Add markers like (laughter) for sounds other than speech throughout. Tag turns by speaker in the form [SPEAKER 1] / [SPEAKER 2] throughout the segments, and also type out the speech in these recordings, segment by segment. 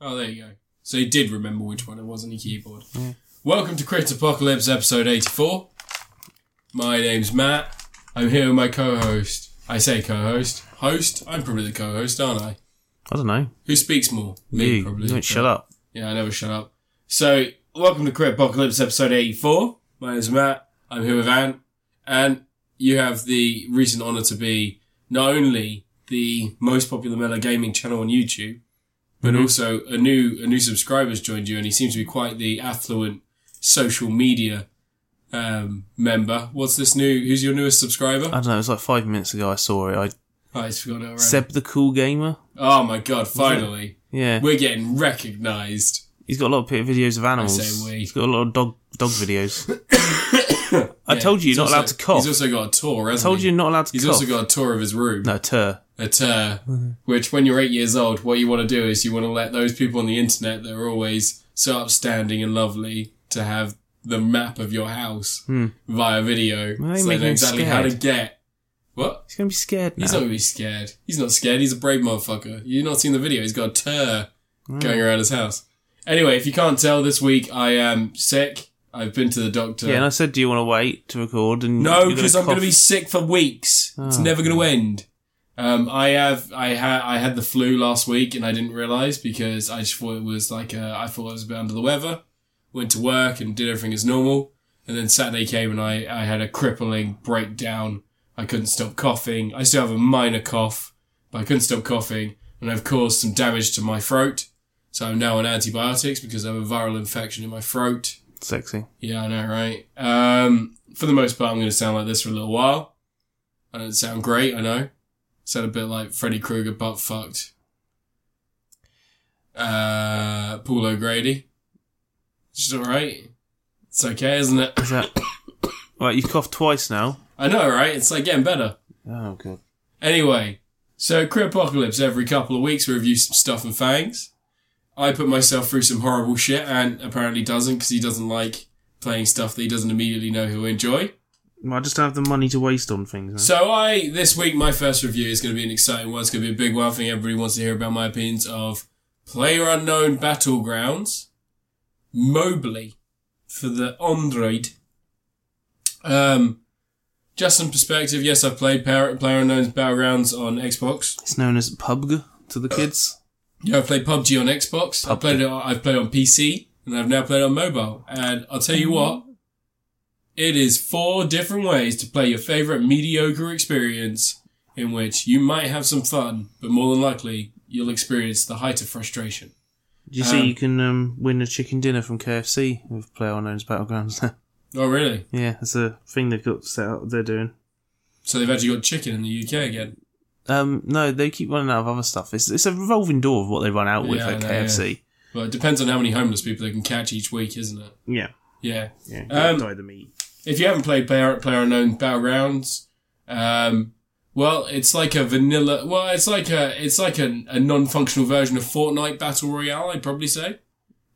[SPEAKER 1] Oh, So he did remember which one it was on the keyboard. Welcome to Crit Apocalypse episode 84. My name's Matt. I'm here with my co-host. I say co-host. Host? I'm probably the co-host, aren't I?
[SPEAKER 2] I don't know.
[SPEAKER 1] Who speaks more?
[SPEAKER 2] you,
[SPEAKER 1] Me, probably.
[SPEAKER 2] you don't shut up.
[SPEAKER 1] Yeah, I never shut up. So, welcome to Crit Apocalypse episode 84. My name's Matt. I'm here with Anne. And you have the recent honour to be not only the most popular Melo Gaming channel on YouTube, but
[SPEAKER 2] Mm-hmm.
[SPEAKER 1] also a new a new subscriber's joined you, and he seems to be quite the affluent social media um, member. What's this new? Who's your newest subscriber?
[SPEAKER 2] I don't know. It was like five minutes ago. I saw it. I
[SPEAKER 1] oh, I just forgot it already.
[SPEAKER 2] Seb the cool gamer.
[SPEAKER 1] oh my god! Finally,
[SPEAKER 2] Yeah,
[SPEAKER 1] we're getting recognised.
[SPEAKER 2] he's got a lot of pi- videos of animals.
[SPEAKER 1] say we.
[SPEAKER 2] He's got a lot of dog
[SPEAKER 1] (coughs)
[SPEAKER 2] dog videos. I told you you're
[SPEAKER 1] He's
[SPEAKER 2] not
[SPEAKER 1] also-
[SPEAKER 2] allowed to cough.
[SPEAKER 1] He's also got a tour, hasn't
[SPEAKER 2] told
[SPEAKER 1] he?
[SPEAKER 2] you you're not allowed to
[SPEAKER 1] He's
[SPEAKER 2] cough.
[SPEAKER 1] also got a tour of his room.
[SPEAKER 2] no tur.
[SPEAKER 1] At, uh, which, when you're eight years old, what you want to do is you want to let those people on the internet that are always so upstanding and lovely to have the map of your house
[SPEAKER 2] Hmm.
[SPEAKER 1] via video,
[SPEAKER 2] Well, they
[SPEAKER 1] so they
[SPEAKER 2] make
[SPEAKER 1] know
[SPEAKER 2] him
[SPEAKER 1] exactly how to
[SPEAKER 2] scared.
[SPEAKER 1] get. What?
[SPEAKER 2] He's gonna be scared now.
[SPEAKER 1] He's not gonna be scared. He's not scared. He's a brave motherfucker. You've not seen the video. He's got a tur
[SPEAKER 2] Hmm.
[SPEAKER 1] going around his house. Anyway, if you can't tell, this week I am sick. I've been to the doctor.
[SPEAKER 2] yeah, and I said, do you want to wait to record? And
[SPEAKER 1] No,
[SPEAKER 2] you're
[SPEAKER 1] because I'm going to
[SPEAKER 2] cough.
[SPEAKER 1] be sick for weeks. It's
[SPEAKER 2] Oh.
[SPEAKER 1] never going to end. Um, I have, I had, I had the flu last week, and I didn't realize because I just thought it was like, uh, I thought I was a bit under the weather. Went to work and did everything as normal, and then Saturday came and I, I had a crippling breakdown. I couldn't stop coughing. I still have a minor cough, but I couldn't stop coughing, and I've caused some damage to my throat. So I'm now on antibiotics because I have a viral infection in my throat.
[SPEAKER 2] sexy.
[SPEAKER 1] Yeah, I know, right? Um, for the most part, I'm going to sound like this for a little while. I don't sound great, I know. Sound a bit like Freddy Krueger, but fucked. Uh, Paul O'Grady. Just alright. It's okay, isn't it?
[SPEAKER 2] Is that (coughs) right? You coughed twice now.
[SPEAKER 1] I know, right? It's like getting better.
[SPEAKER 2] Oh god.
[SPEAKER 1] Anyway, so Crit Apocalypse every couple of weeks we review some stuff and fangs. I put myself through some horrible shit and apparently doesn't because he doesn't like playing stuff that he doesn't immediately know he'll enjoy.
[SPEAKER 2] I just don't have the money to waste on things. Man.
[SPEAKER 1] So I this week my first review is going to be an exciting one. It's going to be a big one. I think everybody wants to hear about my opinions of Player Unknown Battlegrounds, Mobley for the Android. Um, just some perspective. Yes, I've played Player Unknown's Battlegrounds on Xbox.
[SPEAKER 2] it's known as PUBG to the kids.
[SPEAKER 1] Yeah, I've played PUBG on Xbox. I've
[SPEAKER 2] PUBG.
[SPEAKER 1] played it. on- I've played on PC, and I've now played on mobile. And I'll tell you what, it is four different ways to play your favorite mediocre experience, in which you might have some fun, but more than likely you'll experience the height of frustration.
[SPEAKER 2] Do you see you can um, win a chicken dinner from KFC with PlayerUnknown's Battlegrounds (laughs) now?
[SPEAKER 1] Oh, really?
[SPEAKER 2] Yeah, that's a thing they've got set up. They're doing.
[SPEAKER 1] So they've actually got chicken in the UK again.
[SPEAKER 2] Um, no, they keep running out of other stuff. It's it's a revolving door of what they run out with
[SPEAKER 1] Yeah, I
[SPEAKER 2] at
[SPEAKER 1] know,
[SPEAKER 2] KFC.
[SPEAKER 1] Well, it depends on how many homeless people they can catch each week, isn't it?
[SPEAKER 2] Yeah,
[SPEAKER 1] Yeah.
[SPEAKER 2] yeah.
[SPEAKER 1] Um,
[SPEAKER 2] die the meat.
[SPEAKER 1] if you haven't played Player Player Unknown Battlegrounds, um, well, it's like a vanilla. Well, it's like a it's like a, a non-functional version of Fortnite Battle Royale. I'd probably say.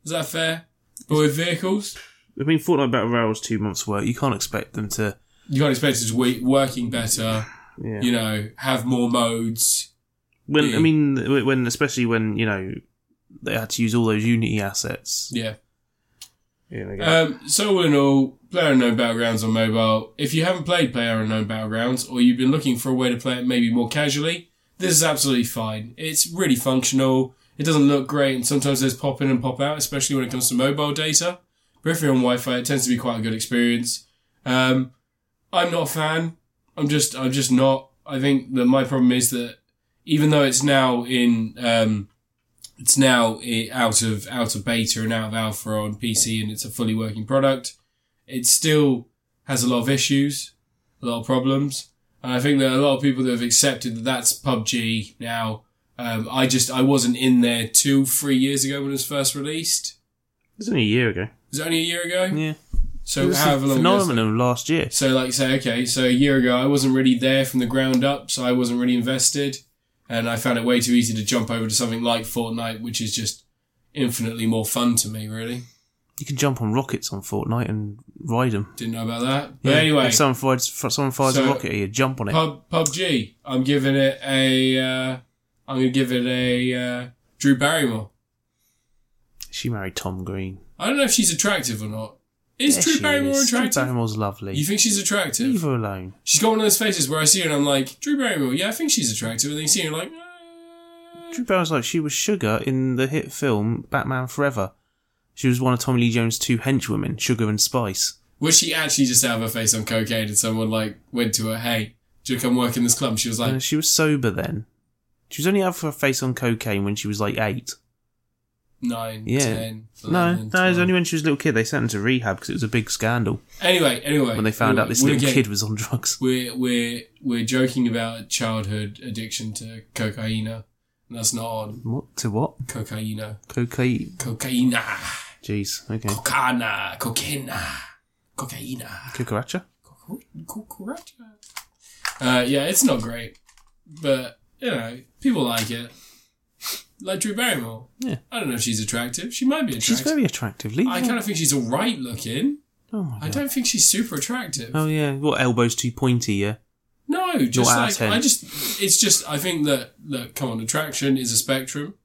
[SPEAKER 1] Is that fair? But with vehicles,
[SPEAKER 2] I mean, Fortnite Battle Royale was two months' work. You can't expect them to.
[SPEAKER 1] you can't expect it's we- working better.
[SPEAKER 2] Yeah.
[SPEAKER 1] You know, have more modes.
[SPEAKER 2] when
[SPEAKER 1] yeah.
[SPEAKER 2] I mean, when especially when you know they had to use all those Unity assets. Uh,
[SPEAKER 1] Yeah.
[SPEAKER 2] Yeah. they go.
[SPEAKER 1] Um, so all in all, Player Unknown Battlegrounds on mobile. If you haven't played Player Unknown Battlegrounds, or you've been looking for a way to play it maybe more casually, this is absolutely fine. It's really functional. It doesn't look great, and sometimes there's pop in and pop out, especially when it comes to mobile data. But if you're on Wi-Fi, it tends to be quite a good experience. Um, I'm not a fan. I'm just, I'm just not. I think that my problem is that even though it's now in, um, it's now i- out of out of beta and out of alpha on PC, and it's a fully working product. It still has a lot of issues, a lot of problems, and I think that a lot of people that have accepted that that's PUBG now. Um, I just I wasn't in there two three years ago when it was first released.
[SPEAKER 2] it was only a year ago.
[SPEAKER 1] Was it only a year ago?
[SPEAKER 2] Yeah. It
[SPEAKER 1] So
[SPEAKER 2] was
[SPEAKER 1] however
[SPEAKER 2] the
[SPEAKER 1] long. ago.
[SPEAKER 2] phenomenon of last year.
[SPEAKER 1] So, like, say, okay, so a year ago, I wasn't really there from the ground up, so I wasn't really invested, and I found it way too easy to jump over to something like Fortnite, which is just infinitely more fun to me, really.
[SPEAKER 2] You can jump on rockets on Fortnite and ride them.
[SPEAKER 1] Didn't know about that. But
[SPEAKER 2] Yeah,
[SPEAKER 1] anyway,
[SPEAKER 2] if someone fires, someone fires
[SPEAKER 1] So-
[SPEAKER 2] a rocket at you, jump on it.
[SPEAKER 1] Pub, PUBG, I'm giving it a, uh, I'm gonna give it a, uh, Drew Barrymore.
[SPEAKER 2] She married Tom Green.
[SPEAKER 1] I don't know if she's attractive or not. Is
[SPEAKER 2] Yeah,
[SPEAKER 1] Drew
[SPEAKER 2] she
[SPEAKER 1] Barrymore
[SPEAKER 2] is. Drew
[SPEAKER 1] attractive?
[SPEAKER 2] Barrymore's lovely.
[SPEAKER 1] You think she's attractive?
[SPEAKER 2] Leave her alone.
[SPEAKER 1] She's got one of those faces where I see her and I'm like, Drew Barrymore, yeah, I think she's attractive. And then you see her like, uh,
[SPEAKER 2] Drew Barrymore's like she was Sugar in the hit film Batman Forever. She was one of Tommy Lee Jones' two henchwomen, Sugar and Spice.
[SPEAKER 1] was she actually just out of her face on cocaine and someone like went to her, hey, do you come work in this club? She was like,
[SPEAKER 2] Uh, she was sober then. She was only out for her face on cocaine when she was like eight.
[SPEAKER 1] nine,
[SPEAKER 2] Yeah.
[SPEAKER 1] ten,
[SPEAKER 2] No,
[SPEAKER 1] 11,
[SPEAKER 2] no, it was
[SPEAKER 1] 12.
[SPEAKER 2] only when she was a little kid. They sent her to rehab because it was a big scandal
[SPEAKER 1] Anyway, anyway.
[SPEAKER 2] when they found out this
[SPEAKER 1] we're
[SPEAKER 2] little
[SPEAKER 1] getting-
[SPEAKER 2] kid was on drugs.
[SPEAKER 1] We're, we're, we're joking about childhood addiction to cocaina. And that's not on.
[SPEAKER 2] What to what?
[SPEAKER 1] Cocaina.
[SPEAKER 2] Cocaine.
[SPEAKER 1] Cocaina.
[SPEAKER 2] Jeez. Okay.
[SPEAKER 1] Cocana. Cocaina. Cocaina.
[SPEAKER 2] Cucaracha.
[SPEAKER 1] Cucaracha. Uh, yeah, it's not great, but you know, people like it. Like Drew Barrymore.
[SPEAKER 2] Yeah.
[SPEAKER 1] I don't know if she's attractive. She might be attractive.
[SPEAKER 2] She's very attractive. Leave
[SPEAKER 1] I
[SPEAKER 2] her.
[SPEAKER 1] kind of think she's all right looking.
[SPEAKER 2] Oh my
[SPEAKER 1] I
[SPEAKER 2] god.
[SPEAKER 1] don't think she's super attractive.
[SPEAKER 2] Oh yeah. What elbows too pointy? Yeah.
[SPEAKER 1] No, just
[SPEAKER 2] out of
[SPEAKER 1] like
[SPEAKER 2] 10.
[SPEAKER 1] I just, it's just I think that that come on, attraction is a spectrum.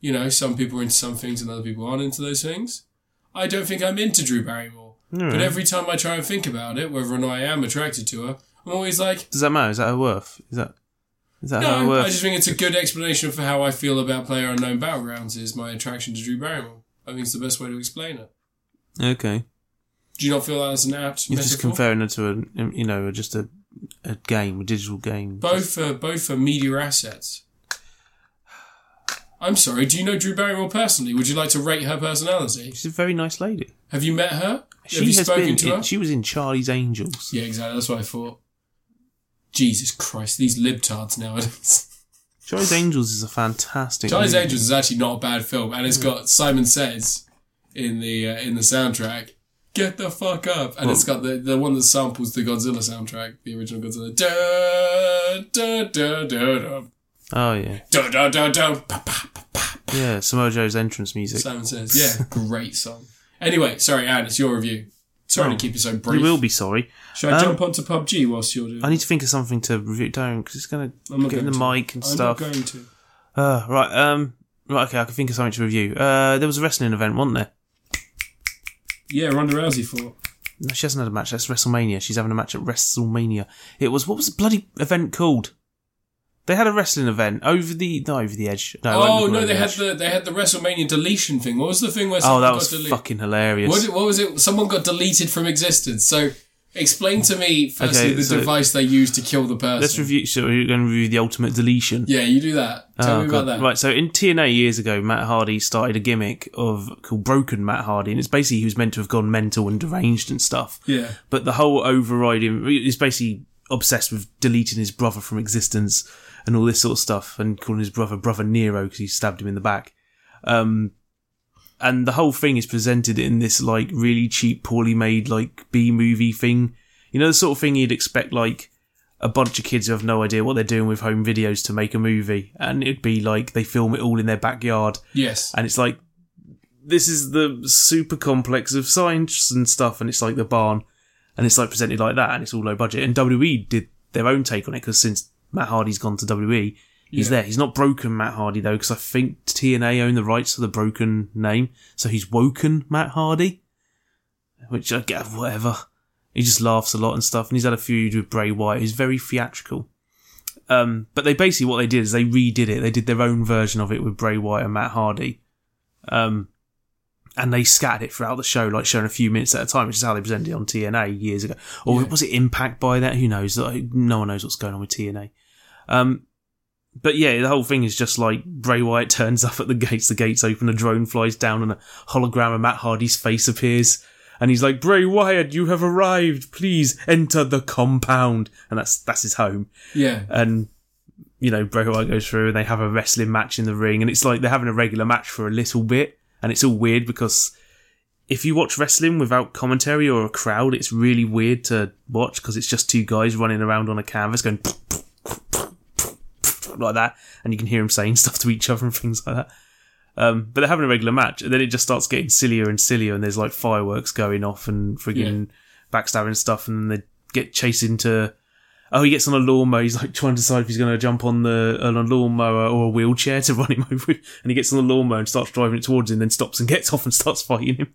[SPEAKER 1] You know, some people are into some things and other people aren't into those things. I don't think I'm into Drew Barrymore,
[SPEAKER 2] No.
[SPEAKER 1] but every time I try and think about it, whether or not I am attracted to her, I'm always like,
[SPEAKER 2] Does that matter? Is that her worth? Is that is that her
[SPEAKER 1] No,
[SPEAKER 2] worth?
[SPEAKER 1] I just think it's a good explanation for how I feel about Player Unknown Battlegrounds is my attraction to Drew Barrymore. I think it's the best way to explain it.
[SPEAKER 2] Okay.
[SPEAKER 1] Do you not feel that's an apt
[SPEAKER 2] You're just
[SPEAKER 1] metaphor?
[SPEAKER 2] comparing her to a um, you know just a a game, a digital game.
[SPEAKER 1] both are both are media assets. I'm sorry. Do you know Drew Barrymore personally? Would you like to rate her personality?
[SPEAKER 2] She's a very nice lady.
[SPEAKER 1] Have you met her?
[SPEAKER 2] She
[SPEAKER 1] Have you
[SPEAKER 2] has
[SPEAKER 1] spoken
[SPEAKER 2] been.
[SPEAKER 1] to
[SPEAKER 2] in-
[SPEAKER 1] her?
[SPEAKER 2] she was in Charlie's Angels.
[SPEAKER 1] Yeah, exactly. That's what I thought. Jesus Christ, these libtards nowadays.
[SPEAKER 2] Charlie's Angels is a fantastic.
[SPEAKER 1] Charlie's
[SPEAKER 2] movie.
[SPEAKER 1] Angels is actually not a bad film, and
[SPEAKER 2] Mm.
[SPEAKER 1] it's got Simon Says in the uh, in the soundtrack. Get the fuck up, and it's
[SPEAKER 2] Oh.
[SPEAKER 1] got the, the one that samples the Godzilla soundtrack, the original Godzilla. Da da da da da
[SPEAKER 2] Oh yeah,
[SPEAKER 1] da da da da. Pa, pa, pa, pa.
[SPEAKER 2] yeah. Samoa Joe's entrance music.
[SPEAKER 1] Simon Says, yeah, great song. Anyway, sorry, Anne, it's your review. Sorry to keep it so brief.
[SPEAKER 2] Oh. you will be sorry.
[SPEAKER 1] Should I
[SPEAKER 2] um,
[SPEAKER 1] jump onto PUBG whilst you're doing?
[SPEAKER 2] I need to think of something to review. Don't because it's gonna
[SPEAKER 1] I'm not
[SPEAKER 2] get in the
[SPEAKER 1] going to.
[SPEAKER 2] mic and
[SPEAKER 1] I'm
[SPEAKER 2] stuff.
[SPEAKER 1] not going to.
[SPEAKER 2] Uh, right. Um. Right. Okay. I can think of something to review. Uh, there was a wrestling event, wasn't there?
[SPEAKER 1] Yeah, Ronda Rousey fought.
[SPEAKER 2] No, she hasn't had a match. That's WrestleMania. She's having a match at WrestleMania. It was what was the bloody event called? They had a wrestling event over the no over the edge. No, it wasn't
[SPEAKER 1] Oh
[SPEAKER 2] called
[SPEAKER 1] no,
[SPEAKER 2] Over
[SPEAKER 1] they had
[SPEAKER 2] Edge.
[SPEAKER 1] the they had the WrestleMania deletion thing. What was the thing where
[SPEAKER 2] Oh,
[SPEAKER 1] someone
[SPEAKER 2] that
[SPEAKER 1] got
[SPEAKER 2] was
[SPEAKER 1] deleted?
[SPEAKER 2] fucking hilarious.
[SPEAKER 1] What, what was it? Someone got deleted from existence. So explain to me firstly
[SPEAKER 2] Okay,
[SPEAKER 1] the
[SPEAKER 2] so-
[SPEAKER 1] device they used to kill the person.
[SPEAKER 2] Let's review. So we're going to review the ultimate deletion.
[SPEAKER 1] yeah, you do that. Tell
[SPEAKER 2] Oh,
[SPEAKER 1] me
[SPEAKER 2] God.
[SPEAKER 1] about that.
[SPEAKER 2] Right, so in TNA years ago, Matt Hardy started a gimmick of called Broken Matt Hardy, and it's basically he was meant to have gone mental and deranged and stuff.
[SPEAKER 1] Yeah,
[SPEAKER 2] But the whole overriding is basically obsessed with deleting his brother from existence and all this sort of stuff, and calling his brother Brother Nero because he stabbed him in the back. Um, and the whole thing is presented in this like really cheap, poorly made like B movie thing. You know, the sort of thing you'd expect like a bunch of kids who have no idea what they're doing with home videos to make a movie, and it'd be like they film it all in their backyard,
[SPEAKER 1] yes.
[SPEAKER 2] and it's like this is the super complex of science and stuff, and it's like the barn, and it's like presented like that, and it's all low budget. And WWE did their own take on it because since Matt Hardy's gone to WWE, he's
[SPEAKER 1] Yeah.
[SPEAKER 2] there. He's not broken Matt Hardy though, because I think TNA own the rights to the broken name, so he's woken Matt Hardy, which I get whatever. He just laughs a lot and stuff, and he's had a feud with Bray Wyatt, who's very theatrical. Um, but they basically what they did is they redid it. They did their own version of it with Bray Wyatt and Matt Hardy. Um, and they scattered it throughout the show, like showing a few minutes at a time, which is how they presented it on TNA years ago. Or
[SPEAKER 1] Yeah.
[SPEAKER 2] was it Impact by that? Who knows? Like, No one knows what's going on with TNA. Um, but yeah, the whole thing is just like Bray Wyatt (laughs) turns up at the gates, the gates open, a drone flies down, and a hologram of Matt Hardy's face appears. And he's like, Bray Wyatt, you have arrived. Please enter the compound. And that's that's his home
[SPEAKER 1] Yeah,
[SPEAKER 2] and you know Bray Wyatt goes through and they have a wrestling match in the ring and it's like they're having a regular match for a little bit and it's all weird because if you watch wrestling without commentary or a crowd it's really weird to watch because it's just two guys running around on a canvas going (sniffs) like that and you can hear them saying (laughs) stuff to each other and things like that um, but they're having a regular match and then it just starts getting sillier and sillier and there's like fireworks going off and frigging backstabbing stuff and then they get chased into Oh, he gets on a lawnmower. He's like trying to decide if he's going to jump on the on a lawnmower or a wheelchair to (laughs) run him over. And he gets on the lawnmower and starts driving it towards him, then stops and gets (laughs) off and starts fighting him.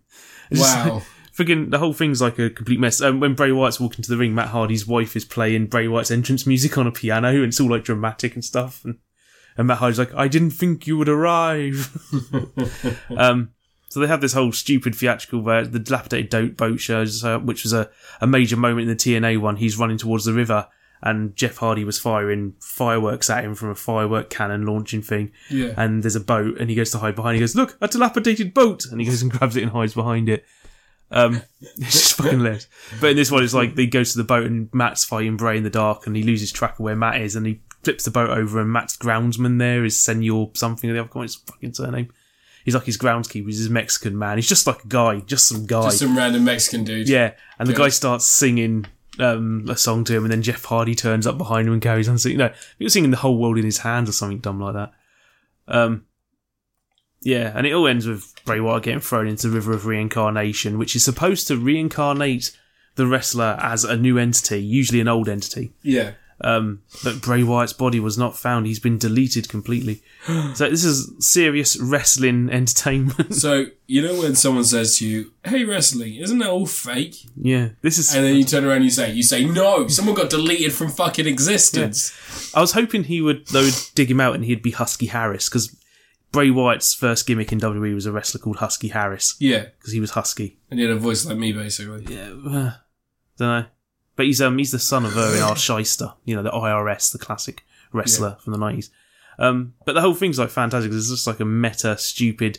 [SPEAKER 2] It's (laughs) just
[SPEAKER 1] Wow.
[SPEAKER 2] (laughs) like- Friggin' the whole thing's like a complete mess. Um, when Bray Wyatt's walking to the ring, Matt Hardy's wife is playing Bray Wyatt's entrance music on a piano, and it's all like dramatic and stuff. And, and Matt Hardy's like, "I didn't think you would arrive." um, so they have this whole stupid theatrical where the dilapidated dope boat shows, uh, which was a, a major moment in the TNA one. He's running towards the river, and Jeff Hardy was firing fireworks at him from a firework cannon launching thing
[SPEAKER 1] yeah.
[SPEAKER 2] and there's a boat and he goes to hide behind. He goes, look, a dilapidated boat, and he goes and grabs it and hides behind it. Um, (laughs) it's just fucking hilarious. But in this one, it's like he goes to the boat and Matt's fighting Bray in the dark, and he loses track of where Matt is, and he flips the boat over, and Matt's groundsman there is Senor something or the other. I can't remember his fucking surname. He's like his groundskeeper. He's this Mexican man. He's just like a guy, just some guy.
[SPEAKER 1] Just some random Mexican dude.
[SPEAKER 2] Yeah, and the
[SPEAKER 1] Okay.
[SPEAKER 2] guy starts singing um, a song to him, and then Jeff Hardy turns up behind him and carries on singing. No, he was singing the whole world in his hands or something dumb like that. Um, yeah, and it all ends with Bray Wyatt getting thrown into the river of reincarnation, which is supposed to reincarnate the wrestler as a new entity, usually an old entity.
[SPEAKER 1] Yeah.
[SPEAKER 2] Um, but Bray Wyatt's body was not found; he's been deleted completely. (gasps) So this is serious wrestling entertainment. (laughs)
[SPEAKER 1] So, you know when someone says to you, hey, wrestling, isn't that all fake?
[SPEAKER 2] yeah, this is.
[SPEAKER 1] And then you turn around and you say, you say, no, someone got deleted from fucking existence.
[SPEAKER 2] I was hoping he would they would dig him out and he'd be Husky Harris because Bray Wyatt's first gimmick in WWE was a wrestler called Husky Harris
[SPEAKER 1] Yeah.
[SPEAKER 2] because he was husky.
[SPEAKER 1] And he had a voice like me, basically.
[SPEAKER 2] Yeah, uh, don't know. But he's um he's the son of Erwin R. Shyster, you know the IRS, the classic wrestler from the nineties. Um, but the whole thing's like fantastic. 'cause It's just like a meta, stupid,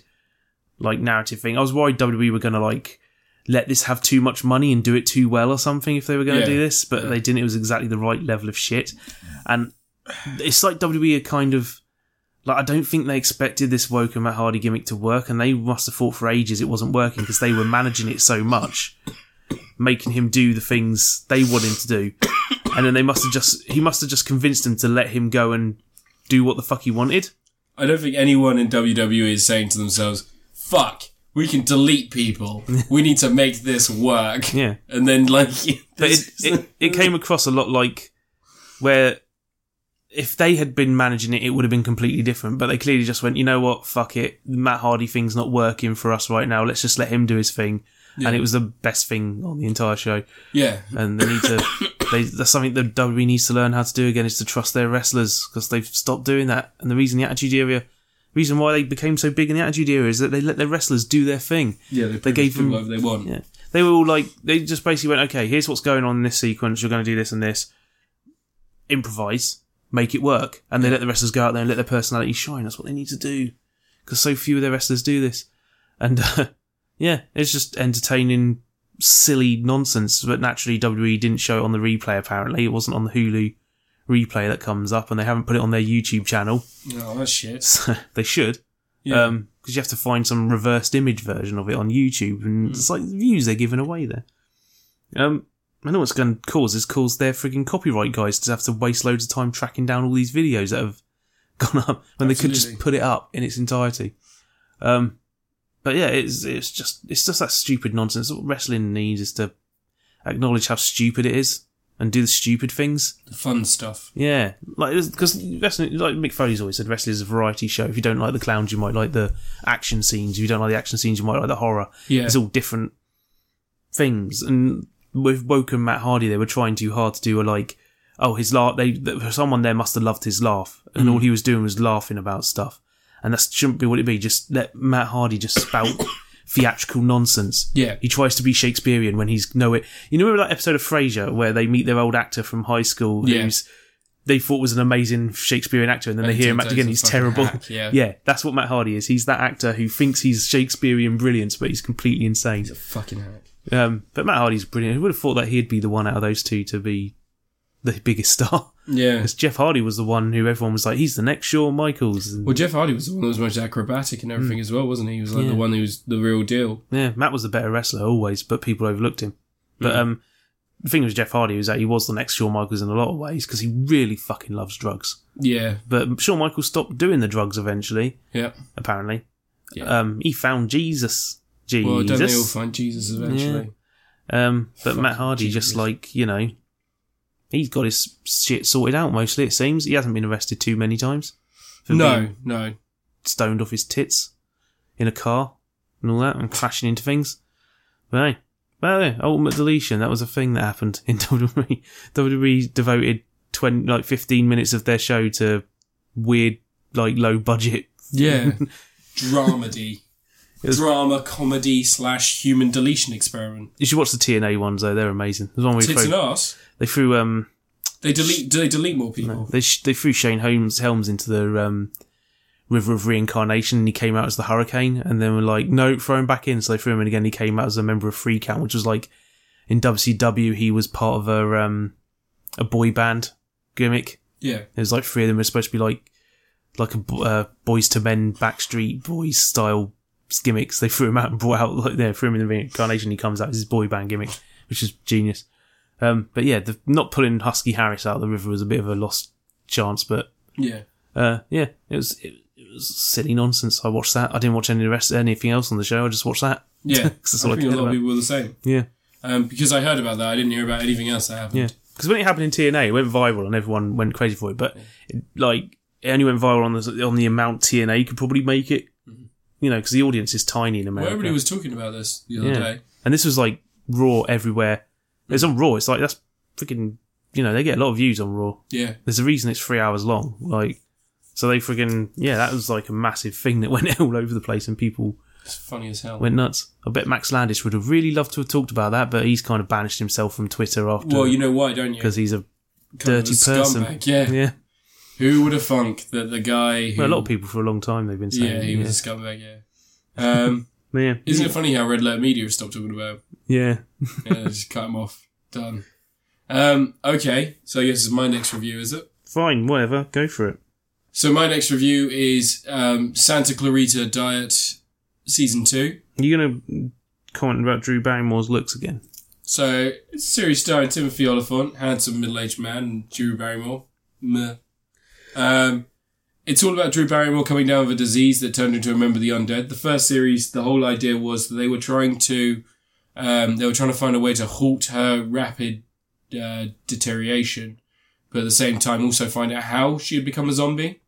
[SPEAKER 2] like narrative thing. I was worried WWE were gonna like let this have too much money and do it too well or something if they were gonna
[SPEAKER 1] Yeah.
[SPEAKER 2] do this, but they didn't. It was exactly the right level of shit, and it's like WWE are kind of like I don't think they expected this woke and Matt Hardy gimmick to work, and they must have thought for ages it wasn't working because they were managing it so much, making him do the things they want him to do, (coughs) and then they must have just he must have just convinced them to let him go and do what the fuck he wanted.
[SPEAKER 1] I don't think anyone in WWE is saying to themselves, fuck, we can delete people. we need to make this work. (laughs)
[SPEAKER 2] Yeah,
[SPEAKER 1] And then, like, (laughs)
[SPEAKER 2] but it,
[SPEAKER 1] this-
[SPEAKER 2] it it came across a lot like where if they had been managing it, it would have been completely different. But they clearly just went, you know what, fuck it, the Matt Hardy thing's not working for us right now. Let's just let him do his thing. And it was the best thing on the entire show.
[SPEAKER 1] yeah.
[SPEAKER 2] and they need to. They, that's something that WWE needs to learn how to do again is to trust their wrestlers because they've stopped doing that. And the reason the Attitude Era, reason why they became so big in the Attitude Era is that they let their wrestlers do their thing.
[SPEAKER 1] Yeah, they, pretty
[SPEAKER 2] gave
[SPEAKER 1] much do
[SPEAKER 2] him-
[SPEAKER 1] whatever they want.
[SPEAKER 2] Yeah, they were all like, they just basically went, okay, here's what's going on in this sequence. You're going to do this and this. Improvise, make it work, and they let the wrestlers go out there and let their personality shine. That's what they need to do because so few of their wrestlers do this. And (laughs) uh, yeah, it's just entertaining, silly nonsense. But naturally, WWE didn't show it on the replay. Apparently, it wasn't on the Hulu replay that comes up, and they haven't put it on their YouTube channel.
[SPEAKER 1] Oh, that's shit.
[SPEAKER 2] (laughs) So they should.
[SPEAKER 1] Yeah.
[SPEAKER 2] Um 'cause because you have to find some reversed image version of it on YouTube, and
[SPEAKER 1] Hmm.
[SPEAKER 2] it's like the views they're giving away there. Um, I know what's going to cause is cause their frigging copyright guys to have to waste loads of time tracking down all these videos that have (laughs) gone up when they could just
[SPEAKER 1] Absolutely.
[SPEAKER 2] put it up in its entirety. Um, but yeah, it's it's just it's just that stupid nonsense. What wrestling needs is to acknowledge how stupid it is and do the stupid things.
[SPEAKER 1] the fun stuff.
[SPEAKER 2] Yeah, like because wrestling, like Mick Foley's always said, wrestling is a variety show. If you don't like the clowns, you might like the action scenes. If you don't like the action scenes, you might like the horror.
[SPEAKER 1] Yeah.
[SPEAKER 2] It's all different things. And with Woke and Matt Hardy, they were trying too hard to do a like, oh, his laugh. They th- someone there must have loved his laugh, and all he was doing was laughing about stuff. And that shouldn't be what it be. Just let Matt Hardy just spout theatrical nonsense.
[SPEAKER 1] Yeah.
[SPEAKER 2] He tries to be Shakespearean when he's no it. You know, remember that episode of Frasier where they meet their old actor from high school
[SPEAKER 1] Yeah.
[SPEAKER 2] who's they thought was an amazing Shakespearean actor, and then they
[SPEAKER 1] And
[SPEAKER 2] hear him
[SPEAKER 1] turns
[SPEAKER 2] act
[SPEAKER 1] out
[SPEAKER 2] again.
[SPEAKER 1] he's
[SPEAKER 2] He's
[SPEAKER 1] a
[SPEAKER 2] terrible.
[SPEAKER 1] fucking hack, yeah.
[SPEAKER 2] that's what Matt Hardy is. He's that actor who thinks he's Shakespearean brilliance, but he's completely insane.
[SPEAKER 1] He's a fucking hack.
[SPEAKER 2] Um, but Matt Hardy's brilliant. Who would have thought that he'd be the one out of those two to be the biggest star? (laughs)
[SPEAKER 1] Yeah.
[SPEAKER 2] Because Jeff Hardy was the one who everyone was like, he's the next Shawn Michaels. And,
[SPEAKER 1] Well, Jeff Hardy was the one that was most acrobatic and everything as well, wasn't he? He was like
[SPEAKER 2] Hmm. Yeah.
[SPEAKER 1] the one who was the real deal.
[SPEAKER 2] yeah, Matt was the better wrestler always, but people overlooked him. But
[SPEAKER 1] Mm.
[SPEAKER 2] um, the thing with Jeff Hardy was that he was the next Shawn Michaels in a lot of ways because he really fucking loves drugs.
[SPEAKER 1] Yeah.
[SPEAKER 2] But Shawn Michaels stopped doing the drugs eventually.
[SPEAKER 1] Yeah.
[SPEAKER 2] apparently.
[SPEAKER 1] Yeah.
[SPEAKER 2] Um, he found Jesus. Jesus.
[SPEAKER 1] Well, don't they all find Jesus eventually?
[SPEAKER 2] um, but
[SPEAKER 1] Fucking
[SPEAKER 2] Matt Hardy
[SPEAKER 1] Jesus.
[SPEAKER 2] just like, you know, he's got his shit sorted out mostly. It seems he hasn't been arrested too many times. for being
[SPEAKER 1] No, no.
[SPEAKER 2] stoned off his tits in a car and all that and crashing into things. But hey, well, yeah, ultimate deletion. That was a thing that happened in (laughs) E. WWE. WWE devoted 20, like 15 minutes of their show to weird, like low budget.
[SPEAKER 1] Yeah. (laughs) Dramedy.
[SPEAKER 2] was-
[SPEAKER 1] Drama comedy slash human deletion experiment.
[SPEAKER 2] You should watch the TNA ones though. They're amazing. There's one where they
[SPEAKER 1] Tits and
[SPEAKER 2] threw,
[SPEAKER 1] ass.
[SPEAKER 2] they threw, um,
[SPEAKER 1] They delete. Do they delete more people?
[SPEAKER 2] they, sh- they threw Shane Holmes Helms into the, um, River of Reincarnation, and he came out as the Hurricane, and then were like, no, throw him back in. So they threw him in again. and He came out as a member of Free Count, which was like in WCW, he was part of a um, a boy band gimmick.
[SPEAKER 1] Yeah.
[SPEAKER 2] There's like three of them were supposed to be like like a bo- uh, boys to men Backstreet Boys style gimmicks. They threw him out and brought out like they threw him in the Reincarnation. He comes out as his boy band gimmick, which is genius. Um, but yeah, the, not pulling Husky Harris out of the river was a bit of a lost chance, but
[SPEAKER 1] Yeah.
[SPEAKER 2] uh, yeah, it was it, it was silly nonsense. I watched that. I didn't watch any of the rest anything else on the show. I just watched that.
[SPEAKER 1] Yeah.
[SPEAKER 2] (laughs) 'Cause that's
[SPEAKER 1] I
[SPEAKER 2] all I
[SPEAKER 1] think
[SPEAKER 2] cared
[SPEAKER 1] a lot
[SPEAKER 2] about.
[SPEAKER 1] of people were the same.
[SPEAKER 2] Yeah,
[SPEAKER 1] Um, because I heard about that, I didn't hear about anything else that happened.
[SPEAKER 2] yeah. Because when it happened in TNA, it went viral and everyone went crazy for it. But it, like, it only went viral on the on the amount TNA could probably make it. You know, because the audience is tiny in
[SPEAKER 1] Well,
[SPEAKER 2] America.
[SPEAKER 1] everybody was talking about this the other
[SPEAKER 2] Yeah.
[SPEAKER 1] day.
[SPEAKER 2] and this was like Raw everywhere. It's on Raw. It's like that's freaking. You know, they get a lot of views on Raw.
[SPEAKER 1] Yeah.
[SPEAKER 2] There's a reason it's three hours long. Like, so they freaking yeah, that was like a massive thing that (laughs) went all over the place and people
[SPEAKER 1] It's funny as hell.
[SPEAKER 2] went nuts. I bet Max Landis would have really loved to have talked about that, but he's kind of banished himself from Twitter after
[SPEAKER 1] well, you know why, don't you?
[SPEAKER 2] because he's a
[SPEAKER 1] Kind of
[SPEAKER 2] dirty
[SPEAKER 1] a
[SPEAKER 2] person.
[SPEAKER 1] scumbag, Yeah.
[SPEAKER 2] yeah.
[SPEAKER 1] Who would have thunk that the guy who
[SPEAKER 2] Well, a lot of people for a long time they've been saying
[SPEAKER 1] Yeah, he was a scumbag, yeah. Um,
[SPEAKER 2] yeah. yeah.
[SPEAKER 1] isn't it funny how Red Letter Media have stopped talking about him?
[SPEAKER 2] yeah.
[SPEAKER 1] Yeah, just cut him off. Done. Um, okay, so I guess it's my next review, is it?
[SPEAKER 2] Fine, whatever. Go for it.
[SPEAKER 1] So my next review is um, Santa Clarita Diet Season 2.
[SPEAKER 2] You're gonna comment about Drew Barrymore's looks again.
[SPEAKER 1] So it's a series starring Timothy Oliphant, handsome middle-aged man, and Drew Barrymore. Meh. Um, it's all about Drew Barrymore coming down with a disease that turned into a member of the undead. The first series, the whole idea was that they were trying to, um, they were trying to find a way to halt her rapid uh, deterioration, but at the same time also find out how she had become a zombie.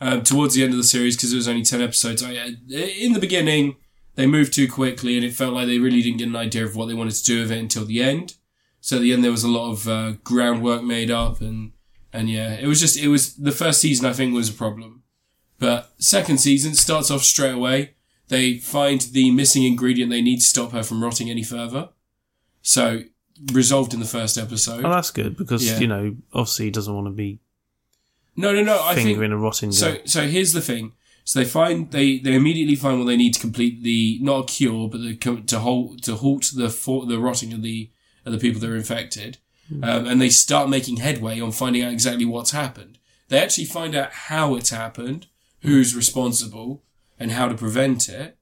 [SPEAKER 1] Um, towards the end of the series, because it was only ten episodes, I, I- in the beginning they moved too quickly and it felt like they really didn't get an idea of what they wanted to do with it until the end. So at the end, there was a lot of uh, groundwork made up and, and yeah, it was just, it was the first season, I think was a problem. But second season starts off straight away. They find the missing ingredient they need to stop her from rotting any further. So resolved in the first episode.
[SPEAKER 2] Oh, that's good because
[SPEAKER 1] Yeah.
[SPEAKER 2] you know obviously he doesn't want to be
[SPEAKER 1] No, no, no. I think
[SPEAKER 2] fingering a rotting.
[SPEAKER 1] So,
[SPEAKER 2] guy.
[SPEAKER 1] so here's the thing. So they find they, they immediately find what they need to complete the not a cure, but the, co- to halt to halt the for, the rotting of the of the people that are infected, um, and they start making headway on finding out exactly what's happened. They actually find out how it's happened, who's responsible, and how to prevent it.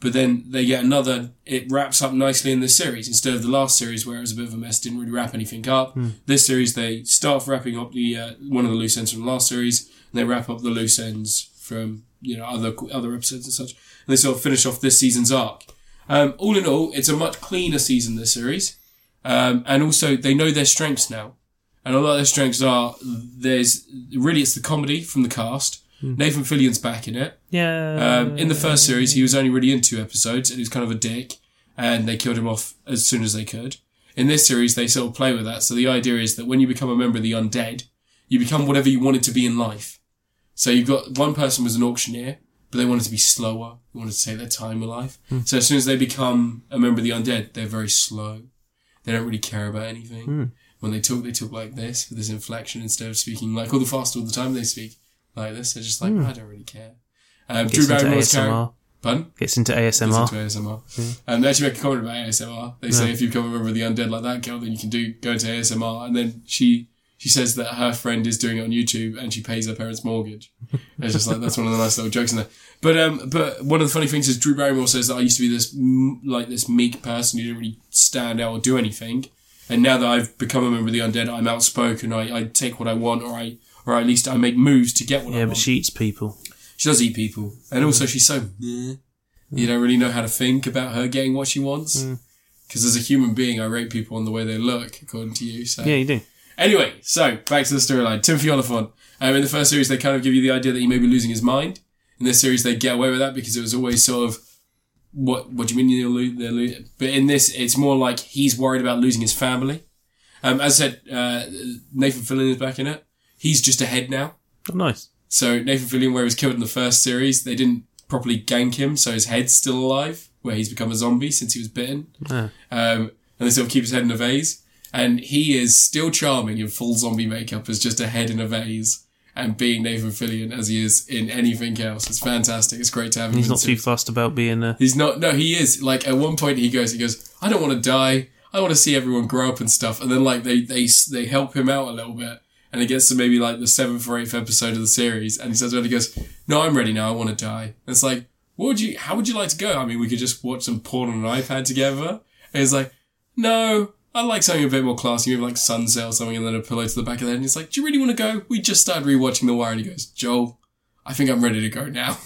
[SPEAKER 1] But then they get another. It wraps up nicely in this series instead of the last series where it was a bit of a mess, didn't really wrap anything up. This series they start wrapping up the uh, one of the loose ends from the last series, and they wrap up the loose ends from you know other other episodes and such, and they sort of finish off this season's arc. Um, all in all, it's a much cleaner season this series, um, and also they know their strengths now. And a lot of their strengths are there's really it's the comedy from the cast. Nathan Fillion's back in it.
[SPEAKER 2] yeah,
[SPEAKER 1] Um, in the first series, he was only really in two episodes, and he was kind of a dick, and they killed him off as soon as they could. In this series, they sort of play with that. So the idea is that when you become a member of the undead, you become whatever you wanted to be in life. So you've got one person was an auctioneer, but they wanted to be slower. They wanted to take their time with life.
[SPEAKER 2] Hmm.
[SPEAKER 1] So as soon as they become a member of the undead, they're very slow. They don't really care about anything.
[SPEAKER 2] Hmm.
[SPEAKER 1] When they talk, they talk like this with this inflection instead of speaking like all the fast all the time. They speak like this. They're just like I don't really care. Um, Drew
[SPEAKER 2] Hmm. gets into
[SPEAKER 1] Barrymore's character.
[SPEAKER 2] ASMR.
[SPEAKER 1] Pardon?
[SPEAKER 2] Gets into
[SPEAKER 1] It's
[SPEAKER 2] ASMR.
[SPEAKER 1] into ASMR.
[SPEAKER 2] Hmm.
[SPEAKER 1] Um, they actually make a comment about ASMR. They say if you become a member of the undead like that girl, then you can do go into ASMR. And then she she says that her friend is doing it on YouTube and she pays her parents' mortgage. It's just like that's one of the nice little jokes in there. But um, but one of the funny things is Drew Barrymore says that I used to be this m- like this meek person who didn't really stand out or do anything, and now that I've become a member of the undead, I'm outspoken. I, I take what I want, or I or at least I make moves to get what I
[SPEAKER 2] Yeah,
[SPEAKER 1] want.
[SPEAKER 2] but she eats people.
[SPEAKER 1] She does eat people, and also she's so meh. you don't really know how to think about her getting what she wants. Because as a human being, I rate people on the way they look, according to you. So
[SPEAKER 2] Yeah, you do.
[SPEAKER 1] Anyway, so back to the storyline. Timothy Oliphant. Um, in the first series, they kind of give you the idea that he may be losing his mind. In this series, they get away with that because it was always sort of what what do you mean you're lo- they're lo-? But in this, it's more like he's worried about losing his family. Um, as I said, uh, Nathan Fillion is back in it. He's just ahead now.
[SPEAKER 2] Oh, nice.
[SPEAKER 1] So Nathan Fillion, where he was killed in the first series, they didn't properly gank him, so his head's still alive, where he's become a zombie since he was bitten.
[SPEAKER 2] Ah.
[SPEAKER 1] Um, and they sort of keep his head in a vase. And he is still charming in full zombie makeup as just a head in a vase and being Nathan Fillion as he is in anything else. It's fantastic. It's great to have him.
[SPEAKER 2] He's
[SPEAKER 1] in
[SPEAKER 2] not
[SPEAKER 1] the
[SPEAKER 2] too fussed about being uh, a.
[SPEAKER 1] He's not. No, he is. Like at one point, he goes. He goes. I don't want to die. I want to see everyone grow up and stuff. And then like they they they help him out a little bit, and he gets to maybe like the seventh or eighth episode of the series, and he says, "Well, he goes, no, I'm ready now. I want to die." And it's like, what would you? How would you like to go? I mean, we could just watch some porn on an iPad together. And he's like, no. I like something a bit more classy, maybe like sunset or something, and then a pillow to the back of the head. And he's like, "Do you really want to go?" We just started rewatching The Wire, and he goes, "Joel, I think I'm ready to go now."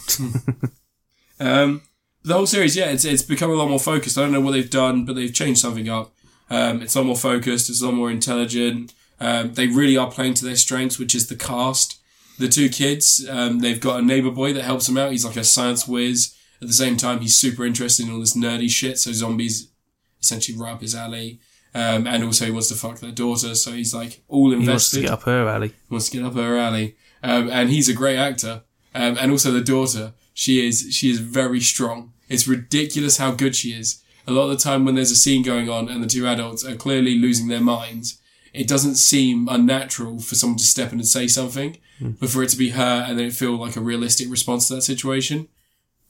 [SPEAKER 1] (laughs) um, the whole series, yeah, it's it's become a lot more focused. I don't know what they've done, but they've changed something up. Um, it's a lot more focused. It's a lot more intelligent. Um, they really are playing to their strengths, which is the cast. The two kids, um, they've got a neighbor boy that helps them out. He's like a science whiz. At the same time, he's super interested in all this nerdy shit. So zombies, essentially, right up his alley. Um, and also, he wants to fuck their daughter. So he's like all invested
[SPEAKER 2] He wants to get up her alley.
[SPEAKER 1] wants to get up her alley. Um, and he's a great actor. Um, and also the daughter, she is, she is very strong. It's ridiculous how good she is. A lot of the time when there's a scene going on and the two adults are clearly losing their minds, it doesn't seem unnatural for someone to step in and say something, but for it to be her and then it feel like a realistic response to that situation,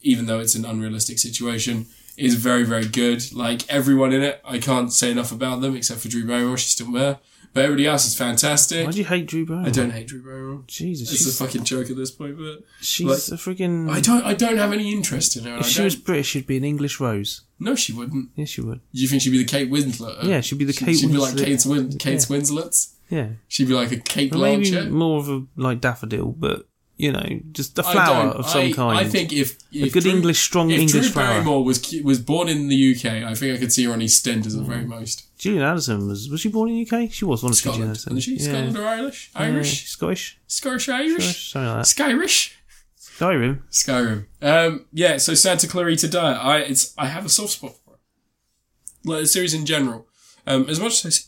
[SPEAKER 1] even though it's an unrealistic situation, is very, very good. Like everyone in it, I can't say enough about them except for Drew Barrymore, she's still there. But everybody else is fantastic.
[SPEAKER 2] Why do you hate Drew Barrymore?
[SPEAKER 1] I don't hate Drew Barrymore.
[SPEAKER 2] Jesus,
[SPEAKER 1] It's
[SPEAKER 2] she's,
[SPEAKER 1] a fucking joke at this point, but
[SPEAKER 2] she's a friggin'.
[SPEAKER 1] I don't. I don't have any interest in her. and
[SPEAKER 2] if
[SPEAKER 1] I
[SPEAKER 2] she
[SPEAKER 1] don't-
[SPEAKER 2] was British, she'd be an English rose.
[SPEAKER 1] no, she wouldn't.
[SPEAKER 2] Yes, she would.
[SPEAKER 1] Do you think she'd be the Kate Winslet? of-
[SPEAKER 2] Yeah, she'd be the
[SPEAKER 1] Uh, she'd,
[SPEAKER 2] Kate
[SPEAKER 1] She'd be like
[SPEAKER 2] Winslet.
[SPEAKER 1] Kate's Win- Kate's Winslets.
[SPEAKER 2] Yeah,
[SPEAKER 1] She'd be like a Kate
[SPEAKER 2] Well, maybe
[SPEAKER 1] Blanchett.
[SPEAKER 2] more of a like daffodil, but you know, just a
[SPEAKER 1] I
[SPEAKER 2] flower
[SPEAKER 1] don't-
[SPEAKER 2] of some
[SPEAKER 1] I-
[SPEAKER 2] kind.
[SPEAKER 1] I think if, if
[SPEAKER 2] a good
[SPEAKER 1] Drew-
[SPEAKER 2] English, strong
[SPEAKER 1] if
[SPEAKER 2] English
[SPEAKER 1] Drew
[SPEAKER 2] flower.
[SPEAKER 1] Barrymore was cu- was born in the UK, I think I could see her on EastEnders at the very most.
[SPEAKER 2] Julian Addison was was she born in Mm. the UK? She was one of Julian
[SPEAKER 1] Scotland,
[SPEAKER 2] Addison.
[SPEAKER 1] isn't she?
[SPEAKER 2] Yeah.
[SPEAKER 1] Scotland or Irish?
[SPEAKER 2] Yeah,
[SPEAKER 1] Irish,
[SPEAKER 2] Scottish,
[SPEAKER 1] Scottish, Irish,
[SPEAKER 2] Scottish, something like that.
[SPEAKER 1] Skyrish.
[SPEAKER 2] Skyrim.
[SPEAKER 1] Skyrim. Um, yeah, so Santa Clarita Diet. I it's I have a soft spot for it. Like the series in general. Um, as much as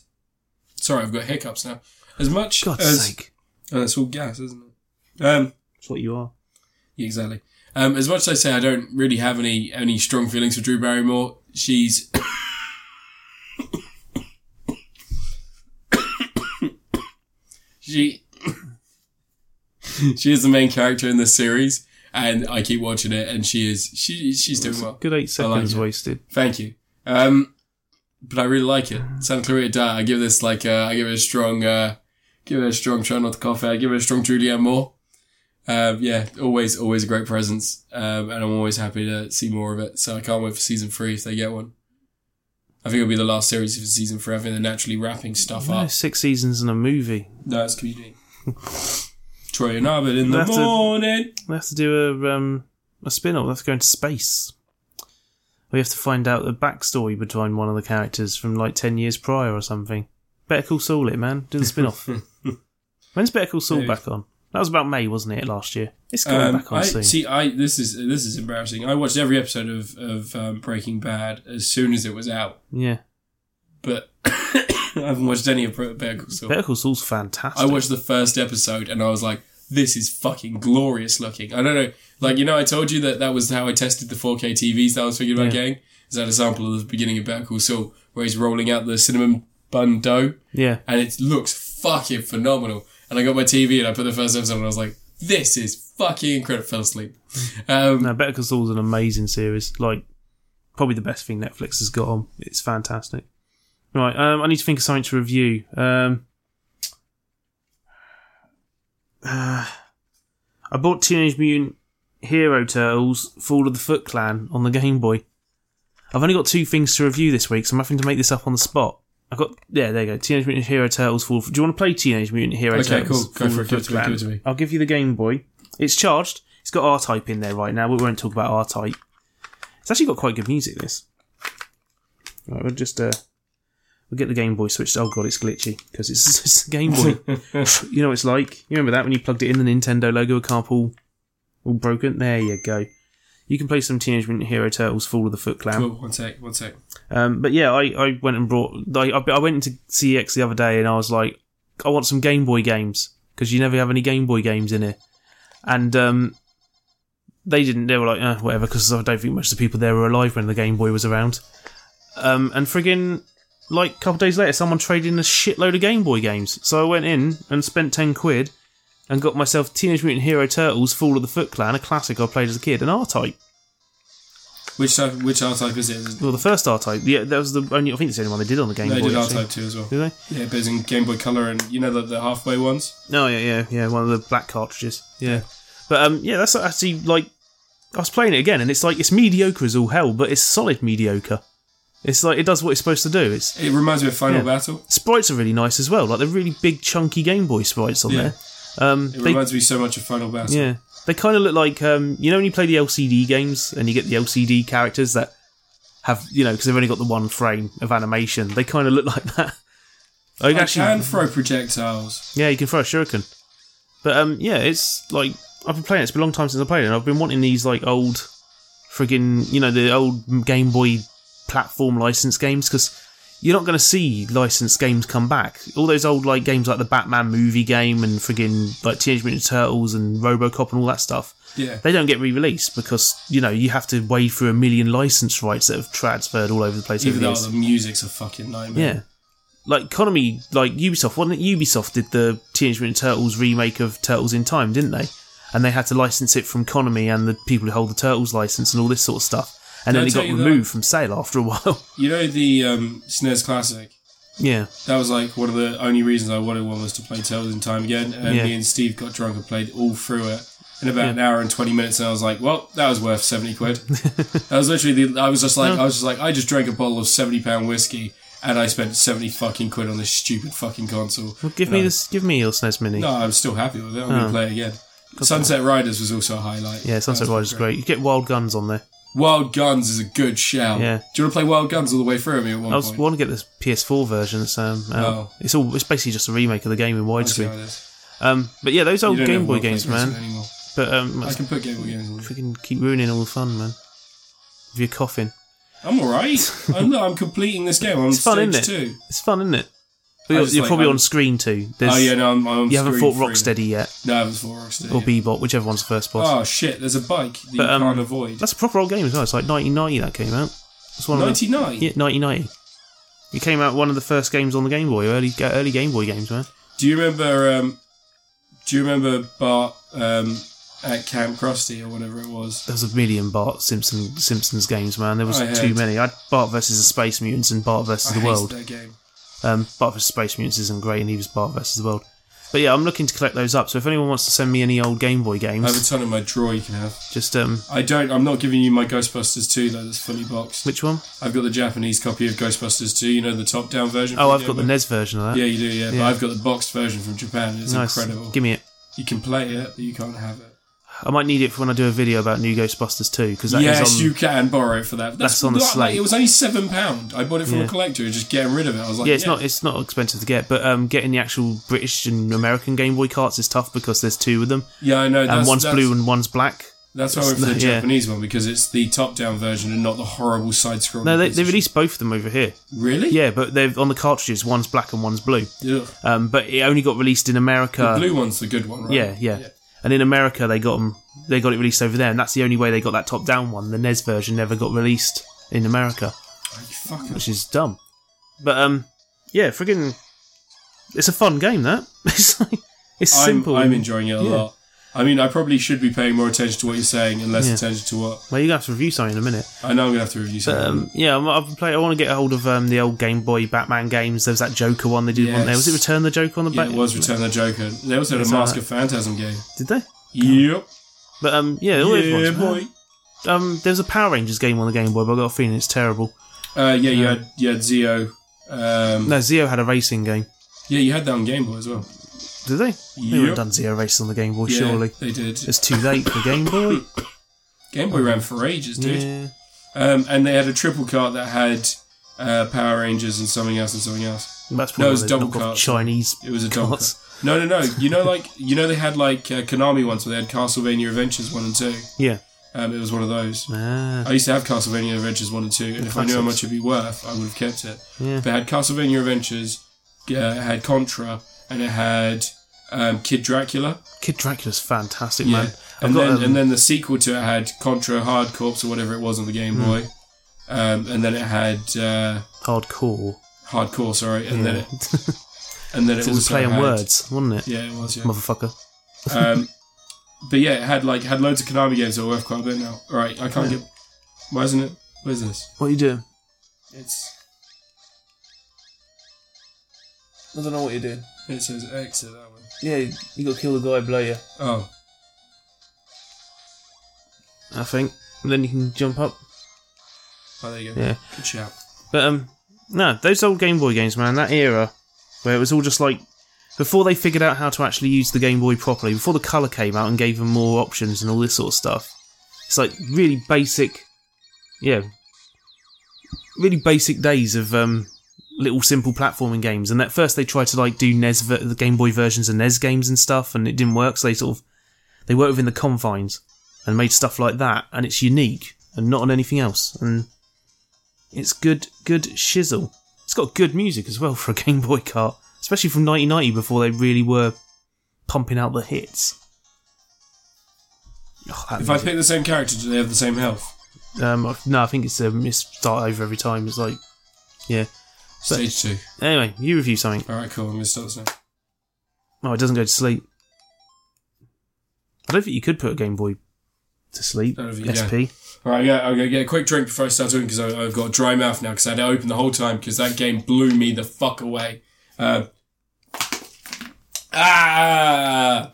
[SPEAKER 1] sorry, I've got hiccups now. As much
[SPEAKER 2] God's
[SPEAKER 1] as
[SPEAKER 2] sake,
[SPEAKER 1] Oh, it's all gas, isn't it? Um,
[SPEAKER 2] that's what you are.
[SPEAKER 1] yeah, exactly. Um, as much as I say I don't really have any any strong feelings for Drew Barrymore, she's she (coughs) she is the main character in this series, and I keep watching it, and she is she she's doing well.
[SPEAKER 2] Good eight
[SPEAKER 1] like
[SPEAKER 2] seconds
[SPEAKER 1] it.
[SPEAKER 2] wasted.
[SPEAKER 1] Thank you. Um, but I really like it. Santa Clarita Diet. I give this like uh, I give it a strong, uh, give it a strong try not to cough. I give it a strong Julianne Moore. Um, yeah, always, always a great presence, um, and I'm always happy to see more of it. So I can't wait for season three if they get one. I think it'll be the last series for season three. I think they're naturally wrapping stuff
[SPEAKER 2] No,
[SPEAKER 1] up.
[SPEAKER 2] six seasons and a movie.
[SPEAKER 1] No, it's community. (laughs) Troy and Arbor in the
[SPEAKER 2] That's a-
[SPEAKER 1] morning.
[SPEAKER 2] We have to do a um a spin off. We have to go into space. We have to find out the backstory behind one of the characters from like ten years prior or something. Better Call Saul, it man. Do the spin
[SPEAKER 1] (laughs)
[SPEAKER 2] off. When's Better Call Saul
[SPEAKER 1] Maybe.
[SPEAKER 2] back on? That was about May, wasn't it? Last year. It's going
[SPEAKER 1] Um,
[SPEAKER 2] back on
[SPEAKER 1] I,
[SPEAKER 2] soon.
[SPEAKER 1] See, I this is this is embarrassing. I watched every episode of of um, Breaking Bad as soon as it was out,
[SPEAKER 2] yeah,
[SPEAKER 1] but (coughs) I haven't watched any of Bre- Better Call Saul.
[SPEAKER 2] Better Call Saul's fantastic.
[SPEAKER 1] I watched the first episode and I was like, "This is fucking glorious looking." I don't know, like you know, I told you that that was how I tested the 4K TVs that I was thinking about
[SPEAKER 2] Yeah.
[SPEAKER 1] getting. Is that a sample of the beginning of Better Call Saul where he's rolling out the cinnamon bun dough?
[SPEAKER 2] Yeah,
[SPEAKER 1] and it looks fucking phenomenal. And I got my TV and I put the first episode on and I was like, this is fucking incredible. Fell asleep. Um,
[SPEAKER 2] no, Better Call Saul's an amazing series. Like probably the best thing Netflix has got on. It's fantastic. Right, um, I need to think of something to review. Um, uh, I bought Teenage Mutant Hero Turtles: Fall of the Foot Clan on the Game Boy. I've only got two things to review this week, so I'm having to make this up on the spot. I've got yeah, there you go. Teenage Mutant Hero Turtles: Fall. Of- Do you want to play Teenage Mutant Hero
[SPEAKER 1] Okay,
[SPEAKER 2] Turtles?
[SPEAKER 1] cool. Go
[SPEAKER 2] Fall
[SPEAKER 1] for
[SPEAKER 2] of
[SPEAKER 1] it. Give
[SPEAKER 2] the
[SPEAKER 1] it
[SPEAKER 2] Foot
[SPEAKER 1] to me, give
[SPEAKER 2] Clan?
[SPEAKER 1] it to me.
[SPEAKER 2] I'll give you the Game Boy. It's charged. It's got R Type in there right now, but we won't talk about R Type. It's actually got quite good music. This. Right, we'll just uh, We'll get the Game Boy Switch. Oh god, it's glitchy because it's, (laughs) it's the Game Boy. you know what it's like. You remember that when you plugged it in, the Nintendo logo, a carpool, all broken. There you go. You can play some Teenage Mutant Hero Turtles: Fall of the Foot Clan.
[SPEAKER 1] Cool, one sec, one sec.
[SPEAKER 2] Um, but yeah, I, I went and brought. I, I went into CEX the other day and I was like, I want some Game Boy games because you never have any Game Boy games in here. And um, they didn't. They were like, uh, whatever, because I don't think much of the people there were alive when the Game Boy was around. Um, and friggin', like, a couple days later, someone traded in a shitload of Game Boy games. So I went in and spent 10 quid and got myself Teenage Mutant Hero Turtles: Fall of the Foot Clan, a classic I played as a kid, an R Type.
[SPEAKER 1] Which type? Which R type is it?
[SPEAKER 2] Well, the first R Type, yeah, that was the only. I think it's the only one they did on the Game
[SPEAKER 1] They
[SPEAKER 2] Boy.
[SPEAKER 1] did R
[SPEAKER 2] actually.
[SPEAKER 1] type two as well.
[SPEAKER 2] Did they?
[SPEAKER 1] Yeah, but it's in Game Boy Color and you know the, the halfway ones.
[SPEAKER 2] No, yeah, yeah, yeah. One of the black cartridges. Yeah, but um, yeah, that's actually like I was playing it again, and it's like it's mediocre as all hell, but it's solid mediocre. It's like it does what it's supposed to do. It's
[SPEAKER 1] It reminds me of Final
[SPEAKER 2] Yeah.
[SPEAKER 1] Battle.
[SPEAKER 2] sprites are really nice as well. Like they're really big, chunky Game Boy sprites on
[SPEAKER 1] Yeah.
[SPEAKER 2] there. Um,
[SPEAKER 1] It
[SPEAKER 2] they,
[SPEAKER 1] reminds me so much of Final Battle.
[SPEAKER 2] yeah, they kind of look like um, you know when you play the LCD games and you get the LCD characters that have you know because they've only got the one frame of animation. They kind of look (laughs) like that. I
[SPEAKER 1] I can throw projectiles.
[SPEAKER 2] Yeah, you can throw a shuriken. But um, yeah, it's like I've been playing. it. It's been a long time since I played it. and I've been wanting these like old, friggin' you know the old Game Boy platform license games because you're not going to see licensed games come back. All those old like games like the Batman movie game and friggin' like Teenage Mutant Turtles and RoboCop and all that stuff.
[SPEAKER 1] Yeah.
[SPEAKER 2] They don't get re-released because you know you have to wade through a million license rights that have transferred all over the place. over
[SPEAKER 1] Even
[SPEAKER 2] the
[SPEAKER 1] though
[SPEAKER 2] years.
[SPEAKER 1] the music's a fucking nightmare.
[SPEAKER 2] Yeah. Like Konami, like Ubisoft, wasn't it? Ubisoft did the Teenage Mutant Turtles remake of Turtles in Time, didn't they? And they had to license it from Konami and the people who hold the Turtles license and all this sort of stuff. And
[SPEAKER 1] Did I
[SPEAKER 2] then it
[SPEAKER 1] tell
[SPEAKER 2] got
[SPEAKER 1] you that?
[SPEAKER 2] removed from sale after a while. (laughs)
[SPEAKER 1] You know the um, SNES Classic?
[SPEAKER 2] yeah,
[SPEAKER 1] That was like one of the only reasons I wanted one was to play Turtles in Time again. And
[SPEAKER 2] Yeah.
[SPEAKER 1] me and Steve got drunk and played all through it in about an hour and 20 minutes. And I was like, well, that was worth 70 quid.
[SPEAKER 2] (laughs)
[SPEAKER 1] that was literally the, I was just like, I was just like, I just drank a bottle of 70 pound whiskey and I spent 70 fucking quid on this stupid fucking console.
[SPEAKER 2] well, give me this. Give me your SNES Mini.
[SPEAKER 1] No, I'm still happy with it. I'm going to play it again. Sunset Riders was also a highlight.
[SPEAKER 2] Oh. Yeah, Sunset
[SPEAKER 1] That was
[SPEAKER 2] Riders is great. You get Wild Guns on there.
[SPEAKER 1] Wild Guns is a good shout.
[SPEAKER 2] Yeah.
[SPEAKER 1] Do you want to play Wild Guns all the way through me at one
[SPEAKER 2] I was
[SPEAKER 1] point?
[SPEAKER 2] want to get this PS4 version. So um,
[SPEAKER 1] Oh.
[SPEAKER 2] it's all it's basically just a remake of the game in
[SPEAKER 1] Let's see how
[SPEAKER 2] widescreen.
[SPEAKER 1] it is.
[SPEAKER 2] Um, but yeah, those
[SPEAKER 1] You
[SPEAKER 2] old
[SPEAKER 1] don't
[SPEAKER 2] Game
[SPEAKER 1] have
[SPEAKER 2] Boy
[SPEAKER 1] World Play
[SPEAKER 2] games,
[SPEAKER 1] Console
[SPEAKER 2] man.
[SPEAKER 1] Anymore.
[SPEAKER 2] But um,
[SPEAKER 1] I can put Game Boy games on.
[SPEAKER 2] freaking keep ruining all the fun, man. With your coughing.
[SPEAKER 1] I'm alright. I'm, I'm completing this game. I'm
[SPEAKER 2] It's fun,
[SPEAKER 1] stage
[SPEAKER 2] isn't it?
[SPEAKER 1] two.
[SPEAKER 2] It's fun, isn't it?
[SPEAKER 1] I
[SPEAKER 2] You're,
[SPEAKER 1] just
[SPEAKER 2] you're
[SPEAKER 1] like-
[SPEAKER 2] probably
[SPEAKER 1] I'm-
[SPEAKER 2] on screen too. There's,
[SPEAKER 1] oh yeah, no, I'm, I'm
[SPEAKER 2] you haven't
[SPEAKER 1] screen
[SPEAKER 2] fought
[SPEAKER 1] free.
[SPEAKER 2] Rocksteady yet,
[SPEAKER 1] No, I haven't fought Rocksteady.
[SPEAKER 2] or
[SPEAKER 1] yet.
[SPEAKER 2] Bebop, whichever one's the first boss.
[SPEAKER 1] Oh shit, there's a bike that you
[SPEAKER 2] But, um,
[SPEAKER 1] can't avoid.
[SPEAKER 2] That's a proper old game as well. It's like 1990 that came out. It's one of the,
[SPEAKER 1] 99.
[SPEAKER 2] yeah, 1990. It came out one of the first games on the Game Boy, early uh, early Game Boy games, man.
[SPEAKER 1] Do you remember? Um, do you remember Bart um, at Camp Krusty or whatever it was?
[SPEAKER 2] There was a million Bart Simpson Simpsons games, man. There was
[SPEAKER 1] I
[SPEAKER 2] too
[SPEAKER 1] heard.
[SPEAKER 2] many. I had Bart versus the Space Mutants and Bart versus
[SPEAKER 1] I
[SPEAKER 2] the
[SPEAKER 1] hated
[SPEAKER 2] World.
[SPEAKER 1] that game.
[SPEAKER 2] Um, Bart vs Space Mutants isn't great, and he was Bart versus the World. But yeah, I'm looking to collect those up. So if anyone wants to send me any old Game Boy
[SPEAKER 1] I have a
[SPEAKER 2] games,
[SPEAKER 1] ton in my drawer. You can have.
[SPEAKER 2] just um,
[SPEAKER 1] I don't. I'm not giving you my Ghostbusters 2 though. That's fully boxed.
[SPEAKER 2] which one?
[SPEAKER 1] I've got the Japanese copy of Ghostbusters 2. You know the top-down version.
[SPEAKER 2] Oh,
[SPEAKER 1] from
[SPEAKER 2] I've got the
[SPEAKER 1] Game Boy?
[SPEAKER 2] NES version of that.
[SPEAKER 1] Yeah, you do. Yeah, but
[SPEAKER 2] Yeah.
[SPEAKER 1] I've got the boxed version from Japan. It's
[SPEAKER 2] nice.
[SPEAKER 1] incredible.
[SPEAKER 2] Give me it.
[SPEAKER 1] You can play it, but you can't have it.
[SPEAKER 2] I might need it for when I do a video about New Ghostbusters 2 because that is
[SPEAKER 1] yes,
[SPEAKER 2] on.
[SPEAKER 1] you can borrow it for that.
[SPEAKER 2] That's on the
[SPEAKER 1] not- like,
[SPEAKER 2] slate.
[SPEAKER 1] It was only seven pound. I bought it from
[SPEAKER 2] Yeah.
[SPEAKER 1] a collector. who was Just getting rid of it. I was like,
[SPEAKER 2] yeah, it's not it's not expensive to get, but um, getting the actual British and American Game Boy carts is tough because there's two of them,
[SPEAKER 1] Yeah, I know. That's,
[SPEAKER 2] and one's
[SPEAKER 1] that's,
[SPEAKER 2] blue and one's black.
[SPEAKER 1] That's why I went for the
[SPEAKER 2] Yeah.
[SPEAKER 1] Japanese one because it's the top-down version and not the horrible side-scrolling.
[SPEAKER 2] No, they, they
[SPEAKER 1] position.
[SPEAKER 2] released both of them over here.
[SPEAKER 1] really.
[SPEAKER 2] Yeah, but they've on the cartridges, one's black and one's blue.
[SPEAKER 1] Ugh.
[SPEAKER 2] Um, but it only got released in America.
[SPEAKER 1] The blue one's the good one, right?
[SPEAKER 2] Uh, Yeah, yeah, And in America, they got 'em- They got it released over there, and that's the only way they got that top-down one. The NES version never got released in America,
[SPEAKER 1] Oh, you fucker.
[SPEAKER 2] which is dumb. But um, yeah, friggin', it's a fun game. That (laughs) it's like, it's
[SPEAKER 1] I'm,
[SPEAKER 2] simple.
[SPEAKER 1] I'm enjoying it a
[SPEAKER 2] Yeah.
[SPEAKER 1] lot. I mean, I probably should be paying more attention to what you're saying and less
[SPEAKER 2] Yeah.
[SPEAKER 1] attention to what
[SPEAKER 2] Well, you're gonna have to review something in a minute.
[SPEAKER 1] I know. I'm gonna have to review something.
[SPEAKER 2] Um, yeah, I'm, I've been playing. I want to get a hold of um, the old Game Boy Batman games. There was that Joker one they did one there. Was it
[SPEAKER 1] Yes.
[SPEAKER 2] Return the Joker on the
[SPEAKER 1] yeah,
[SPEAKER 2] back?
[SPEAKER 1] it was Return of the Joker. They also had
[SPEAKER 2] It's
[SPEAKER 1] a Mask
[SPEAKER 2] alright.
[SPEAKER 1] of Phantasm game.
[SPEAKER 2] Did they?
[SPEAKER 1] Yep.
[SPEAKER 2] But um, yeah, all those
[SPEAKER 1] Yeah,
[SPEAKER 2] ones.
[SPEAKER 1] boy.
[SPEAKER 2] Um, there's a Power Rangers game on the Game Boy, but I got a feeling it's terrible.
[SPEAKER 1] Uh, yeah, you had you had Zio. Um,
[SPEAKER 2] No, Zio had a racing game.
[SPEAKER 1] Yeah, you had that on Game Boy as well.
[SPEAKER 2] Did they? They
[SPEAKER 1] Yep.
[SPEAKER 2] haven't done Zero Race on the Game Boy,
[SPEAKER 1] Yeah,
[SPEAKER 2] surely.
[SPEAKER 1] they did.
[SPEAKER 2] It's too late for Game Boy.
[SPEAKER 1] Game Boy ran for ages, (laughs) dude.
[SPEAKER 2] yeah.
[SPEAKER 1] Um, and they had a triple cart that had uh, Power Rangers and something else and something else.
[SPEAKER 2] That's
[SPEAKER 1] No,
[SPEAKER 2] probably
[SPEAKER 1] it's
[SPEAKER 2] the
[SPEAKER 1] double
[SPEAKER 2] knockoff
[SPEAKER 1] cards.
[SPEAKER 2] Chinese.
[SPEAKER 1] It was a double.
[SPEAKER 2] cards.
[SPEAKER 1] cut. No, no, no. You know, like you know, they had like uh, Konami ones where they had Castlevania Adventures one and two.
[SPEAKER 2] Yeah.
[SPEAKER 1] Um, it was one of those.
[SPEAKER 2] Ah,
[SPEAKER 1] I used to have Castlevania Adventures one and two, and if I knew how much
[SPEAKER 2] classics.
[SPEAKER 1] it'd be worth, I would have kept it.
[SPEAKER 2] yeah.
[SPEAKER 1] But it had Castlevania Adventures, uh, it had Contra, and it had um, Kid Dracula.
[SPEAKER 2] Kid Dracula's fantastic,
[SPEAKER 1] Yeah.
[SPEAKER 2] man.
[SPEAKER 1] And
[SPEAKER 2] got,
[SPEAKER 1] then
[SPEAKER 2] um,
[SPEAKER 1] and then the sequel to it had Contra Hard Corps or whatever it was on the
[SPEAKER 2] Hmm.
[SPEAKER 1] Game Boy. Um, and then it had uh,
[SPEAKER 2] Hardcore.
[SPEAKER 1] Hardcore, sorry, and then
[SPEAKER 2] (laughs)
[SPEAKER 1] it
[SPEAKER 2] it
[SPEAKER 1] and then it,
[SPEAKER 2] was
[SPEAKER 1] also
[SPEAKER 2] playing
[SPEAKER 1] had,
[SPEAKER 2] words, wasn't it?
[SPEAKER 1] Yeah, it was. Yeah.
[SPEAKER 2] Motherfucker.
[SPEAKER 1] (laughs) um, but yeah, it had like had loads of Konami games that were worth quite a bit now. All right, I can't
[SPEAKER 2] Yeah.
[SPEAKER 1] get. Why isn't it? Where's this?
[SPEAKER 2] What are you doing?
[SPEAKER 1] It's
[SPEAKER 2] I don't know what you're doing.
[SPEAKER 1] it says exit that one.
[SPEAKER 2] Yeah, you got to kill the guy below you.
[SPEAKER 1] Oh,
[SPEAKER 2] I think. And then you can jump up.
[SPEAKER 1] oh, there you go.
[SPEAKER 2] Yeah.
[SPEAKER 1] Good shout.
[SPEAKER 2] But um, no, those old Game Boy games, man, that era where it was all just like before they figured out how to actually use the Game Boy properly, before the color came out and gave them more options and all this sort of stuff. It's like really basic, yeah, really basic days of um little simple platforming games. And at first they tried to like do NES ver- the Game Boy versions of NES games and stuff, and it didn't work. So they sort of they worked within the confines and made stuff like that, and it's unique and not on anything else. And it's good, good shizzle. It's got good music as well (laughs) for a Game Boy cart, especially from 1990 before they really were pumping out the hits. Oh, that
[SPEAKER 1] If I
[SPEAKER 2] music.
[SPEAKER 1] pick the same character, do they have the same health?
[SPEAKER 2] um, I- no, I think it's a miss start over every time. It's like, yeah.
[SPEAKER 1] Stage two.
[SPEAKER 2] Anyway, you review something.
[SPEAKER 1] All right, cool. I'm gonna start this now.
[SPEAKER 2] Oh, it doesn't go to sleep. I don't think you could put a Game Boy to sleep.
[SPEAKER 1] I don't think you
[SPEAKER 2] SP.
[SPEAKER 1] All right, yeah, I'm gonna get a quick drink before I start talking because I've got a dry mouth now because I had it open the whole time because that game blew me the fuck away. Uh, ah!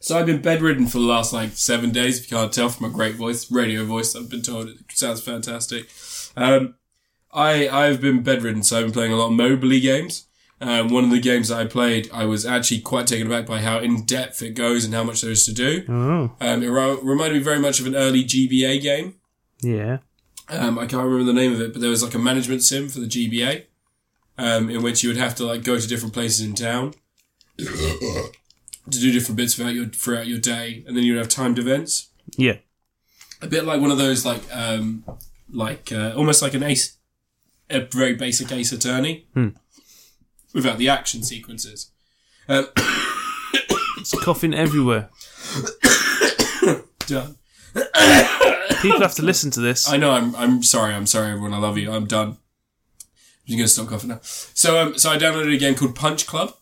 [SPEAKER 1] So I've been bedridden for the last like seven days. If you can't tell from my great voice, radio voice, I've been told it sounds fantastic. Um, I I've been bedridden, so I've been playing a lot of mobily games. Um, one of the games that I played, I was actually quite taken aback by how in depth it goes and how much there is to do.
[SPEAKER 2] Oh,
[SPEAKER 1] Um, it ro- reminded me very much of an early GBA game.
[SPEAKER 2] yeah.
[SPEAKER 1] Um, I can't remember the name of it, but there was like a management sim for the GBA, um, in which you would have to like go to different places in town to do different bits throughout your throughout your day, and then you'd have timed events,
[SPEAKER 2] Yeah.
[SPEAKER 1] a bit like one of those like um, like uh, almost like an ace, a very basic Ace Attorney,
[SPEAKER 2] Hmm.
[SPEAKER 1] without the action sequences. Um,
[SPEAKER 2] It's coughing everywhere.
[SPEAKER 1] done.
[SPEAKER 2] People have to listen to this.
[SPEAKER 1] I know. I'm. I'm sorry. I'm sorry, everyone. I love you. I'm done. I'm just gonna stop coughing now. So, um, so I downloaded a game called Punch Club.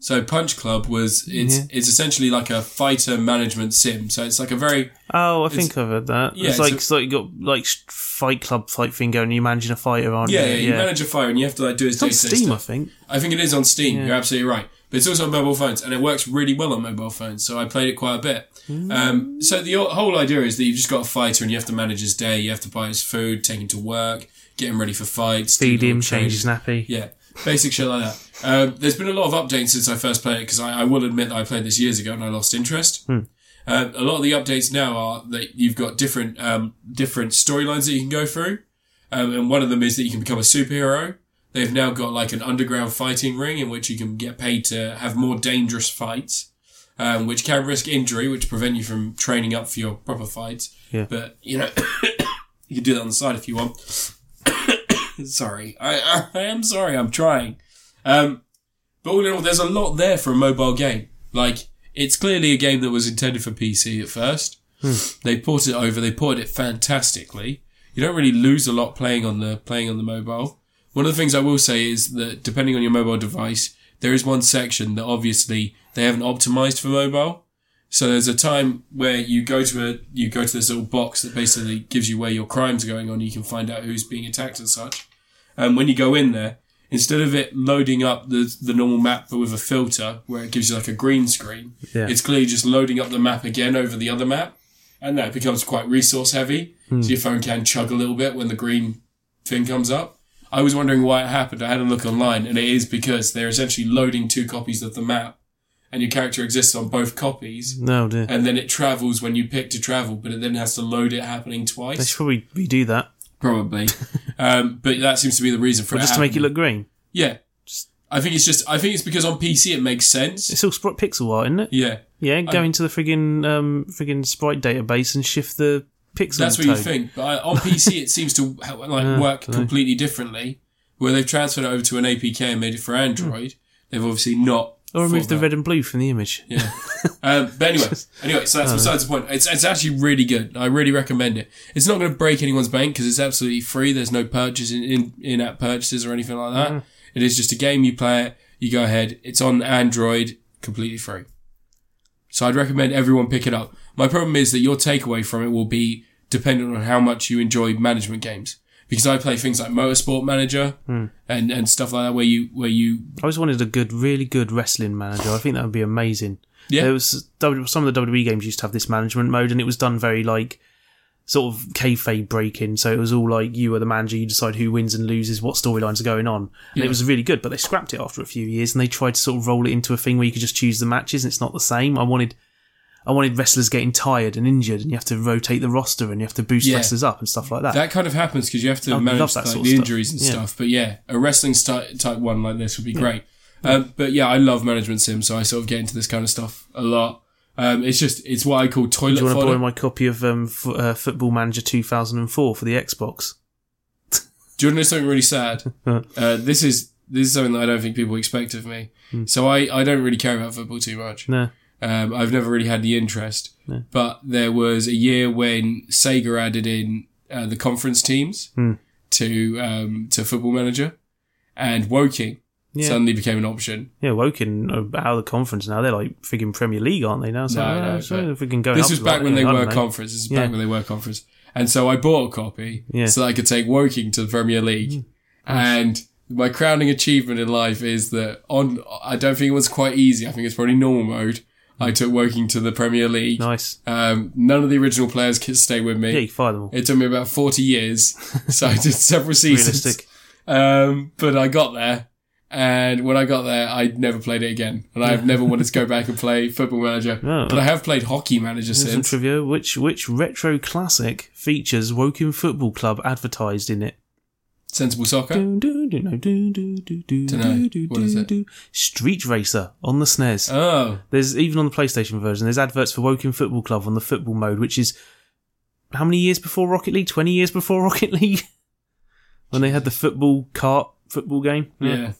[SPEAKER 1] So Punch Club was it's
[SPEAKER 2] Yeah.
[SPEAKER 1] it's essentially like a fighter management sim. So it's like a very
[SPEAKER 2] Oh, I think I've heard that.
[SPEAKER 1] Yeah,
[SPEAKER 2] it's like
[SPEAKER 1] it's a-
[SPEAKER 2] it's like you got like sh- Fight Club type thing going. You're managing a fighter, aren't
[SPEAKER 1] yeah,
[SPEAKER 2] you?
[SPEAKER 1] yeah, you manage a fire and you have to like do his
[SPEAKER 2] it's on
[SPEAKER 1] day to day
[SPEAKER 2] Steam, I think.
[SPEAKER 1] I think it is on Steam.
[SPEAKER 2] Yeah.
[SPEAKER 1] You're absolutely right. But it's also on mobile phones, and it works really well on mobile phones. So I played it quite a bit.
[SPEAKER 2] Mm.
[SPEAKER 1] Um, so the o- whole idea is that you've just got a fighter, and you have to manage his day. You have to buy his food, take him to work, get him ready for fights, do
[SPEAKER 2] Feed him,
[SPEAKER 1] little
[SPEAKER 2] change
[SPEAKER 1] training.
[SPEAKER 2] his nappy.
[SPEAKER 1] Yeah, basic shit like that. Um, there's been a lot of updates since I first played it because I, I will admit that I played this years ago and I lost interest. Um, a lot of the updates now are that you've got different um, different storylines that you can go through, um, and one of them is that you can become a superhero. They've now got like an underground fighting ring in which you can get paid to have more dangerous fights, um, which can risk injury, which prevent you from training up for your proper fights.
[SPEAKER 2] Yeah.
[SPEAKER 1] But you know, (coughs) you can do that on the side if you want sorry. I, I, I am sorry. I'm trying. Um, but all in all, there's a lot there for a mobile game. Like, it's clearly a game that was intended for PC at first. They ported it over. They ported it fantastically. You don't really lose a lot playing on the playing on the mobile. One of the things I will say is that depending on your mobile device, there is one section that obviously they haven't optimized for mobile. So there's a time where you go to a you go to this little box that basically gives you where your crimes are going on. You can find out who's being attacked and such. And when you go in there, instead of it loading up the the normal map but with a filter where it gives you like a green screen,
[SPEAKER 2] Yeah.
[SPEAKER 1] it's clearly just loading up the map again over the other map, and that becomes quite resource heavy. So your phone can chug a little bit when the green thing comes up. I was wondering why it happened. I had a look online, and it is because they're essentially loading two copies of the map, and your character exists on both copies
[SPEAKER 2] No, dear.
[SPEAKER 1] Uh, and then it travels when you pick to travel, but it then has to load it happening
[SPEAKER 2] They should
[SPEAKER 1] twice.
[SPEAKER 2] probably redo that.
[SPEAKER 1] probably. (laughs) um, but that seems to be the reason for
[SPEAKER 2] Or
[SPEAKER 1] it
[SPEAKER 2] just to make it
[SPEAKER 1] happening.
[SPEAKER 2] look green.
[SPEAKER 1] Yeah, I think it's just I think it's because on PC it makes sense.
[SPEAKER 2] It's all sprite pixel art, isn't it?
[SPEAKER 1] Yeah,
[SPEAKER 2] Yeah, go into the friggin' um, friggin' sprite database and shift the pixel.
[SPEAKER 1] that's what you
[SPEAKER 2] tone.
[SPEAKER 1] think. But uh, on PC it seems to (laughs) ha- like
[SPEAKER 2] Yeah,
[SPEAKER 1] work
[SPEAKER 2] dunno.
[SPEAKER 1] completely differently, where they've transferred it over to an APK and made it for Android. They've obviously not.
[SPEAKER 2] Hmm. Or remove
[SPEAKER 1] thought
[SPEAKER 2] the
[SPEAKER 1] that.
[SPEAKER 2] red and blue from the image.
[SPEAKER 1] Yeah. um, but anyway, anyway, so that's besides the point. It's, it's actually really good. I really recommend it. It's not going to break anyone's bank because it's absolutely free. There's no purchase in, in, in-app purchases or anything like that. It is just a game. You play it. You go ahead. It's on Android, completely free. So I'd recommend everyone pick it up. My problem is that your takeaway from it will be dependent on how much you enjoy management games. Because I play things like Motorsport Manager and, and stuff like that where you, where you,
[SPEAKER 2] I always wanted a good, really good wrestling manager. I think that would be amazing.
[SPEAKER 1] Yeah.
[SPEAKER 2] There was W- some of the WWE games used to have this management mode, and it was done very like sort of kayfabe breaking. So it was all like you are the manager, you decide who wins and loses, what storylines are going on, and
[SPEAKER 1] Yeah.
[SPEAKER 2] it was really good. But they scrapped it after a few years, and they tried to sort of roll it into a thing where you could just choose the matches, and it's not the same. I wanted. I wanted wrestlers getting tired and injured, and you have to rotate the roster, and you have to boost
[SPEAKER 1] Yeah.
[SPEAKER 2] wrestlers up and stuff like that.
[SPEAKER 1] that kind of happens because you have to
[SPEAKER 2] I'd love
[SPEAKER 1] manage
[SPEAKER 2] that
[SPEAKER 1] like,
[SPEAKER 2] sort of
[SPEAKER 1] the
[SPEAKER 2] stuff.
[SPEAKER 1] injuries and
[SPEAKER 2] Yeah.
[SPEAKER 1] stuff. But yeah, a wrestling sti- type one like this would be great. Um, but yeah, I love management sims, so I sort of get into this kind of stuff a lot. Um, it's just it's what I call toilet
[SPEAKER 2] Do you want to
[SPEAKER 1] fodder.
[SPEAKER 2] borrow my copy of um, F- uh, Football Manager 2004 for the Xbox?
[SPEAKER 1] Do you want to know something really
[SPEAKER 2] (laughs)
[SPEAKER 1] sad? uh, this is this is something that I don't think people expect of me.
[SPEAKER 2] Hmm.
[SPEAKER 1] So I, I don't really care about football too much.
[SPEAKER 2] No.
[SPEAKER 1] Um, I've never really had the interest. But there was a year when Sega added in uh, the conference teams
[SPEAKER 2] Hmm.
[SPEAKER 1] to um, to Football Manager, and Woking
[SPEAKER 2] Yeah.
[SPEAKER 1] suddenly became an option.
[SPEAKER 2] Yeah, Woking are out of the conference now. They're like freaking Premier League, aren't they? Now, so
[SPEAKER 1] No,
[SPEAKER 2] uh,
[SPEAKER 1] no,
[SPEAKER 2] so
[SPEAKER 1] but-
[SPEAKER 2] if we can go.
[SPEAKER 1] This
[SPEAKER 2] up
[SPEAKER 1] was
[SPEAKER 2] to
[SPEAKER 1] back
[SPEAKER 2] that,
[SPEAKER 1] when
[SPEAKER 2] yeah,
[SPEAKER 1] they
[SPEAKER 2] I
[SPEAKER 1] were
[SPEAKER 2] don't know.
[SPEAKER 1] conference. This is
[SPEAKER 2] Yeah.
[SPEAKER 1] back when they were conference. And so I bought a copy
[SPEAKER 2] Yeah. Hmm.
[SPEAKER 1] so that I could take Woking to the Premier League. And my crowning achievement in life is that on, I don't think it was quite easy. I think it's probably normal mode. I took Woking to the Premier League.
[SPEAKER 2] Nice.
[SPEAKER 1] Um, none of the original players could stay with me.
[SPEAKER 2] Yeah, you fire them all.
[SPEAKER 1] It took me about 40
[SPEAKER 2] (laughs)
[SPEAKER 1] years. So I did several seasons.
[SPEAKER 2] Realistic.
[SPEAKER 1] Um, but I got there. And when I got there, I never played it again. And I've never wanted to go back and play Football
[SPEAKER 2] (laughs)
[SPEAKER 1] Manager.
[SPEAKER 2] No.
[SPEAKER 1] But I have played Hockey Manager
[SPEAKER 2] Here's Some
[SPEAKER 1] since.
[SPEAKER 2] trivia: which which retro classic features Woking Football Club advertised in it?
[SPEAKER 1] Sensible Soccer.
[SPEAKER 2] Do, do, do, no, do, do, do, do,
[SPEAKER 1] Dunno.
[SPEAKER 2] do, do,
[SPEAKER 1] What is
[SPEAKER 2] do,
[SPEAKER 1] it?
[SPEAKER 2] do. Street Racer on the SNES.
[SPEAKER 1] Oh,
[SPEAKER 2] There's even on the PlayStation version. There's adverts for Woking Football Club on the football mode, which is how many years before Rocket League? Twenty years before (laughs) Rocket League, when they had the football cart football game.
[SPEAKER 1] yeah.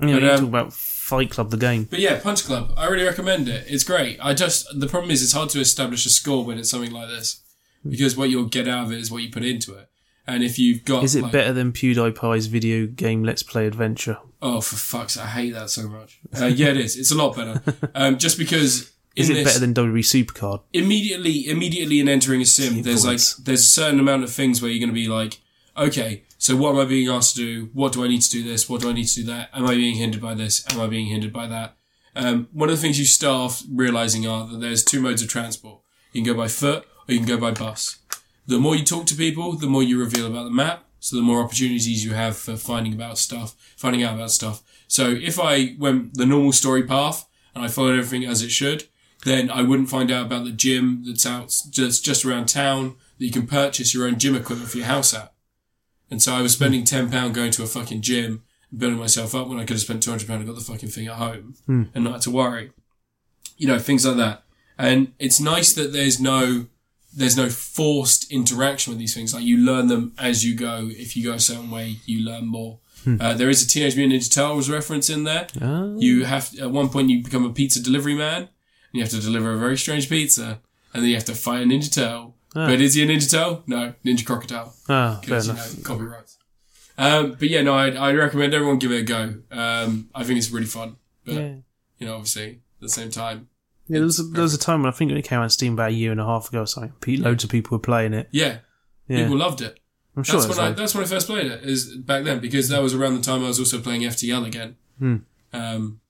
[SPEAKER 2] Yeah,
[SPEAKER 1] But,
[SPEAKER 2] you
[SPEAKER 1] um,
[SPEAKER 2] talk about Fight Club, the game.
[SPEAKER 1] But yeah, Punch Club. I really recommend it. It's great. I just the problem is it's hard to establish a score when it's something like this because what you'll get out of it is what you put into it. And if you've got
[SPEAKER 2] Is it
[SPEAKER 1] like-
[SPEAKER 2] better than PewDiePie's video game Let's Play Adventure?
[SPEAKER 1] Oh, for fuck's! I hate that so much. Uh, yeah, it is. It's a lot
[SPEAKER 2] (laughs)
[SPEAKER 1] better. Um, just because in
[SPEAKER 2] Is it
[SPEAKER 1] this,
[SPEAKER 2] better than WWE Supercard?
[SPEAKER 1] immediately immediately in entering a sim there's like
[SPEAKER 2] Influence.
[SPEAKER 1] there's a certain amount of things where you're going to be like okay so what am i being asked to do what do i need to do this what do i need to do that am i being hindered by this am i being hindered by that um, one of the things you start off realizing are that there's two modes of transport you can go by foot or you can go by bus the more you talk to people the more you reveal about the map so the more opportunities you have for finding about stuff finding out about stuff so if i went the normal story path and i followed everything as it should then I wouldn't find out about the gym that's out just just around town that you can purchase your own gym equipment for your house at. And so I was spending ten pound going to a fucking gym and building myself up when I could have spent two hundred pound and got the fucking thing at home and not had to worry. You know things like that. And it's nice that there's no there's no forced interaction with these things. Like you learn them as you go. If you go a certain way, you learn more. Uh, there is a Teenage Mutant Ninja Turtles reference in there.
[SPEAKER 2] Ah.
[SPEAKER 1] You have at one point you become a pizza delivery man, and you have to deliver a very strange pizza, and then you have to fight a ninja turtle. But is he a ninja turtle? No, ninja crocodile.
[SPEAKER 2] Ah, fair
[SPEAKER 1] Because you
[SPEAKER 2] enough.
[SPEAKER 1] know copyrights. Um, but yeah, no, I'd, I'd recommend everyone give it a go. Um, I think it's really fun. But
[SPEAKER 2] Yeah.
[SPEAKER 1] you know, obviously at the same time,
[SPEAKER 2] Yeah, there was, a, there was a time when I think when it came out on Steam about a year and a half ago or something. Pe- Loads of people were playing it.
[SPEAKER 1] yeah,
[SPEAKER 2] Yeah,
[SPEAKER 1] people loved it.
[SPEAKER 2] I'm sure
[SPEAKER 1] That's
[SPEAKER 2] it's
[SPEAKER 1] when I
[SPEAKER 2] like-
[SPEAKER 1] that's when I first played it is back then because that was around the time I was also playing FTL again.
[SPEAKER 2] Hmm.
[SPEAKER 1] Um,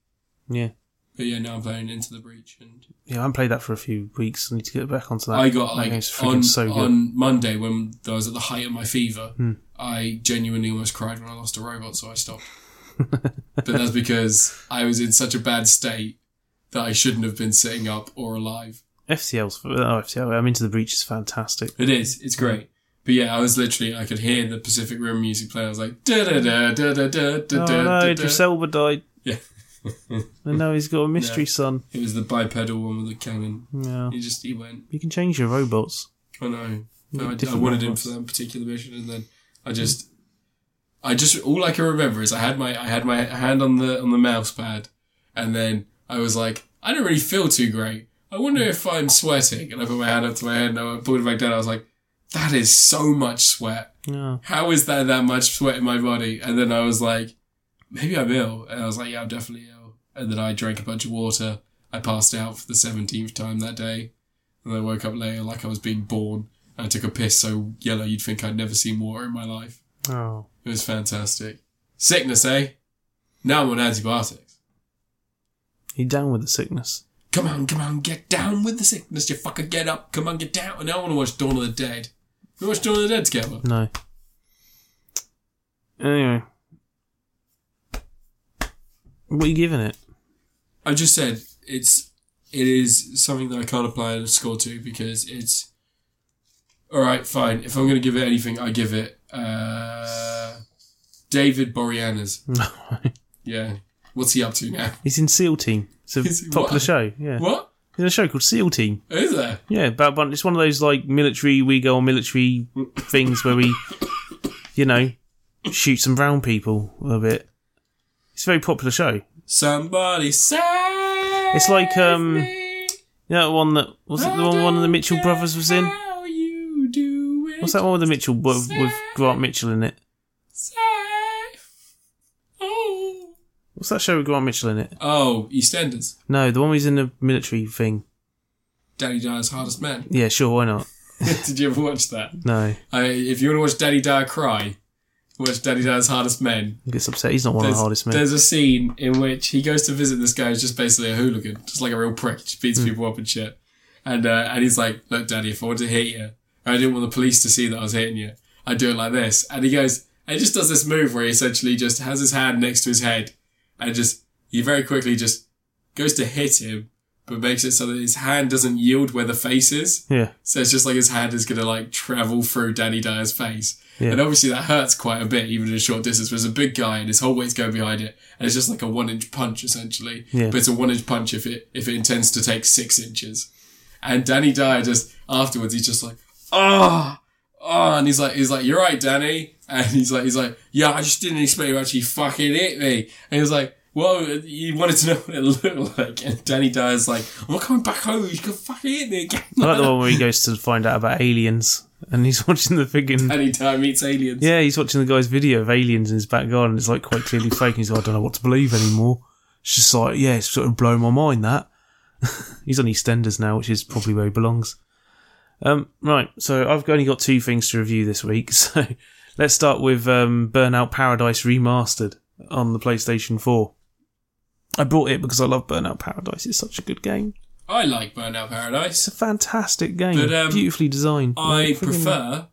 [SPEAKER 2] yeah,
[SPEAKER 1] but yeah, now I'm playing Into the Breach and
[SPEAKER 2] yeah. I haven't played that for a few weeks. I need to get back onto that.
[SPEAKER 1] I got
[SPEAKER 2] that
[SPEAKER 1] like
[SPEAKER 2] game's freaking
[SPEAKER 1] on,
[SPEAKER 2] so good. Hmm.
[SPEAKER 1] on Monday when I was at the height of my fever. I genuinely almost cried when I lost a robot, so I stopped. (laughs) but that's because I was in such a bad state that I shouldn't have been sitting up or alive.
[SPEAKER 2] FTL's oh FTL. I'm into the breach is fantastic.
[SPEAKER 1] It is. It's
[SPEAKER 2] Hmm.
[SPEAKER 1] great. But yeah, I was literally I could hear the Pacific Rim music play. I was like da da da da da da da
[SPEAKER 2] Oh
[SPEAKER 1] da.
[SPEAKER 2] no,
[SPEAKER 1] da,
[SPEAKER 2] Idris
[SPEAKER 1] da.
[SPEAKER 2] Elba died,
[SPEAKER 1] Yeah,
[SPEAKER 2] and now he's got
[SPEAKER 1] (laughs)
[SPEAKER 2] a mystery son.
[SPEAKER 1] it was the bipedal one with the cannon.
[SPEAKER 2] Yeah,
[SPEAKER 1] He just he went.
[SPEAKER 2] you can change your robots.
[SPEAKER 1] I know. No, I, I
[SPEAKER 2] different
[SPEAKER 1] wanted him
[SPEAKER 2] robots.
[SPEAKER 1] for that particular mission, and then I just, I just all I can remember is I had my I had my hand on the on the mouse pad, and then I was like, I don't really feel too great. I wonder if I'm sweating. And I put my hand up to my head, and I pulled it back down. I was like, that is so much sweat.
[SPEAKER 2] Yeah,
[SPEAKER 1] How is there that much sweat in my body? And then I was like, maybe I'm ill. And I was like, yeah, I'm definitely ill. And then I drank a bunch of water. I passed out for the 17th time that day. And I woke up later like I was being born. And I took a piss so yellow you'd think I'd never seen water in my life.
[SPEAKER 2] oh,
[SPEAKER 1] It was fantastic. Sickness, eh? Now I'm on antibiotics.
[SPEAKER 2] he down with the sickness.
[SPEAKER 1] Come on, come on, get down with the sickness, you fucker. Get up. Come on, get down. And now I want to watch Dawn of the Dead. We watched Dawn of the Dead together.
[SPEAKER 2] No. Anyway, what are you giving it? (laughs)
[SPEAKER 1] I just said it's it is something that I can't apply a score to because it's all right. Fine. If I'm going to give it anything, I give it uh, David Boreanaz. Yeah. What's he up to now? (laughs)
[SPEAKER 2] he's in SEAL Team. It's a
[SPEAKER 1] Is he-
[SPEAKER 2] popular
[SPEAKER 1] what?
[SPEAKER 2] show. Yeah,
[SPEAKER 1] What
[SPEAKER 2] he's in a show called SEAL Team.
[SPEAKER 1] is there?
[SPEAKER 2] Yeah, about a bunch- it's one of those like military. We go on military things where we, you know, shoot some brown people a bit. It's a very popular show.
[SPEAKER 1] Somebody say
[SPEAKER 2] It's like, um, You know, the one that was it the one one of the Mitchell brothers was in.
[SPEAKER 1] How you do it?
[SPEAKER 2] What's that one with the Mitchell with, with Grant Mitchell in it?
[SPEAKER 1] Say, oh.
[SPEAKER 2] What's that show with Grant Mitchell in it?
[SPEAKER 1] oh, EastEnders.
[SPEAKER 2] No, the one who's in the military thing.
[SPEAKER 1] Daddy Dyer's hardest man. (laughs)
[SPEAKER 2] Yeah, sure, why not?
[SPEAKER 1] Did you ever watch that?
[SPEAKER 2] No,
[SPEAKER 1] I, if you want to watch Daddy Dyer cry, watch Daddy Dyer's Hardest Men.
[SPEAKER 2] he gets upset. He's not one of
[SPEAKER 1] There's,
[SPEAKER 2] the hardest men.
[SPEAKER 1] there's a scene in which he goes to visit this guy who's just basically a hooligan, just like a real prick, just beats
[SPEAKER 2] Hmm.
[SPEAKER 1] people up and shit. And uh, and he's like, look, Daddy, if I wanted to hit you, I didn't want the police to see that I was hitting you. I'd do it like this. And he goes, and he just does this move where he essentially just has his hand next to his head and just he very quickly just goes to hit him, but makes it so that his hand doesn't yield where the face is.
[SPEAKER 2] Yeah,
[SPEAKER 1] So it's just like his hand is going to like travel through Danny Dyer's face.
[SPEAKER 2] Yeah.
[SPEAKER 1] And obviously that hurts quite a bit, even at a short distance. Whereas a big guy and his whole weight's going behind it. And it's just like a one inch punch essentially.
[SPEAKER 2] Yeah.
[SPEAKER 1] But it's a one inch punch if it, if it intends to take six inches. And Danny Dyer just afterwards, he's just like, ah, ah. And he's like, he's like, you're right, Danny. And he's like, he's like, yeah, I just didn't expect you to actually fucking hit me. And he was like, well, you wanted to know what it looked (laughs) like. And Danny Dyer's like, I'm not coming back home. You can fucking hit me again.
[SPEAKER 2] I like the one where he goes to find out about aliens, and he's (laughs) watching the freaking
[SPEAKER 1] Anytime meets aliens.
[SPEAKER 2] Yeah, he's watching the guy's video of aliens in his back garden. It's like quite clearly fake. And he's like, I don't know what to believe anymore. It's just like, yeah, it's sort of blown my mind that. (laughs) he's on EastEnders now, which is probably where he belongs. Um, right, so I've only got two things to review this week. (laughs) So let's start with um, Burnout Paradise Remastered on the PlayStation 4. I bought it because I love Burnout Paradise. It's such a good game.
[SPEAKER 1] I like Burnout
[SPEAKER 2] It's
[SPEAKER 1] Paradise.
[SPEAKER 2] a fantastic game.
[SPEAKER 1] But, um,
[SPEAKER 2] Beautifully designed.
[SPEAKER 1] I
[SPEAKER 2] Like, friggin-
[SPEAKER 1] prefer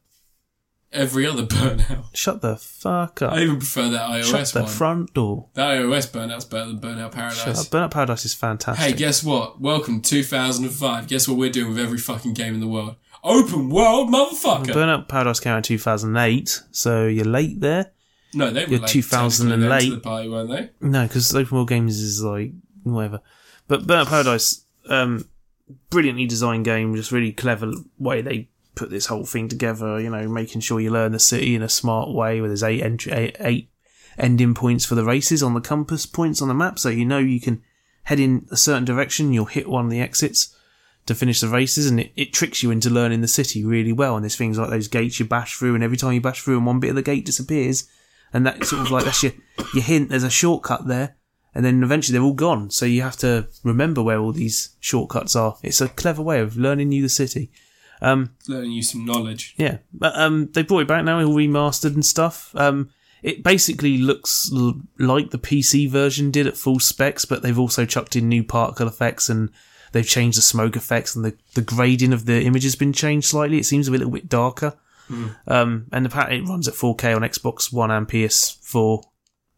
[SPEAKER 1] every other (laughs) Burnout.
[SPEAKER 2] Shut the fuck up.
[SPEAKER 1] I even prefer that
[SPEAKER 2] Shut
[SPEAKER 1] iOS
[SPEAKER 2] the
[SPEAKER 1] one.
[SPEAKER 2] front door.
[SPEAKER 1] that iOS Burnout's better than Burnout
[SPEAKER 2] Shut up.
[SPEAKER 1] Paradise.
[SPEAKER 2] Burnout Paradise is
[SPEAKER 1] Hey,
[SPEAKER 2] fantastic.
[SPEAKER 1] guess what? Welcome to 2005. Guess what we're doing with every fucking game in the world? Open world, motherfucker.
[SPEAKER 2] Burnout Paradise came out in 2008, so you're late there.
[SPEAKER 1] no, they were
[SPEAKER 2] You're
[SPEAKER 1] late.
[SPEAKER 2] 2008.
[SPEAKER 1] technically, they were to the party, weren't they?
[SPEAKER 2] No, because open world games is like whatever. But Burnout Paradise, um, brilliantly designed game, just really clever way they put this whole thing together. You know, making sure you learn the city in a smart way, where there's eight entry, eight, eight ending points for the races on the compass points on the map, so you know you can head in a certain direction. You'll hit one of the exits. to finish the races, and it, it tricks you into learning the city really well. And there's things like those gates you bash through, and every time you bash through, and one bit of the gate disappears, and that sort of like that's your your hint. There's a shortcut there, and then eventually they're all gone. So you have to remember where all these shortcuts are. It's a clever way of learning you the city.
[SPEAKER 1] Learning you some knowledge.
[SPEAKER 2] Yeah, but um, they brought it back now, all remastered and stuff. Um, it basically looks l- like the PC version did at full specs, but they've also chucked in new particle effects and they've changed the smoke effects and the, the grading of the image has been changed slightly. It seems a little bit darker. Um, and apparently it runs at 4K on Xbox One and PS4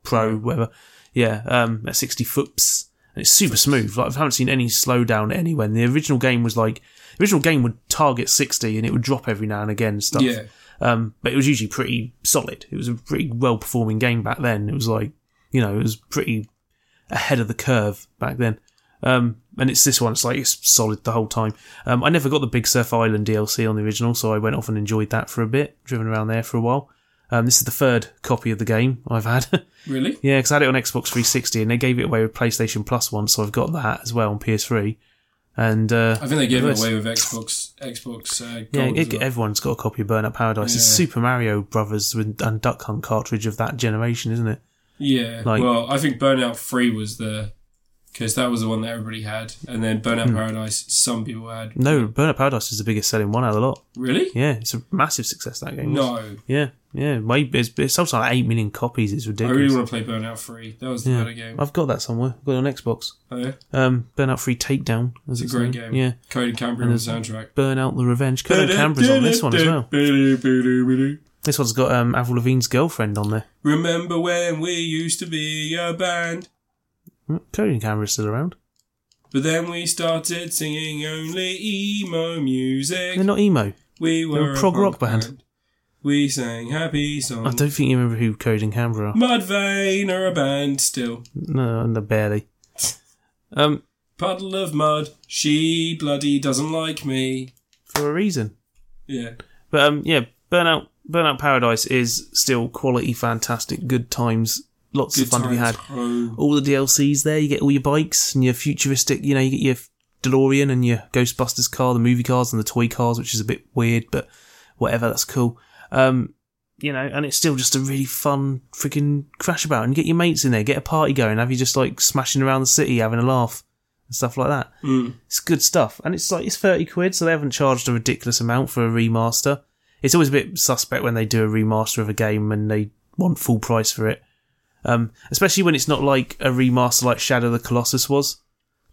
[SPEAKER 2] Pro, whatever. Yeah, um, at 60 foots. And it's super smooth. Like I haven't seen any slowdown anywhere. And the original game was like the original game would target sixty and it would drop every now and again and stuff.
[SPEAKER 1] Yeah.
[SPEAKER 2] Um, but it was usually pretty solid. It was a pretty well performing game back then. It was like, you know, it was pretty ahead of the curve back then. Um, and it's this one, it's like, it's solid the whole time. Um, I never got the Big Surf Island DLC on the original, so I went off and enjoyed that for a bit, driven around there for a while. Um, this is the third copy of the game I've had. (laughs)
[SPEAKER 1] Really?
[SPEAKER 2] Yeah, because I had it on Xbox 360 and they gave it away with PlayStation Plus once, so I've got that as well on PS3. And uh,
[SPEAKER 1] I think they gave it
[SPEAKER 2] Nice.
[SPEAKER 1] away with Xbox Xbox uh,
[SPEAKER 2] yeah,
[SPEAKER 1] Gold.
[SPEAKER 2] it-
[SPEAKER 1] as well.
[SPEAKER 2] everyone's got a copy of Burnout Paradise. It's
[SPEAKER 1] Yeah.
[SPEAKER 2] Super Mario Brothers with, and Duck Hunt cartridge of that generation, isn't it?
[SPEAKER 1] Yeah.
[SPEAKER 2] Like-
[SPEAKER 1] well, I think Burnout Free was the because that was the one that everybody had, and then Burnout Paradise some people had.
[SPEAKER 2] No, Burnout Paradise is the biggest selling one out of the lot.
[SPEAKER 1] Really?
[SPEAKER 2] Yeah, it's a massive success that game. was.
[SPEAKER 1] No,
[SPEAKER 2] Yeah, yeah. Way, it's, it sold like eight million copies. It's
[SPEAKER 1] I
[SPEAKER 2] ridiculous.
[SPEAKER 1] really want to play Burnout Free. That was the better game.
[SPEAKER 2] I've got that somewhere. I've got it on Xbox.
[SPEAKER 1] Oh, yeah.
[SPEAKER 2] Um, Burnout Free Takedown. Is
[SPEAKER 1] It's a great game.
[SPEAKER 2] Yeah.
[SPEAKER 1] Conan Cambrian on the soundtrack.
[SPEAKER 2] Burnout the Revenge. Conan Cambra's on this one as well. This one's got um, Avril Lavigne's girlfriend on there.
[SPEAKER 1] Remember when we used to be a band,
[SPEAKER 2] Hmm, Conan Cambra's still around.
[SPEAKER 1] but then we started singing only emo music.
[SPEAKER 2] They're not emo.
[SPEAKER 1] we
[SPEAKER 2] were
[SPEAKER 1] were
[SPEAKER 2] a
[SPEAKER 1] a
[SPEAKER 2] prog
[SPEAKER 1] punk
[SPEAKER 2] rock band.
[SPEAKER 1] We sang happy songs.
[SPEAKER 2] I don't think you remember who Conan Cambra are.
[SPEAKER 1] Mudvayne are a band still.
[SPEAKER 2] No, no, barely. Um,
[SPEAKER 1] Puddle of mud. She bloody doesn't like me.
[SPEAKER 2] for a reason.
[SPEAKER 1] Yeah.
[SPEAKER 2] But um, yeah, Burnout Burnout Paradise is still quality, fantastic, good times, lots of fun to be had.
[SPEAKER 1] Oh,
[SPEAKER 2] All the DLCs there, you get all your bikes and your futuristic. You know, you get your DeLorean and your Ghostbusters car, the movie cars and the toy cars, which is a bit weird, but whatever, that's cool. Um, you know, and it's still just a really fun freaking crash about, and get your mates in there, get a party going, have you just like smashing around the city, having a laugh and stuff like that.
[SPEAKER 1] mm.
[SPEAKER 2] It's good stuff, and it's like it's thirty quid, so they haven't charged a ridiculous amount for a remaster. It's always a bit suspect when they do a remaster of a game and they want full price for it, um, especially when it's not like a remaster like Shadow of the Colossus was.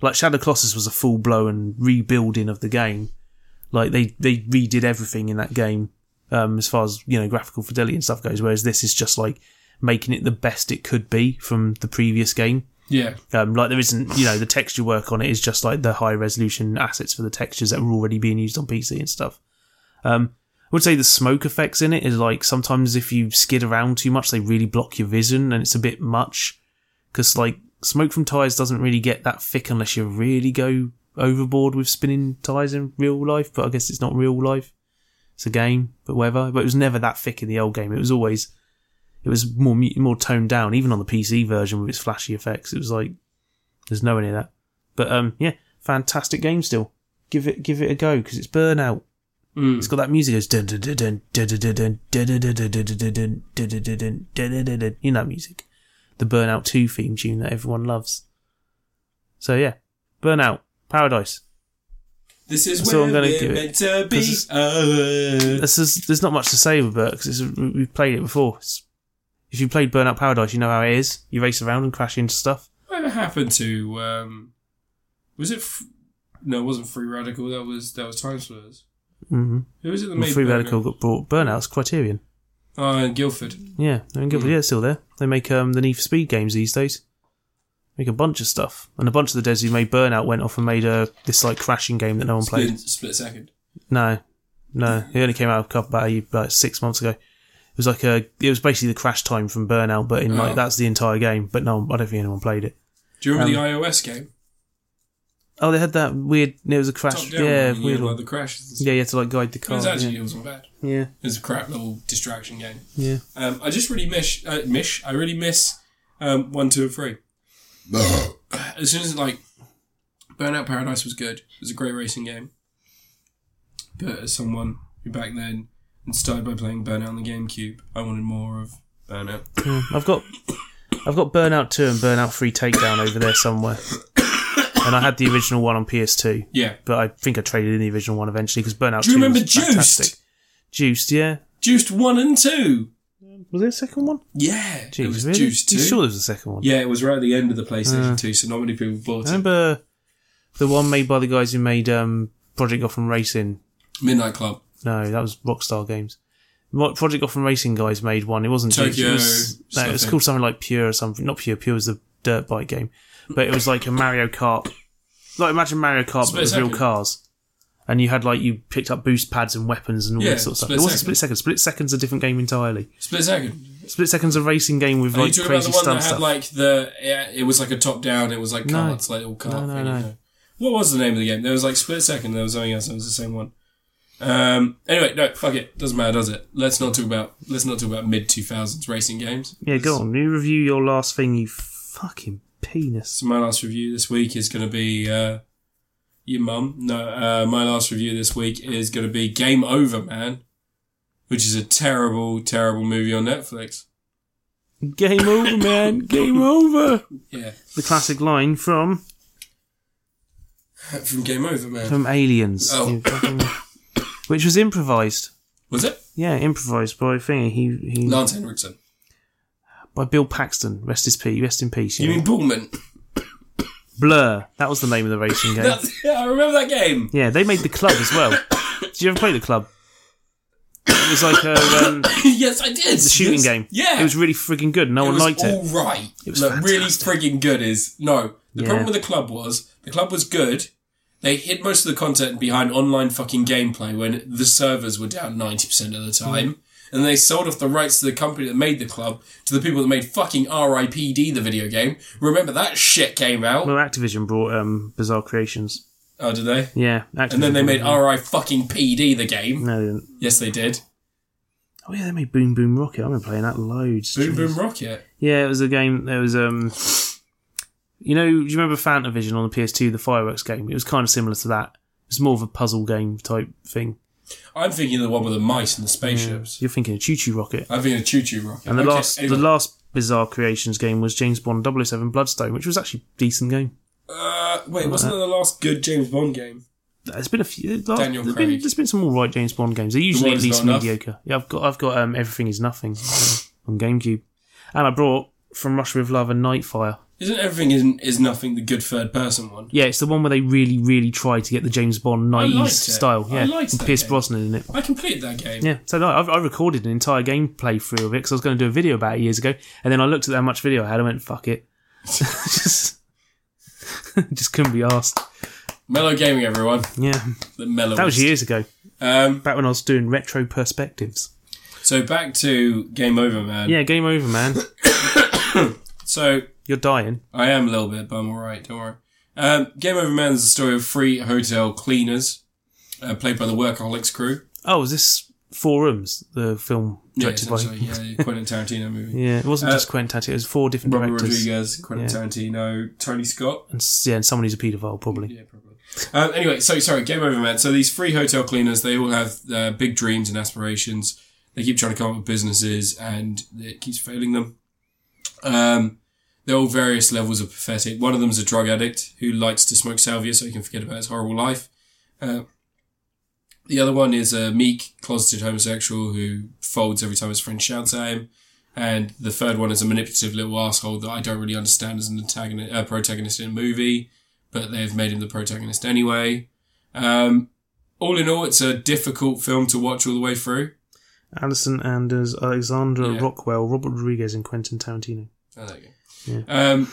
[SPEAKER 2] Like Shadow of the Colossus was a full blown rebuilding of the game. Like they they redid everything in that game um, as far as you know graphical fidelity and stuff goes, whereas this is just like making it the best it could be from the previous game.
[SPEAKER 1] Yeah.
[SPEAKER 2] Um, like there isn't, you know, the texture work on it is just like the high resolution assets for the textures that were already being used on PC and stuff. Um, I would say the smoke effects in it is like sometimes if you skid around too much, they really block your vision and it's a bit much because like smoke from tires doesn't really get that thick unless you really go overboard with spinning tires in real life. But I guess it's not real life; it's a game, but whatever. But it was never that thick in the old game. It was always it was more mu- more toned down, even on the PC version with its flashy effects. It was like there's no any of that. But um, yeah, fantastic game still. Give it give it a go because it's Burnout.
[SPEAKER 1] Mm.
[SPEAKER 2] It's got that music goes dun dun dun dun dun dun dun dun dun dun dun dun dun dun dun dun dun dun dun dun dun dun. You know that music, the Burnout Two theme tune that everyone loves. So yeah, Burnout Paradise.
[SPEAKER 1] This is
[SPEAKER 2] So
[SPEAKER 1] where
[SPEAKER 2] I'm gonna
[SPEAKER 1] we're
[SPEAKER 2] give it-
[SPEAKER 1] meant to be.
[SPEAKER 2] this is-
[SPEAKER 1] Uh,
[SPEAKER 2] This is there's not much to say with Burnout because we've played it before. It's, if you played Burnout Paradise, you know how it is. You race around and crash into stuff.
[SPEAKER 1] whatever happened to? Um, was it? F- no, it wasn't Free Radical. That was that was Time Splitters.
[SPEAKER 2] Mm-hmm.
[SPEAKER 1] Who was it that
[SPEAKER 2] Well,
[SPEAKER 1] made
[SPEAKER 2] Free
[SPEAKER 1] Burnout?
[SPEAKER 2] Radical got brought Burnout's Criterion.
[SPEAKER 1] Oh, and Guildford.
[SPEAKER 2] Yeah, I mean, Guildford,
[SPEAKER 1] Hmm.
[SPEAKER 2] yeah, it's still there. They make um, the Need for Speed games these days. Make a bunch of stuff, and a bunch of the devs who made Burnout went off and made a this like crashing game that no one played.
[SPEAKER 1] Split, split second.
[SPEAKER 2] No, no, it only came out a couple about, a- about six months ago. It was like a, it was basically the crash time from Burnout, but in like
[SPEAKER 1] Oh.
[SPEAKER 2] that's the entire game. But no, I don't think anyone played it.
[SPEAKER 1] Do you
[SPEAKER 2] Um,
[SPEAKER 1] remember the iOS game?
[SPEAKER 2] Oh, they had that weird. It was a
[SPEAKER 1] Top
[SPEAKER 2] crash,
[SPEAKER 1] down.
[SPEAKER 2] yeah,
[SPEAKER 1] one, you
[SPEAKER 2] weird
[SPEAKER 1] know,
[SPEAKER 2] one.
[SPEAKER 1] like the crashes.
[SPEAKER 2] Yeah, you had to like guide the
[SPEAKER 1] It
[SPEAKER 2] car.
[SPEAKER 1] was actually
[SPEAKER 2] yeah.
[SPEAKER 1] it wasn't bad.
[SPEAKER 2] yeah,
[SPEAKER 1] It was a crap little distraction game.
[SPEAKER 2] yeah.
[SPEAKER 1] Um, I just really miss, uh, miss. I really miss um, one, two, and three. as soon as like Burnout Paradise was good, it was a great racing game. But as someone who back then and started by playing Burnout on the GameCube, I wanted more of Burnout.
[SPEAKER 2] Yeah, Mm, I've got I've got Burnout 2 and Burnout 3 Takedown over there somewhere. And I had the original one on PS2,
[SPEAKER 1] Yeah,
[SPEAKER 2] but I think I traded in the original one eventually because Burnout
[SPEAKER 1] Do you
[SPEAKER 2] 2
[SPEAKER 1] remember
[SPEAKER 2] was
[SPEAKER 1] Juiced?
[SPEAKER 2] fantastic. Juiced, yeah.
[SPEAKER 1] Juiced one and two.
[SPEAKER 2] Was there a second one?
[SPEAKER 1] Yeah,
[SPEAKER 2] Jeez,
[SPEAKER 1] it was
[SPEAKER 2] really?
[SPEAKER 1] Juiced two.
[SPEAKER 2] You sure Uh. there was a second one?
[SPEAKER 1] Yeah, it was right at the end of the PlayStation two, so not many people bought
[SPEAKER 2] I
[SPEAKER 1] it.
[SPEAKER 2] remember the one made by the guys who made um, Project Gotham Racing.
[SPEAKER 1] Midnight Club,
[SPEAKER 2] No, that was Rockstar Games. What Project Gotham Racing guys made one. It wasn't Juiced,
[SPEAKER 1] Tokyo
[SPEAKER 2] It was, no, it was
[SPEAKER 1] something.
[SPEAKER 2] called something like Pure or something. Not Pure. Pure was the dirt bike game. but it was like a Mario Kart. Like imagine Mario Kart
[SPEAKER 1] Split
[SPEAKER 2] but with
[SPEAKER 1] second.
[SPEAKER 2] real cars, and you had like you picked up boost pads and weapons and all
[SPEAKER 1] Yeah,
[SPEAKER 2] that sort of stuff. It
[SPEAKER 1] Split
[SPEAKER 2] wasn't
[SPEAKER 1] Second.
[SPEAKER 2] split seconds. Split seconds a different game entirely.
[SPEAKER 1] Split second.
[SPEAKER 2] Split seconds a racing game with
[SPEAKER 1] Are you
[SPEAKER 2] like
[SPEAKER 1] talking about
[SPEAKER 2] crazy
[SPEAKER 1] the one that
[SPEAKER 2] stunt
[SPEAKER 1] had
[SPEAKER 2] stuff.
[SPEAKER 1] like the yeah, it was like a top down, it was like
[SPEAKER 2] No.
[SPEAKER 1] cards, like all card
[SPEAKER 2] No, no,
[SPEAKER 1] thing,
[SPEAKER 2] no.
[SPEAKER 1] you know. What was the name of the game? There was like split second, there was something else, it was the same one. Um anyway, no, fuck it. Doesn't matter, does it? Let's not talk about let's not talk about mid two thousands racing games.
[SPEAKER 2] yeah, go on. You review your last thing. You fucking penis.
[SPEAKER 1] So my last review this week is gonna be uh your mum. No, uh my last review this week is gonna be Game Over Man, which is a terrible, terrible movie on Netflix.
[SPEAKER 2] Game over, man. Game over.
[SPEAKER 1] Yeah. (laughs)
[SPEAKER 2] The classic line from
[SPEAKER 1] From Game Over Man.
[SPEAKER 2] from Aliens,
[SPEAKER 1] Oh.
[SPEAKER 2] You
[SPEAKER 1] (coughs)
[SPEAKER 2] fucking- which was improvised.
[SPEAKER 1] Was it?
[SPEAKER 2] Yeah, improvised by thingy. He he
[SPEAKER 1] Lance Henriksen.
[SPEAKER 2] by Bill Paxton. Rest his peace. Rest in peace.
[SPEAKER 1] You
[SPEAKER 2] yeah.
[SPEAKER 1] mean Bullman?
[SPEAKER 2] Blur. That was the name of the racing game.
[SPEAKER 1] That's, yeah, (laughs) I remember that
[SPEAKER 2] (laughs)
[SPEAKER 1] game.
[SPEAKER 2] Yeah, they made the club as well. Did you ever play the club? It was like a,
[SPEAKER 1] (coughs)
[SPEAKER 2] um,
[SPEAKER 1] yes, I did.
[SPEAKER 2] it's a shooting game.
[SPEAKER 1] Yeah.
[SPEAKER 2] it was really frigging good. No one liked it.
[SPEAKER 1] all right. It
[SPEAKER 2] was
[SPEAKER 1] really frigging good. Is no. The
[SPEAKER 2] Yeah.
[SPEAKER 1] problem with the club was the club was good. They hid most of the content behind online fucking gameplay when the servers were down ninety percent of the
[SPEAKER 2] Mm.
[SPEAKER 1] time. And they sold off the rights to the company that made the club to the people that made fucking RIPD, the video game. Remember that shit came out?
[SPEAKER 2] Well, Activision brought um, Bizarre Creations.
[SPEAKER 1] Oh, did they?
[SPEAKER 2] Yeah, Activision
[SPEAKER 1] And then they made
[SPEAKER 2] brought-
[SPEAKER 1] RI fucking PD, the game.
[SPEAKER 2] No, they didn't.
[SPEAKER 1] Yes, they did.
[SPEAKER 2] Oh yeah, they made Boom Boom Rocket. I've been playing that loads.
[SPEAKER 1] Boom
[SPEAKER 2] Jeez.
[SPEAKER 1] Boom Rocket.
[SPEAKER 2] Yeah, it was a game. There was um, you know, do you remember Fantavision on the PS2, the fireworks game? It was kind of similar to that. It's more of a puzzle game type thing.
[SPEAKER 1] I'm thinking of the one with the mice and the spaceships.
[SPEAKER 2] You're thinking of Choo Choo Rocket.
[SPEAKER 1] I've been a choo choo rocket.
[SPEAKER 2] And the
[SPEAKER 1] Okay,
[SPEAKER 2] last,
[SPEAKER 1] anyway.
[SPEAKER 2] the last Bizarre Creations game was James Bond 007 Bloodstone, which was actually a decent game.
[SPEAKER 1] Uh, wait, wasn't that the last good James Bond game?
[SPEAKER 2] There's been a few. uh, Last,
[SPEAKER 1] Daniel
[SPEAKER 2] there's, been,
[SPEAKER 1] Craig.
[SPEAKER 2] there's been some all right James Bond games. They're usually
[SPEAKER 1] One
[SPEAKER 2] at
[SPEAKER 1] Is
[SPEAKER 2] least
[SPEAKER 1] Not Enough.
[SPEAKER 2] mediocre. Yeah, I've got I've got um, Everything Is Nothing uh, on GameCube, and I brought From Russia with Love and Nightfire.
[SPEAKER 1] Isn't everything is, is nothing the good third person one?
[SPEAKER 2] Yeah, it's the one where they really really tried to get the James Bond
[SPEAKER 1] liked
[SPEAKER 2] 90s
[SPEAKER 1] it.
[SPEAKER 2] style.
[SPEAKER 1] I
[SPEAKER 2] Yeah,
[SPEAKER 1] liked
[SPEAKER 2] and
[SPEAKER 1] that
[SPEAKER 2] Pierce
[SPEAKER 1] game.
[SPEAKER 2] Brosnan in it.
[SPEAKER 1] I completed that game.
[SPEAKER 2] Yeah, so no, I've, I recorded an entire game playthrough of it because I was going to do a video about it years ago, and then I looked at how much video I had and went, "Fuck it," (laughs) just (laughs) just couldn't be asked.
[SPEAKER 1] Mellow gaming, everyone.
[SPEAKER 2] Yeah,
[SPEAKER 1] The mellow.
[SPEAKER 2] that was years ago,
[SPEAKER 1] Um,
[SPEAKER 2] back when I was doing retro perspectives.
[SPEAKER 1] so back to Game Over Man.
[SPEAKER 2] Yeah, game over, man.
[SPEAKER 1] So
[SPEAKER 2] You're dying.
[SPEAKER 1] I am a little bit, but I'm alright, don't worry. Um, Game Over Man is the story of three hotel cleaners, uh, played by the Workaholics crew.
[SPEAKER 2] Oh, is this Four Rooms, the film
[SPEAKER 1] Yeah,
[SPEAKER 2] directed by?
[SPEAKER 1] essentially, yeah,
[SPEAKER 2] (laughs)
[SPEAKER 1] the Quentin Tarantino movie.
[SPEAKER 2] Yeah, it wasn't
[SPEAKER 1] Uh,
[SPEAKER 2] just Quentin Tarantino. It was four different
[SPEAKER 1] Robert
[SPEAKER 2] directors,
[SPEAKER 1] Rodriguez, Quentin Tarantino, Tony Scott.
[SPEAKER 2] and s- yeah, and someone who's a paedophile probably.
[SPEAKER 1] Yeah, probably. Um, anyway, so sorry, game over, man. So these free hotel cleaners, they all have uh, big dreams and aspirations. They keep trying to come up with businesses, and it keeps failing them. Um, they're all various levels of pathetic. One of them's a drug addict who likes to smoke salvia so he can forget about his horrible life. Uh, the other one is a meek, closeted homosexual who folds every time his friend shouts at him. And the third one is a manipulative little asshole that I don't really understand as an antagonist, uh, protagonist in a movie but they've made him the protagonist anyway. Um, all in all, it's a difficult film to watch all the way through.
[SPEAKER 2] Alison Anders, Alexandra
[SPEAKER 1] Yeah.
[SPEAKER 2] Rockwell, Robert Rodriguez, and Quentin Tarantino.
[SPEAKER 1] Oh, there you go. Um,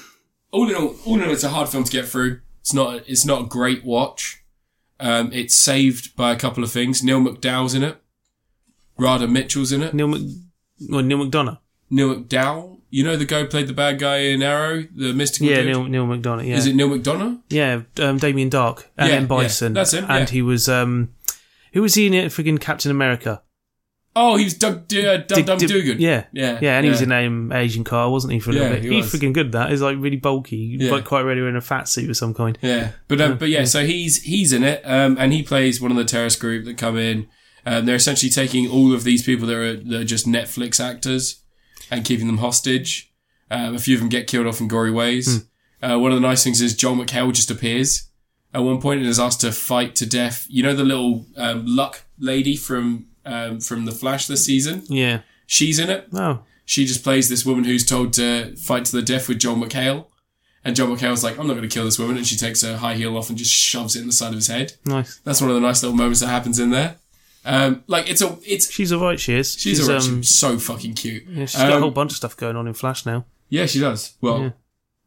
[SPEAKER 1] all in all, all in all, it's a hard film to get through. It's not. It's not a great watch. Um, it's saved by a couple of things. Neil McDowell's in it. Rada Mitchell's in it.
[SPEAKER 2] Neil Mc, well, Neil McDonough.
[SPEAKER 1] Neil McDowell. You know the guy who played the bad guy in Arrow, the mystical
[SPEAKER 2] Yeah,
[SPEAKER 1] dude.
[SPEAKER 2] Neil Neil McDonough. Yeah,
[SPEAKER 1] Is it Neil McDonough?
[SPEAKER 2] yeah, um, Damien Dark and
[SPEAKER 1] Yeah,
[SPEAKER 2] then Bison.
[SPEAKER 1] yeah, that's him,
[SPEAKER 2] And
[SPEAKER 1] yeah.
[SPEAKER 2] he was um, who was he in it? Friggin' Captain America.
[SPEAKER 1] Oh, he was Doug D- uh, Dum
[SPEAKER 2] Dig-
[SPEAKER 1] Dum
[SPEAKER 2] Dig-
[SPEAKER 1] Dugan.
[SPEAKER 2] Yeah.
[SPEAKER 1] yeah,
[SPEAKER 2] Yeah, and he was in um, Asian car, wasn't he? For a
[SPEAKER 1] Yeah,
[SPEAKER 2] little bit,
[SPEAKER 1] he
[SPEAKER 2] he,
[SPEAKER 1] was.
[SPEAKER 2] was freaking good. at That he's like really bulky,
[SPEAKER 1] Yeah.
[SPEAKER 2] like quite ready in a fat suit of some kind.
[SPEAKER 1] Yeah, but um, but yeah, so he's he's in it, um, and he plays one of the terrorist group that come in. Um, they're essentially taking all of these people that are, that are just Netflix actors and keeping them hostage. Um, a few of them get killed off in gory ways. Uh, one of the nice things is John McHale just appears at one point and is asked to fight to death. You know the little um, luck lady from um, from the Flash this season.
[SPEAKER 2] Yeah.
[SPEAKER 1] She's in it
[SPEAKER 2] Oh,
[SPEAKER 1] she just plays this woman who's told to fight to the death with John McHale. And John McHale's like, I'm not going to kill this woman. And she takes her high heel off and just shoves it in the side of his head.
[SPEAKER 2] nice.
[SPEAKER 1] That's one of the nice little moments that happens in there. Um, like it's a, it's,
[SPEAKER 2] She's alright. She is.
[SPEAKER 1] she's, a,
[SPEAKER 2] um,
[SPEAKER 1] she's so fucking cute.
[SPEAKER 2] yeah, she's
[SPEAKER 1] Um,
[SPEAKER 2] got a whole bunch of stuff going on in Flash now.
[SPEAKER 1] Yeah, she does. Well, yeah,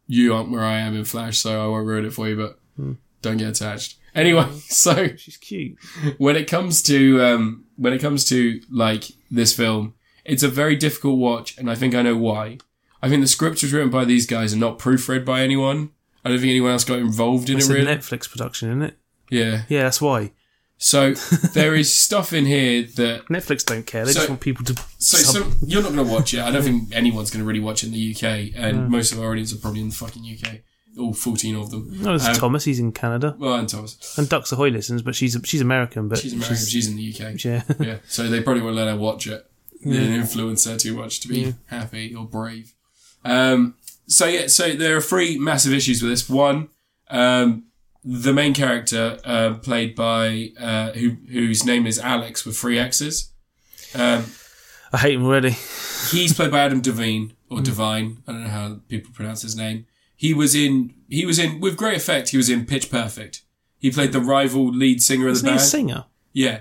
[SPEAKER 1] you aren't where I am in Flash, so I won't ruin it for you, but
[SPEAKER 2] Hmm.
[SPEAKER 1] don't get attached. Anyway, (laughs) so
[SPEAKER 2] She's cute.
[SPEAKER 1] when it comes to um, when it comes to like this film, it's a very difficult watch, and I think I know why. I think the script was written by these guys and not proofread by anyone. I don't think anyone else got involved in
[SPEAKER 2] It's
[SPEAKER 1] it
[SPEAKER 2] a
[SPEAKER 1] really.
[SPEAKER 2] Netflix production, isn't it?
[SPEAKER 1] yeah.
[SPEAKER 2] Yeah, that's why.
[SPEAKER 1] So there is stuff in here that
[SPEAKER 2] Netflix don't care. They
[SPEAKER 1] So-
[SPEAKER 2] just want people to.
[SPEAKER 1] so,
[SPEAKER 2] sub-
[SPEAKER 1] so you're not going to watch it. I don't think anyone's going to really watch it in the UK, and most of our audience are probably in the fucking UK. All 14 of them.
[SPEAKER 2] no, there's
[SPEAKER 1] um,
[SPEAKER 2] Thomas. He's in Canada.
[SPEAKER 1] Well, and Thomas.
[SPEAKER 2] And Ducks Ahoy listens, but she's she's American. But
[SPEAKER 1] She's American. She's, in the UK.
[SPEAKER 2] yeah. (laughs)
[SPEAKER 1] yeah. So they probably won't let her watch it. They didn't influence her too much to be happy or brave. Um, so yeah, so there are three massive issues with this. One, um, the main character, uh, played by, uh, who, whose name is Alex with three X's. Um,
[SPEAKER 2] I hate him already.
[SPEAKER 1] he's played by Adam Devine
[SPEAKER 2] Mm.
[SPEAKER 1] or Devine. I don't know how people pronounce his name. He was in, he was in, with great effect, he was in Pitch Perfect. He played the rival lead singer of the
[SPEAKER 2] Isn't he a
[SPEAKER 1] band.
[SPEAKER 2] singer?
[SPEAKER 1] yeah.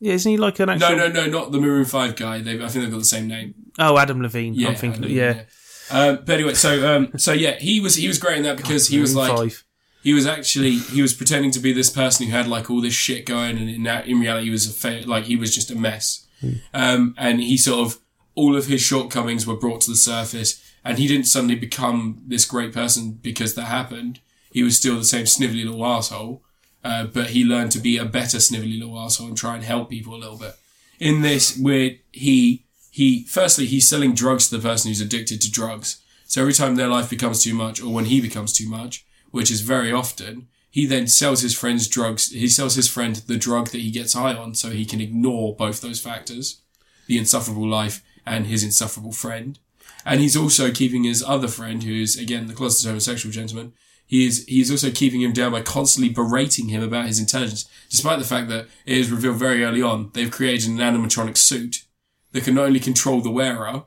[SPEAKER 2] Yeah, isn't he like an actual?
[SPEAKER 1] No, no, no, not the Maroon 5 guy. They, I think they've got the same name.
[SPEAKER 2] Oh, Adam Levine.
[SPEAKER 1] Yeah,
[SPEAKER 2] I'm thinking.
[SPEAKER 1] I
[SPEAKER 2] of
[SPEAKER 1] know,
[SPEAKER 2] yeah.
[SPEAKER 1] Um, but anyway, so um, so yeah, he was he was great in that because he was like
[SPEAKER 2] five.
[SPEAKER 1] he was actually he was pretending to be this person who had like all this shit going, and in that in reality he was a fa- like he was just a mess.
[SPEAKER 2] Hmm.
[SPEAKER 1] Um, and he sort of all of his shortcomings were brought to the surface, and he didn't suddenly become this great person because that happened. He was still the same snivelly little asshole, uh, but he learned to be a better snivelly little asshole and try and help people a little bit. In this, where he he firstly he's selling drugs to the person who's addicted to drugs. So every time their life becomes too much, or when he becomes too much, which is very often, he then sells his friend's drugs. He sells his friend the drug that he gets high on, so he can ignore both those factors, the insufferable life and his insufferable friend. And he's also keeping his other friend, who is again the closeted homosexual gentleman. He is he is also keeping him down by constantly berating him about his intelligence, despite the fact that it is revealed very early on they've created an animatronic suit that can not only control the wearer,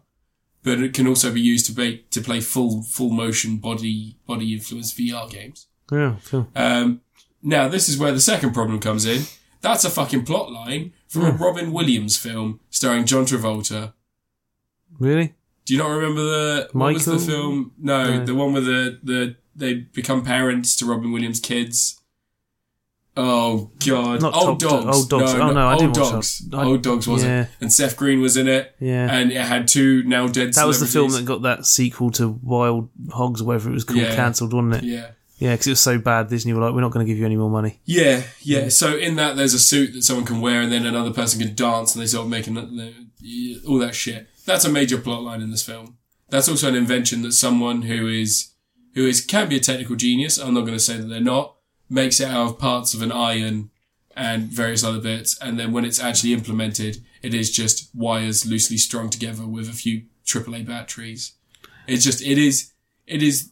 [SPEAKER 1] but it can also be used to play to play full full motion body body influence VR games.
[SPEAKER 2] Yeah, cool.
[SPEAKER 1] Um, now this is where the second problem comes in. That's a fucking plot line from a Robin Williams film starring John Travolta.
[SPEAKER 2] Really?
[SPEAKER 1] Do you not remember the what was the
[SPEAKER 2] Michael?
[SPEAKER 1] film? No,
[SPEAKER 2] No.
[SPEAKER 1] the one where the, the they become parents to Robin Williams' kids. Oh god,
[SPEAKER 2] Not
[SPEAKER 1] old
[SPEAKER 2] Top Dog-
[SPEAKER 1] dogs.
[SPEAKER 2] Old Dogs.
[SPEAKER 1] No,
[SPEAKER 2] Oh,
[SPEAKER 1] no,
[SPEAKER 2] no, I
[SPEAKER 1] old
[SPEAKER 2] didn't watch
[SPEAKER 1] dogs.
[SPEAKER 2] that. I-
[SPEAKER 1] old dogs was
[SPEAKER 2] Yeah.
[SPEAKER 1] it? And Seth Green was in it,
[SPEAKER 2] Yeah.
[SPEAKER 1] and it had two now dead.
[SPEAKER 2] that was the film that
[SPEAKER 1] celebrities.
[SPEAKER 2] got that sequel to Wild Hogs, or whatever it was called,
[SPEAKER 1] Yeah.
[SPEAKER 2] cancelled, wasn't it?
[SPEAKER 1] Yeah.
[SPEAKER 2] Yeah, because it was so bad. Disney were like, "We're not going to give you any more money."
[SPEAKER 1] Yeah, yeah. So in that, there's a suit that someone can wear, and then another person can dance, and they sort of make an, all that shit. That's a major plot line in this film. That's also an invention that someone who is who is can be a technical genius. I'm not going to say that they're not. Makes it out of parts of an iron and various other bits, and then when it's actually implemented, it is just wires loosely strung together with a few AAA batteries. It's just it is it is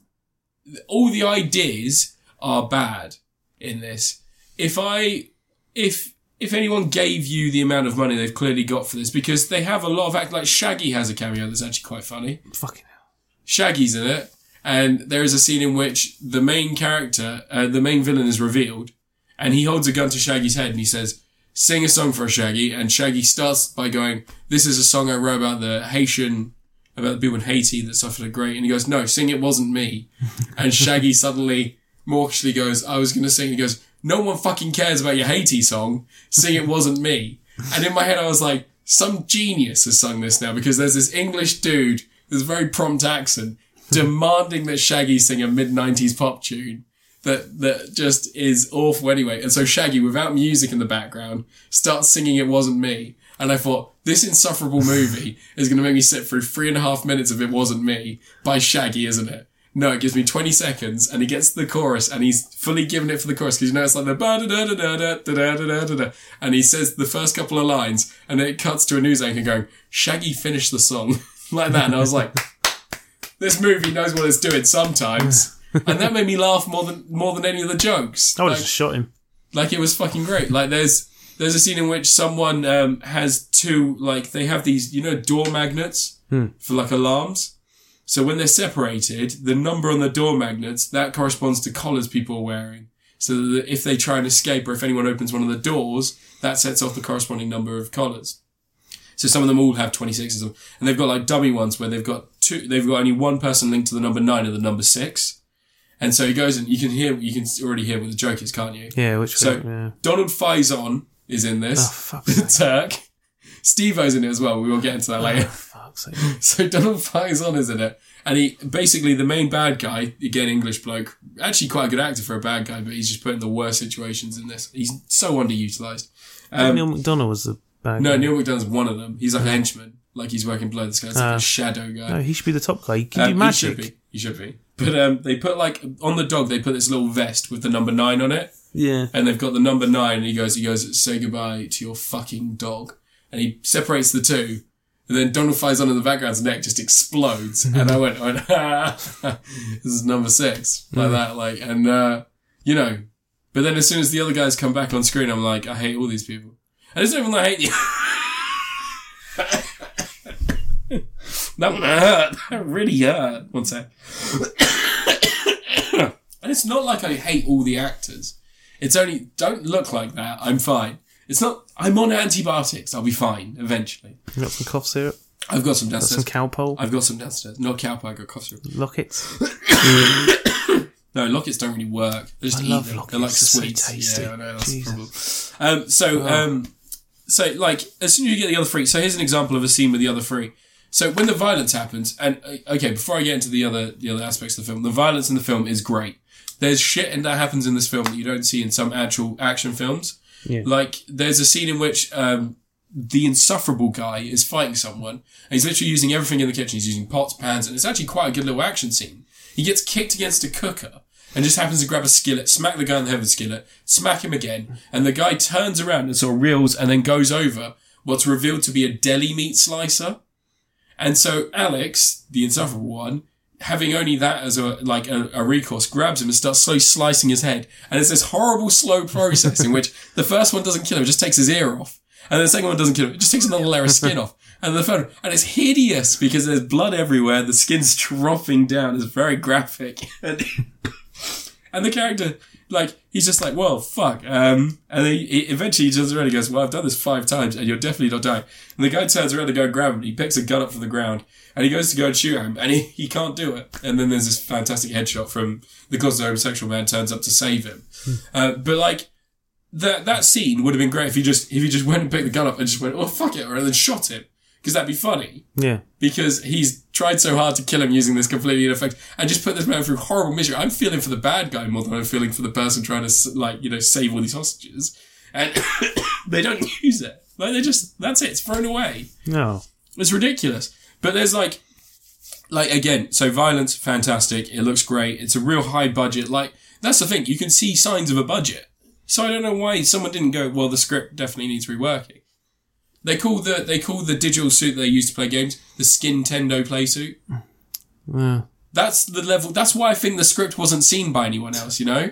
[SPEAKER 1] all the ideas are bad in this. If I, if if anyone gave you the amount of money they've clearly got for this, because they have a lot of act like Shaggy has a cameo that's actually quite funny.
[SPEAKER 2] Fucking hell.
[SPEAKER 1] Shaggy's in it, and there is a scene in which the main character, uh, the main villain, is revealed, and he holds a gun to Shaggy's head and he says, "Sing a song for us, Shaggy." And Shaggy starts by going, "This is a song I wrote about the Haitian." About the people in Haiti that suffered a great, and he goes, "No, sing it wasn't me." And Shaggy suddenly mawkishly goes, "I was going to sing." He goes, "No one fucking cares about your Haiti song. Sing it wasn't me." And in my head, I was like, "Some genius has sung this now because there's this English dude, this very prompt accent, demanding that Shaggy sing a mid '90s pop tune." That, that just is awful anyway. And so Shaggy, without music in the background, starts singing It Wasn't Me. And I thought, this insufferable movie (laughs) is going to make me sit through three and a half minutes of It Wasn't Me by Shaggy, isn't it? No, it gives me 20 seconds and he gets to the chorus and he's fully giving it for the chorus because you know it's like the ba da da da da da da da da da da and he says the first couple of lines and then it cuts to a news anchor going, Shaggy finished the song (laughs) like that and I was like, this movie knows what it's doing sometimes. and that made me laugh more than more than any of the
[SPEAKER 2] (laughs)
[SPEAKER 1] jokes.
[SPEAKER 2] I would have
[SPEAKER 1] Like-
[SPEAKER 2] just shot him.
[SPEAKER 1] like it was fucking great. Like there's there's a scene in which someone um, has two like they have these you know door magnets for like alarms. So when they're separated, the number on the door magnets that corresponds to collars people are wearing. So that if they try and escape or if anyone opens one of the doors, that sets off the corresponding number of collars. So some of them all have 26s of them. And they've got like dummy ones where they've got two, they've got only one person linked to the number nine or the number six. And so he goes and you can hear, you can already hear what the joke is, can't you?
[SPEAKER 2] Yeah, which
[SPEAKER 1] So
[SPEAKER 2] yeah.
[SPEAKER 1] Donald Faison is in
[SPEAKER 2] Oh,
[SPEAKER 1] this. (laughs)
[SPEAKER 2] fuck.
[SPEAKER 1] the Turk. Steve O's in it as well. We will get into that later.
[SPEAKER 2] fuck's sake.
[SPEAKER 1] (laughs) So Donald Faison is in it. And he basically the main bad guy, again English bloke, actually quite a good actor for a bad guy, but he's just put in the worst situations in this. He's so underutilized. Um,
[SPEAKER 2] Neil McDonough was the bad
[SPEAKER 1] no,
[SPEAKER 2] guy.
[SPEAKER 1] Neil McDonough's one of them. He's like a henchman, like he's working below the sky, He's like
[SPEAKER 2] Ah.
[SPEAKER 1] a shadow guy.
[SPEAKER 2] No, he should be the top guy. He can
[SPEAKER 1] Um,
[SPEAKER 2] do
[SPEAKER 1] he should
[SPEAKER 2] magic.
[SPEAKER 1] be. He should be. But um, they put like on the dog, they put this little vest with the number nine on it,
[SPEAKER 2] Yeah.
[SPEAKER 1] and they've got the number nine. And he goes, he goes, say goodbye to your fucking dog, and he separates the two. And then Donald Faison in the background's neck just explodes, and I went, I went ah, (laughs) "This is number six, like that, like." And uh, you know, but then as soon as the other guys come back on screen, I'm like, I hate all these people. And it's not even that I hate you. (laughs) that one hurt. (laughs) That really hurt. One sec. (coughs) and it's not like I hate all the actors. It's only don't look like that. I'm fine. It's not. I'm on antibiotics. I'll be fine eventually.
[SPEAKER 2] You got some cough syrup,
[SPEAKER 1] I've got some
[SPEAKER 2] some
[SPEAKER 1] downstairs.
[SPEAKER 2] cowpole,
[SPEAKER 1] I've got some downstairs. Not cowpie. I got cough syrup.
[SPEAKER 2] lockets.
[SPEAKER 1] No, lockets don't really work. They just
[SPEAKER 2] I
[SPEAKER 1] eat
[SPEAKER 2] love
[SPEAKER 1] them.
[SPEAKER 2] lockets.
[SPEAKER 1] They're like
[SPEAKER 2] They're so
[SPEAKER 1] sweets.
[SPEAKER 2] tasty.
[SPEAKER 1] Yeah, I know, that's the
[SPEAKER 2] Jesus.
[SPEAKER 1] problem. Um, so, um, so like as soon as you get the other three. So here's an example of a scene with the other three. So when the violence happens, and uh, okay, before I get into the other the other aspects of the film, the violence in the film is great. There's shit and that happens in this film that you don't see in some actual action films.
[SPEAKER 2] Yeah.
[SPEAKER 1] Like there's a scene in which um, the insufferable guy is fighting someone, and he's literally using everything in the kitchen. He's using pots, pans, and it's actually quite a good little action scene. He gets kicked against a cooker and just happens to grab a skillet, smack the guy in the head with a skillet, smack him again, and the guy turns around and sort of reels and then goes over what's revealed to be a deli meat slicer. And so Alex, the insufferable one, having only that as a like a, a recourse, grabs him and starts slowly slicing his head. And it's this horrible slow process in which the first one doesn't kill him, it just takes his ear off. And the second one doesn't kill him, it just takes another layer of skin off. And the third, and it's hideous because there's blood everywhere, the skin's (laughs) dropping down, it's very graphic. And and the character, like, he's just like, well, fuck. Um, and then he, he eventually he turns around and goes, well, I've done this five times and you're definitely not dying. And the guy turns around to go and grab him. He picks a gun up from the ground and he goes to go and shoot him and he, he can't do it. And then there's this fantastic headshot from the closeted homosexual man turns up to save him. uh, but like, that, that scene would have been great if he just, if he just went and picked the gun up and just went, oh, fuck it, or then shot him. Because that'd be funny
[SPEAKER 2] Yeah.
[SPEAKER 1] because he's tried so hard to kill him using this completely ineffective and just put this man through horrible misery. I'm feeling for the bad guy more than I'm feeling for the person trying to s- like you know save all these hostages, and (coughs) they don't (coughs) use it. Like they just that's it. It's thrown away.
[SPEAKER 2] No.
[SPEAKER 1] It's ridiculous. But there's like, like again, so violence, fantastic. It looks great. It's a real high budget. Like that's the thing. You can see signs of a budget. So I don't know why someone didn't go. Well, the script definitely needs reworking. They call the they call the digital suit they use to play games the skin tendo play suit.
[SPEAKER 2] Uh,
[SPEAKER 1] That's the level. That's why I think the script wasn't seen by anyone else. You know,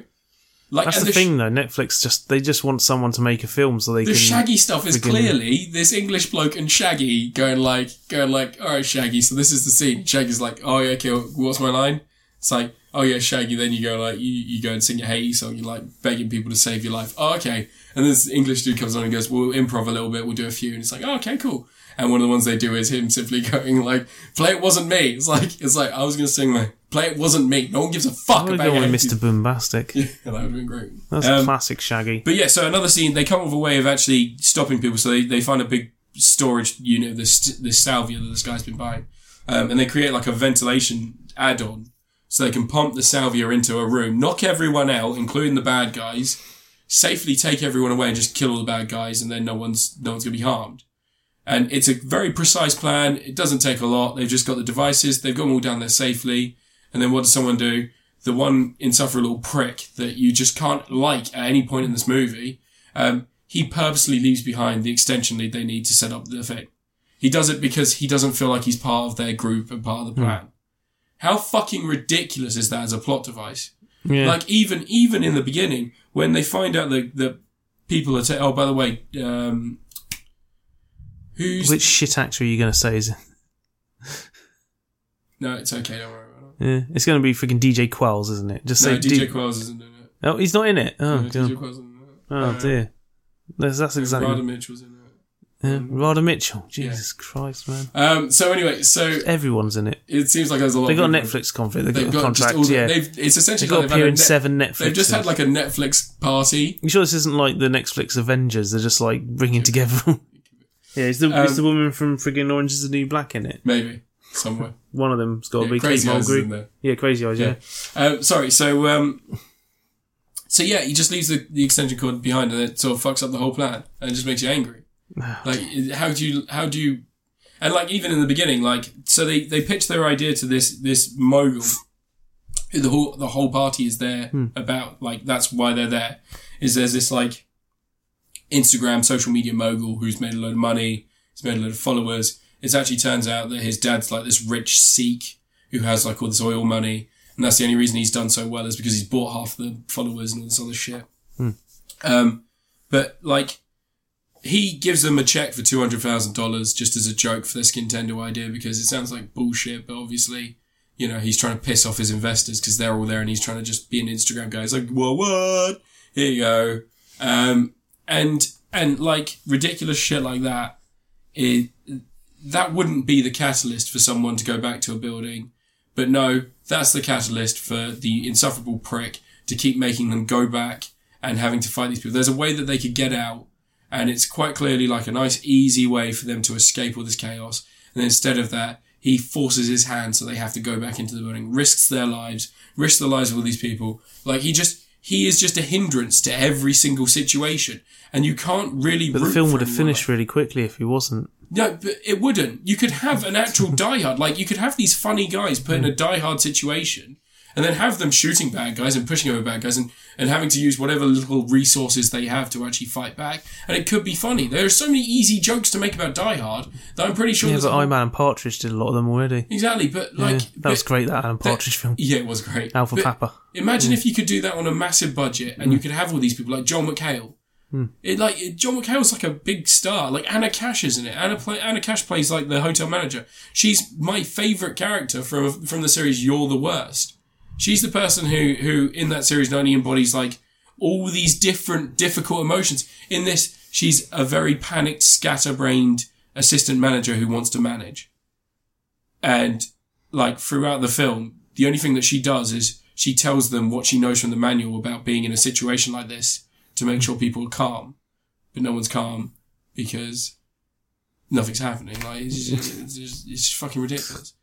[SPEAKER 1] like
[SPEAKER 2] that's
[SPEAKER 1] and
[SPEAKER 2] the
[SPEAKER 1] sh-
[SPEAKER 2] thing, though. Netflix just they just want someone to make a film so they
[SPEAKER 1] the
[SPEAKER 2] can.
[SPEAKER 1] Shaggy stuff is
[SPEAKER 2] beginning.
[SPEAKER 1] clearly this English bloke and Shaggy going like, going like, all right, Shaggy. So this is the scene. Shaggy's like, oh yeah, okay, what's my line? It's like, oh yeah, Shaggy. Then you go like, you, you go and sing your Haiti song. You're like begging people to save your life. Oh okay. And this English dude comes on and goes, we'll improv a little bit. We'll do a few. And it's like, oh, okay, cool. And one of the ones they do is him simply (laughs) going like, play it wasn't me. It's like, it's like I was gonna sing like, play it wasn't me. No one gives a fuck
[SPEAKER 2] I would
[SPEAKER 1] about
[SPEAKER 2] go
[SPEAKER 1] your
[SPEAKER 2] with
[SPEAKER 1] Haiti-
[SPEAKER 2] Mr. Boombastic.
[SPEAKER 1] Yeah, (laughs) that would have been great.
[SPEAKER 2] That's
[SPEAKER 1] Um,
[SPEAKER 2] a classic Shaggy.
[SPEAKER 1] but yeah, so another scene, they come up with a way of actually stopping people. So they, they find a big storage unit of this, this salvia that this guy's been buying. Um, and they create like a ventilation add on so they can pump the salvia into a room, knock everyone out, including the bad guys, safely take everyone away and just kill all the bad guys. And then no one's, no one's going to be harmed. And it's a very precise plan. It doesn't take a lot. They've just got the devices. They've got them all down there safely. And then what does someone do? The one insufferable prick that you just can't like at any point in this movie. Um, he purposely leaves behind the extension lead they need to set up the thing. He does it because he doesn't feel like he's part of their group and part of
[SPEAKER 2] Hmm.
[SPEAKER 1] the plan. How fucking ridiculous is that as a plot device?
[SPEAKER 2] Yeah.
[SPEAKER 1] Like even even in the beginning, when they find out that that people are. Ta- oh, by the way, um, who's
[SPEAKER 2] Which shit actor are you going to say is?
[SPEAKER 1] no? It's okay. Don't worry about
[SPEAKER 2] Yeah, it's going to be freaking DJ Quells, isn't it? Just
[SPEAKER 1] it. No,
[SPEAKER 2] say
[SPEAKER 1] DJ
[SPEAKER 2] D-
[SPEAKER 1] Qualls isn't in it.
[SPEAKER 2] Oh, he's not in it. Oh,
[SPEAKER 1] no,
[SPEAKER 2] God.
[SPEAKER 1] DJ Qualls isn't in it.
[SPEAKER 2] oh
[SPEAKER 1] Uh,
[SPEAKER 2] dear. That's, that's exactly.
[SPEAKER 1] Radha Mitch was in it.
[SPEAKER 2] Yeah, Rada Mitchell. Jesus Christ, man.
[SPEAKER 1] Um, so anyway, so
[SPEAKER 2] Everyone's in it.
[SPEAKER 1] it seems like there's a lot.
[SPEAKER 2] They've
[SPEAKER 1] of
[SPEAKER 2] got a
[SPEAKER 1] people-
[SPEAKER 2] Netflix conflict. They've,
[SPEAKER 1] They've
[SPEAKER 2] got a
[SPEAKER 1] got just
[SPEAKER 2] contract,
[SPEAKER 1] all the-
[SPEAKER 2] yeah. They've,
[SPEAKER 1] They've, it's essentially
[SPEAKER 2] got
[SPEAKER 1] like
[SPEAKER 2] to
[SPEAKER 1] they've had
[SPEAKER 2] appear
[SPEAKER 1] a
[SPEAKER 2] in
[SPEAKER 1] Net-
[SPEAKER 2] seven Netflix.
[SPEAKER 1] They've just had
[SPEAKER 2] films.
[SPEAKER 1] like a Netflix party.
[SPEAKER 2] You sure this isn't like the Netflix Avengers? They're just like
[SPEAKER 1] (laughs)
[SPEAKER 2] bringing together. yeah, is the, is
[SPEAKER 1] Um,
[SPEAKER 2] the woman from friggin' Orange is the New Black in it?
[SPEAKER 1] Maybe somewhere.
[SPEAKER 2] One of them's got to
[SPEAKER 1] Yeah,
[SPEAKER 2] be Kate
[SPEAKER 1] crazy eyes is in
[SPEAKER 2] Mulgrew.
[SPEAKER 1] there.
[SPEAKER 2] Yeah, Crazy Eyes. Yeah.
[SPEAKER 1] Yeah. Um, sorry. So um, so yeah, he just leaves the, the extension cord behind, and it sort of fucks up the whole plan, and it just makes you angry. like, it- how do you how do you and like even in the beginning, like so they they pitch their idea to this this mogul. who The whole the whole party is there about like that's why they're there. Is there's this like Instagram social media mogul who's made a load of money, he's made a load of followers. It actually turns out that his dad's like this rich Sikh who has like all this oil money, and that's the only reason he's done so well is because he's bought half the followers and all this other shit. Um, but like, he gives them a check for two hundred thousand dollars just as a joke for this Nintendo idea because it sounds like bullshit, but obviously. You know, he's trying to piss off his investors because they're all there and he's trying to just be an Instagram guy. He's like, well, what? Here you go. Um, and, and like ridiculous shit like that, it, that wouldn't be the catalyst for someone to go back to a building. But no, that's the catalyst for the insufferable prick to keep making them go back and having to fight these people. There's a way that they could get out, and it's quite clearly like a nice, easy way for them to escape all this chaos. And instead of that, he forces his hand so they have to go back into the building, risks their lives, risks the lives of all these people. Like he just, he is just a hindrance to every single situation, and you can't really.
[SPEAKER 2] But the film would have finished really quickly if he wasn't.
[SPEAKER 1] No, but it wouldn't. You could have an actual diehard. Like, you could have these funny guys put in a diehard situation and then have them shooting bad guys and pushing over bad guys and, and having to use whatever little resources they have to actually fight back. And it could be funny. There are so many easy jokes to make about Die Hard that I'm pretty sure.
[SPEAKER 2] Yeah,
[SPEAKER 1] there's-
[SPEAKER 2] but I Man and Partridge did a lot of them already.
[SPEAKER 1] exactly, but like.
[SPEAKER 2] yeah, that was
[SPEAKER 1] but-
[SPEAKER 2] great. That Alan Partridge film,
[SPEAKER 1] Yeah, it was great.
[SPEAKER 2] Alpha
[SPEAKER 1] But-
[SPEAKER 2] Papa.
[SPEAKER 1] Imagine if you could do that on a massive budget and you could have all these people like John McHale. It like it- John McHale's like a big star. Like Anna Cash is in it. Anna play, Anna Cash plays like the hotel manager. She's my favorite character from from the series You're the Worst. She's the person who who in that series not only embodies like all these different difficult emotions. In this, she's a very panicked, scatterbrained assistant manager who wants to manage. And like throughout the film, the only thing that she does is she tells them what she knows from the manual about being in a situation like this to make sure people are calm. But no one's calm because nothing's happening. Like it's just, it's just, it's just fucking ridiculous.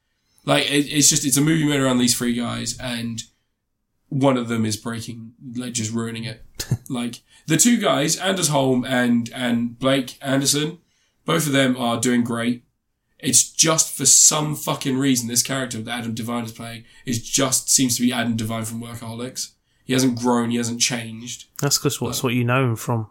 [SPEAKER 1] Like it, it's just it's a movie made around these three guys, and one of them is breaking, like just ruining it. like the two guys, Anders Holm and and Blake Anderson, both of them are doing great. It's just for some fucking reason this character that Adam Devine is playing is just seems to be Adam Devine from Workaholics. He hasn't grown, he hasn't changed.
[SPEAKER 2] That's because what's what you know him from.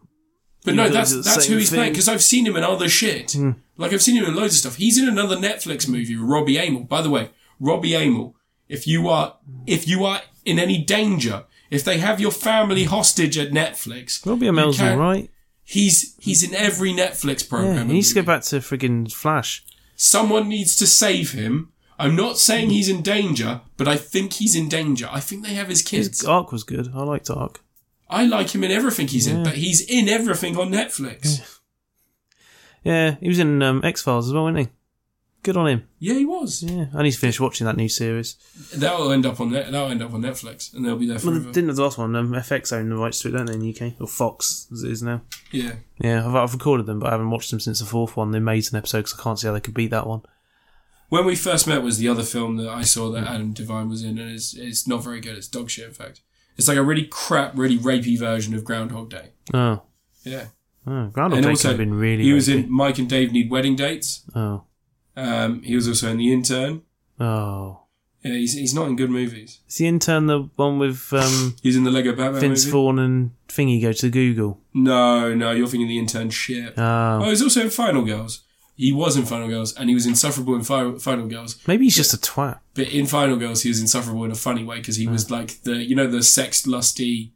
[SPEAKER 1] But
[SPEAKER 2] You
[SPEAKER 1] no,
[SPEAKER 2] gotta
[SPEAKER 1] that's
[SPEAKER 2] do the
[SPEAKER 1] that's
[SPEAKER 2] same
[SPEAKER 1] who he's playing
[SPEAKER 2] thing. Hmm.
[SPEAKER 1] because I've seen him in other shit. Like I've seen him in loads of stuff. He's in another Netflix movie with Robbie Amell. By the way, Robbie Amell, if you are if you are in any danger, if they have your family hostage at Netflix,
[SPEAKER 2] Robbie
[SPEAKER 1] you
[SPEAKER 2] Amell's
[SPEAKER 1] can't-
[SPEAKER 2] all right.
[SPEAKER 1] He's he's in every Netflix program.
[SPEAKER 2] Yeah, he
[SPEAKER 1] and
[SPEAKER 2] needs to go
[SPEAKER 1] movie.
[SPEAKER 2] back to friggin' Flash.
[SPEAKER 1] Someone needs to save him. I'm not saying he's in danger, but I think he's in danger. I think they have his
[SPEAKER 2] His
[SPEAKER 1] kids.
[SPEAKER 2] arc was good. I liked arc.
[SPEAKER 1] I like him in everything he's in, but he's in everything on Netflix.
[SPEAKER 2] Yeah, he was in um, X Files as well, wasn't he? Good on him.
[SPEAKER 1] Yeah, he was.
[SPEAKER 2] Yeah, I need to finish watching that new series.
[SPEAKER 1] That'll end up on Net- that'll end up on Netflix, and they'll be there
[SPEAKER 2] Well,
[SPEAKER 1] forever.
[SPEAKER 2] they didn't have the last one. Um, FX own the rights to it, don't they, in the UK? Or Fox, as it is now.
[SPEAKER 1] yeah,
[SPEAKER 2] Yeah, I've, I've recorded them, but I haven't watched them since the fourth one, the Amazing episode, because I can't see how they could beat that one.
[SPEAKER 1] when we first met was the other film that I saw that Adam Devine was in, and it's it's not very good. It's dog shit, in fact. It's like a really crap, really rapey version of Groundhog Day.
[SPEAKER 2] Oh,
[SPEAKER 1] Yeah,
[SPEAKER 2] oh Groundhog Day could have been really.
[SPEAKER 1] he was
[SPEAKER 2] rapey.
[SPEAKER 1] in Mike and Dave Need Wedding Dates.
[SPEAKER 2] Oh,
[SPEAKER 1] Um, he was also in The Intern.
[SPEAKER 2] oh,
[SPEAKER 1] Yeah, he's he's not in good movies.
[SPEAKER 2] is the intern the one
[SPEAKER 1] (laughs)
[SPEAKER 2] with um,
[SPEAKER 1] He's in the Lego Batman
[SPEAKER 2] Vince
[SPEAKER 1] movie.
[SPEAKER 2] Vaughn and Thingy go to Google?
[SPEAKER 1] no, no, you're thinking The Intern shit.
[SPEAKER 2] Oh,
[SPEAKER 1] Oh, he's also in Final Girls. He was in Final Girls, and he was insufferable in Fi- Final Girls.
[SPEAKER 2] maybe he's just a twat.
[SPEAKER 1] But in Final Girls, he was insufferable in a funny way because he was like the you know the sex lusty,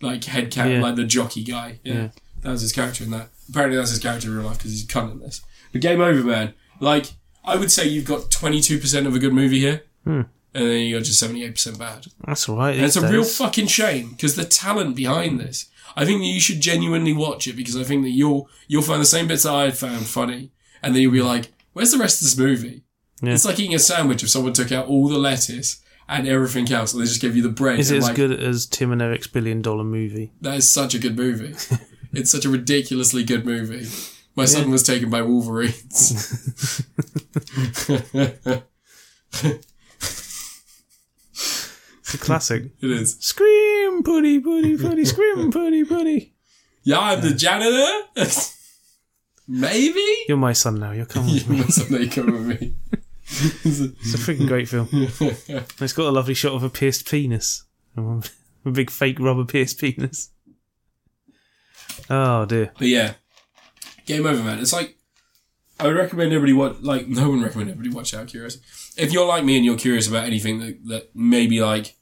[SPEAKER 1] like head cat,
[SPEAKER 2] Yeah.
[SPEAKER 1] like the jockey guy. Yeah.
[SPEAKER 2] Yeah.
[SPEAKER 1] that was his character in that. Apparently, that's his character in real life because he's a cunt in this. But game over, man. Like I would say, you've got twenty two percent of a good movie here,
[SPEAKER 2] Hmm.
[SPEAKER 1] and then you got just seventy eight percent bad.
[SPEAKER 2] That's all right.
[SPEAKER 1] And it's
[SPEAKER 2] these
[SPEAKER 1] a real
[SPEAKER 2] days. Hmm.
[SPEAKER 1] fucking shame because the talent behind this. I think that you should genuinely watch it because I think that you'll you'll find the same bits that I had found funny, and then you'll be like, "Where's the rest of this movie?"
[SPEAKER 2] Hmm. Yeah.
[SPEAKER 1] It's like eating a sandwich if someone took out all the lettuce and everything else, and they just gave you the bread.
[SPEAKER 2] Is
[SPEAKER 1] and
[SPEAKER 2] it as
[SPEAKER 1] like,
[SPEAKER 2] good as Tim and Eric's billion dollar movie?
[SPEAKER 1] That is such a good
[SPEAKER 2] (laughs)
[SPEAKER 1] movie. it's such a ridiculously good movie. My son was taken by wolverines.
[SPEAKER 2] (laughs)
[SPEAKER 1] (laughs) it
[SPEAKER 2] It's a classic. (laughs)
[SPEAKER 1] is.
[SPEAKER 2] scream, putty, putty, putty, scream, putty, putty.
[SPEAKER 1] Yeah, I'm the janitor. (laughs) Maybe.
[SPEAKER 2] You're my son now.
[SPEAKER 1] (laughs)
[SPEAKER 2] You're coming with me.
[SPEAKER 1] Yeah, my son, they come with me.
[SPEAKER 2] It's a freaking great film. And It's got a lovely shot of a pierced penis. (laughs) A big fake rubber pierced penis. Oh dear.
[SPEAKER 1] But yeah, game over, man. It's like I would recommend everybody watch. Like no one recommend everybody watch Out of Curiosity. If you're like me and you're curious about anything that, that maybe like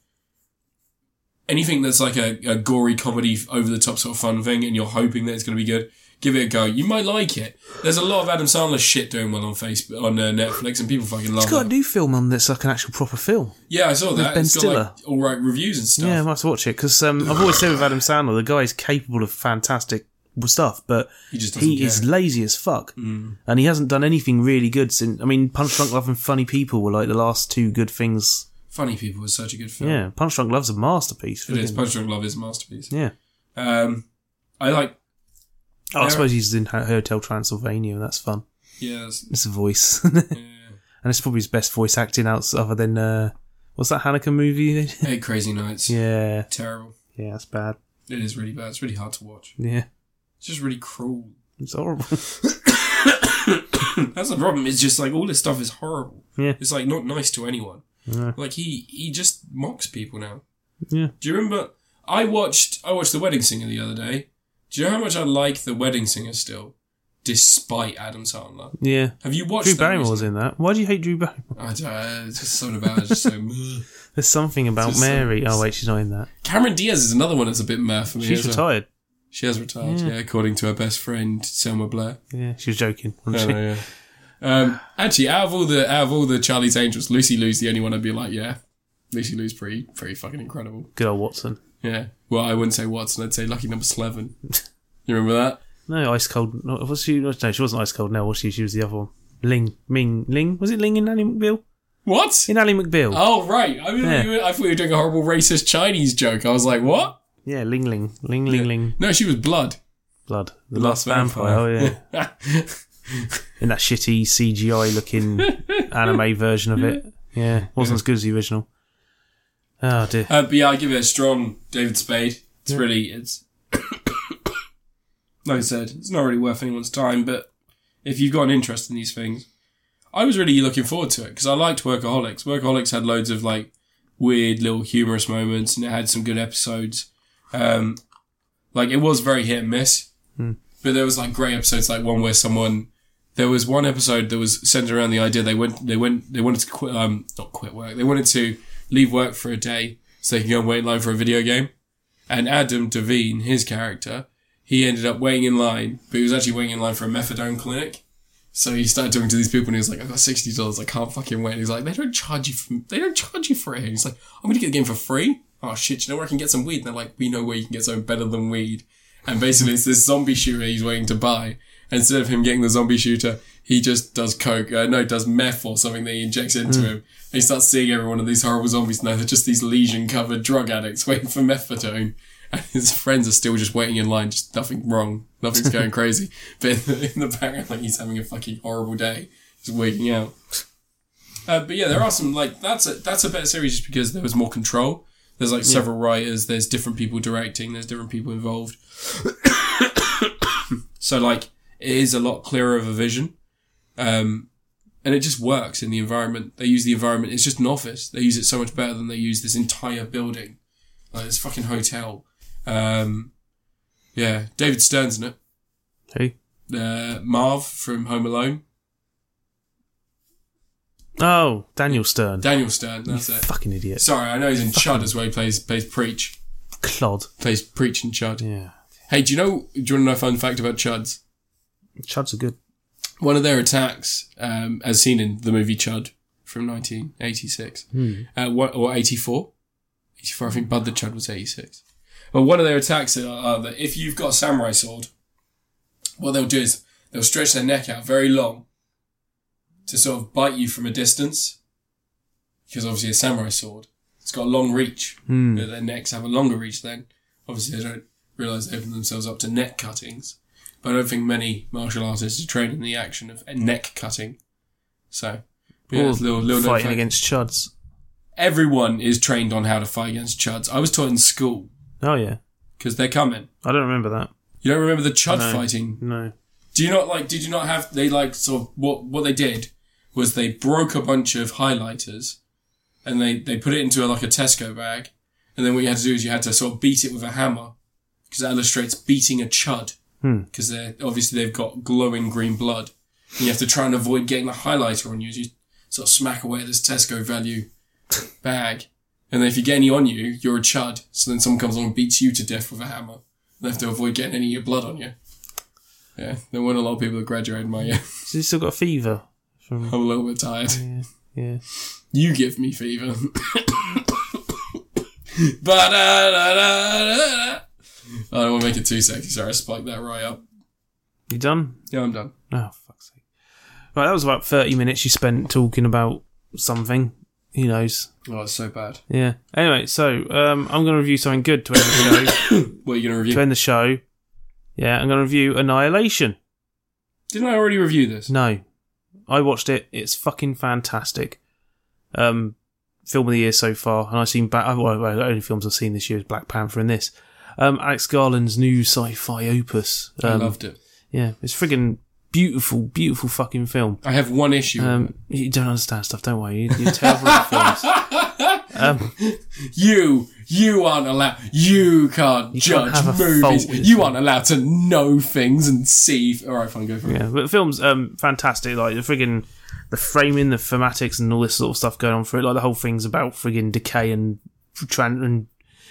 [SPEAKER 1] anything that's like a, a gory comedy, over the top sort of fun thing, and you're hoping that it's going to be good, give it a go. You might like it. There's a lot of Adam Sandler shit doing well on Facebook on uh, Netflix, and people fucking love
[SPEAKER 2] It's got a
[SPEAKER 1] it.
[SPEAKER 2] new film on that's like an actual proper film.
[SPEAKER 1] Yeah, I saw that.
[SPEAKER 2] Ben
[SPEAKER 1] it's got like all right reviews and stuff.
[SPEAKER 2] Yeah, I might have to watch it because um, I've always said with Adam Sandler, the guy is capable of fantastic stuff, but
[SPEAKER 1] he just doesn't
[SPEAKER 2] he
[SPEAKER 1] care. Mm.
[SPEAKER 2] is lazy as fuck, and he hasn't done anything really good since. I mean, Punch Drunk Love and Funny People were like the last two good things.
[SPEAKER 1] Funny People is such a good film.
[SPEAKER 2] Yeah, Punch Drunk Love's a masterpiece.
[SPEAKER 1] It is.
[SPEAKER 2] Freaking-
[SPEAKER 1] Punch Drunk Love is a masterpiece.
[SPEAKER 2] Yeah.
[SPEAKER 1] Um, I like.
[SPEAKER 2] Oh, I
[SPEAKER 1] There-
[SPEAKER 2] suppose he's in Ho- Hotel Transylvania, and that's fun.
[SPEAKER 1] Yeah, that's-
[SPEAKER 2] It's a voice, (laughs) and
[SPEAKER 1] yeah.
[SPEAKER 2] it's probably his best voice acting out other than uh, what's that Hanukkah movie? (laughs)
[SPEAKER 1] Eight Crazy Nights.
[SPEAKER 2] yeah,
[SPEAKER 1] Terrible.
[SPEAKER 2] yeah, that's bad.
[SPEAKER 1] It is really bad. It's really hard to watch.
[SPEAKER 2] Yeah,
[SPEAKER 1] It's just really cruel. (laughs)
[SPEAKER 2] it's horrible. (laughs)
[SPEAKER 1] That's the problem. It's just like all this stuff is horrible.
[SPEAKER 2] Yeah.
[SPEAKER 1] It's like not nice to anyone.
[SPEAKER 2] No.
[SPEAKER 1] Like he he just mocks people now.
[SPEAKER 2] Yeah.
[SPEAKER 1] Do you remember? I watched I watched The Wedding Singer the other day. Do you know how much I like The Wedding Singer still, despite Adam Sandler?
[SPEAKER 2] yeah.
[SPEAKER 1] Have you watched?
[SPEAKER 2] Drew
[SPEAKER 1] that
[SPEAKER 2] Barrymore's
[SPEAKER 1] recently?
[SPEAKER 2] in that. Why do you hate Drew Barrymore?
[SPEAKER 1] I don't. know, It's just something about it. Just so. (laughs) meh.
[SPEAKER 2] There's something about
[SPEAKER 1] Just some-
[SPEAKER 2] Mary. oh wait, she's not in that.
[SPEAKER 1] Cameron Diaz is another one that's a bit meh for me.
[SPEAKER 2] She's
[SPEAKER 1] as well.
[SPEAKER 2] retired.
[SPEAKER 1] She has retired.
[SPEAKER 2] Yeah.
[SPEAKER 1] yeah, according to her best friend Selma Blair.
[SPEAKER 2] (laughs) Yeah, she was joking. (laughs) Wasn't she?
[SPEAKER 1] Oh, yeah. Um, actually, out of all the out of all the Charlie's Angels, Lucy Lou's the only one I'd be like, yeah, Lucy Lou's pretty pretty fucking incredible.
[SPEAKER 2] Good old Watson.
[SPEAKER 1] Yeah. Well, I wouldn't say Watson. I'd say Lucky Number
[SPEAKER 2] (laughs)
[SPEAKER 1] Eleven. You remember that?
[SPEAKER 2] No, ice cold. No, was she? No, she wasn't ice cold. No, was she? She was the other one. Ling, Ming, Ling. Was it Ling in Ally McBeal?
[SPEAKER 1] What?
[SPEAKER 2] In Ally McBeal.
[SPEAKER 1] Oh right. I mean,
[SPEAKER 2] Yeah.
[SPEAKER 1] you were- I thought you were doing a horrible racist Chinese joke. I was like, what?
[SPEAKER 2] Yeah, Ling, Ling, Ling, Ling, Ling.
[SPEAKER 1] No, she was blood.
[SPEAKER 2] Blood. The,
[SPEAKER 1] Last
[SPEAKER 2] Last,
[SPEAKER 1] Vampire.
[SPEAKER 2] vampire. Oh (laughs) yeah.
[SPEAKER 1] (laughs)
[SPEAKER 2] in that shitty CGI (laughs) looking anime version of it. Yeah, wasn't as good as the original. Oh dear.
[SPEAKER 1] Uh, but yeah, I give it a strong David Spade. It's really it's (coughs) like I said, it's not really worth anyone's time. But if you've got an interest in these things, I was really looking forward to it because I liked Workaholics. Workaholics had loads of like weird little humorous moments, and it had some good episodes. Um, like it was very hit and miss, but there was like great episodes, like one where someone. There was one episode that was centered around the idea they went, they went, they wanted to quit, um, not quit work. They wanted to leave work for a day so they can go and wait in line for a video game. And Adam Devine, his character, he ended up waiting in line, but he was actually waiting in line for a methadone clinic. So he started talking to these people and he was like, I've got sixty dollars, I can't fucking wait. And he's like, They don't charge you for they don't charge you for it. And he's like, I'm gonna get the game for free. Oh shit, do you know where I can get some weed? And they're like, We know where you can get something better than weed. And basically it's this zombie shooter he's waiting to buy. And instead of him getting the zombie shooter, he just does coke, uh, no, does meth or something that he injects into him. And he starts seeing every one of these horrible zombies. Now they're just these lesion covered drug addicts waiting for methadone. And his friends are still just waiting in line, just nothing wrong, nothing's going crazy. But in the, in the background, like he's having a fucking horrible day, just waking out. Uh, but yeah, there are some like that's a that's a better series just because there was more control. There's like several writers, there's different people directing, there's different people involved. so like it is a lot clearer of a vision. Um, and it just works in the environment. They use the environment. It's just an office. They use it so much better than they use this entire building, like this fucking hotel. Um, yeah, David Stern's in it.
[SPEAKER 2] Who?
[SPEAKER 1] Uh, Marv from Home Alone.
[SPEAKER 2] Oh, Daniel Stern.
[SPEAKER 1] Daniel Stern. That's it.
[SPEAKER 2] Fucking idiot.
[SPEAKER 1] Sorry, I know he's in Chud as well. He plays plays preach,
[SPEAKER 2] Clod.
[SPEAKER 1] plays preach in Chud.
[SPEAKER 2] Yeah.
[SPEAKER 1] Hey, do you know? Do you want to know a fun fact about Chuds?
[SPEAKER 2] Chuds are good.
[SPEAKER 1] One of their attacks, um, as seen in the movie Chud from 1986, uh, what, or 84, 84. I think Bud the Chud was 86. But one of their attacks are, are that if you've got a samurai sword, what they'll do is they'll stretch their neck out very long to sort of bite you from a distance. Because obviously a samurai sword, it's got a long reach.
[SPEAKER 2] Hmm.
[SPEAKER 1] But their necks have a longer reach then. Obviously they don't realise they open themselves up to neck cuttings. But I don't think many martial artists are trained in the action of neck cutting. So, yeah,
[SPEAKER 2] Or
[SPEAKER 1] it's a little, little known
[SPEAKER 2] fighting
[SPEAKER 1] fact.
[SPEAKER 2] against chuds.
[SPEAKER 1] Everyone is trained on how to fight against chuds. I was taught in school
[SPEAKER 2] Oh yeah,
[SPEAKER 1] because they're coming.
[SPEAKER 2] I don't remember that.
[SPEAKER 1] You don't remember the chud
[SPEAKER 2] No.
[SPEAKER 1] fighting?
[SPEAKER 2] No.
[SPEAKER 1] Do you not like? Did you not have? They like sort of what what they did was they broke a bunch of highlighters, and they they put it into like a Tesco bag, and then what you had to do is you had to sort of beat it with a hammer because that illustrates beating a chud
[SPEAKER 2] Hmm.
[SPEAKER 1] because they're obviously they've got glowing green blood. And you have to try and avoid getting the highlighter on you. as You sort of smack away at this Tesco value bag, and then if you get any on you, you're a chud. So then someone comes along and beats you to death with a hammer. They have to avoid getting any of your blood on you. Yeah, there weren't a lot of people that graduated my year. (laughs)
[SPEAKER 2] So he's still got a fever. From,
[SPEAKER 1] I'm a little bit tired.
[SPEAKER 2] yeah, yeah.
[SPEAKER 1] You give me fever. (laughs) Ba-da-da-da-da-da. I don't want to make it too sexy. Sorry, I spiked that right up.
[SPEAKER 2] You done?
[SPEAKER 1] Yeah, I'm done.
[SPEAKER 2] Oh, fuck's sake. Right, that was about 30 minutes you spent talking about something. Who knows?
[SPEAKER 1] Oh, it's so bad.
[SPEAKER 2] Yeah. Anyway, so um, I'm going to review something good to end the show.
[SPEAKER 1] What are you going to
[SPEAKER 2] to
[SPEAKER 1] review?
[SPEAKER 2] end the show, yeah, I'm going to review Annihilation.
[SPEAKER 1] Didn't I already review this?
[SPEAKER 2] No, I watched it. It's fucking fantastic. Um, film of the year so far, and I've seen back. Well, well, the only films I've seen this year is Black Panther and this. Um, Alex Garland's new sci-fi opus. Um,
[SPEAKER 1] I loved it.
[SPEAKER 2] yeah, it's friggin' beautiful, beautiful fucking film.
[SPEAKER 1] I have one issue.
[SPEAKER 2] Um, you don't understand stuff, don't worry. You- You're terrible at films. Um,
[SPEAKER 1] you, you aren't allowed. You can't
[SPEAKER 2] You
[SPEAKER 1] judge
[SPEAKER 2] can't have a
[SPEAKER 1] movies.
[SPEAKER 2] fault with
[SPEAKER 1] you aren't allowed to know things and see. All right, fine, go for it.
[SPEAKER 2] yeah, but the film's um, fantastic. Like the friggin' the framing, the thematics, and all this sort of stuff going on for it. Like the whole thing's about friggin' decay and tran- and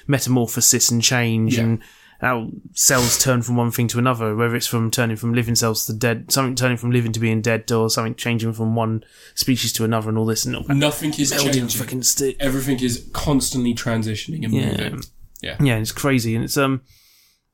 [SPEAKER 2] metamorphosis and change
[SPEAKER 1] Yeah.
[SPEAKER 2] and how cells turn from one thing to another. Whether it's from turning from living cells to dead, something turning from living to being dead, or something changing from one species to another, and all this and all
[SPEAKER 1] Nothing is
[SPEAKER 2] building
[SPEAKER 1] changing.
[SPEAKER 2] freaking sti-
[SPEAKER 1] everything is constantly transitioning and
[SPEAKER 2] Yeah.
[SPEAKER 1] moving. Yeah.
[SPEAKER 2] yeah, it's crazy, and it's um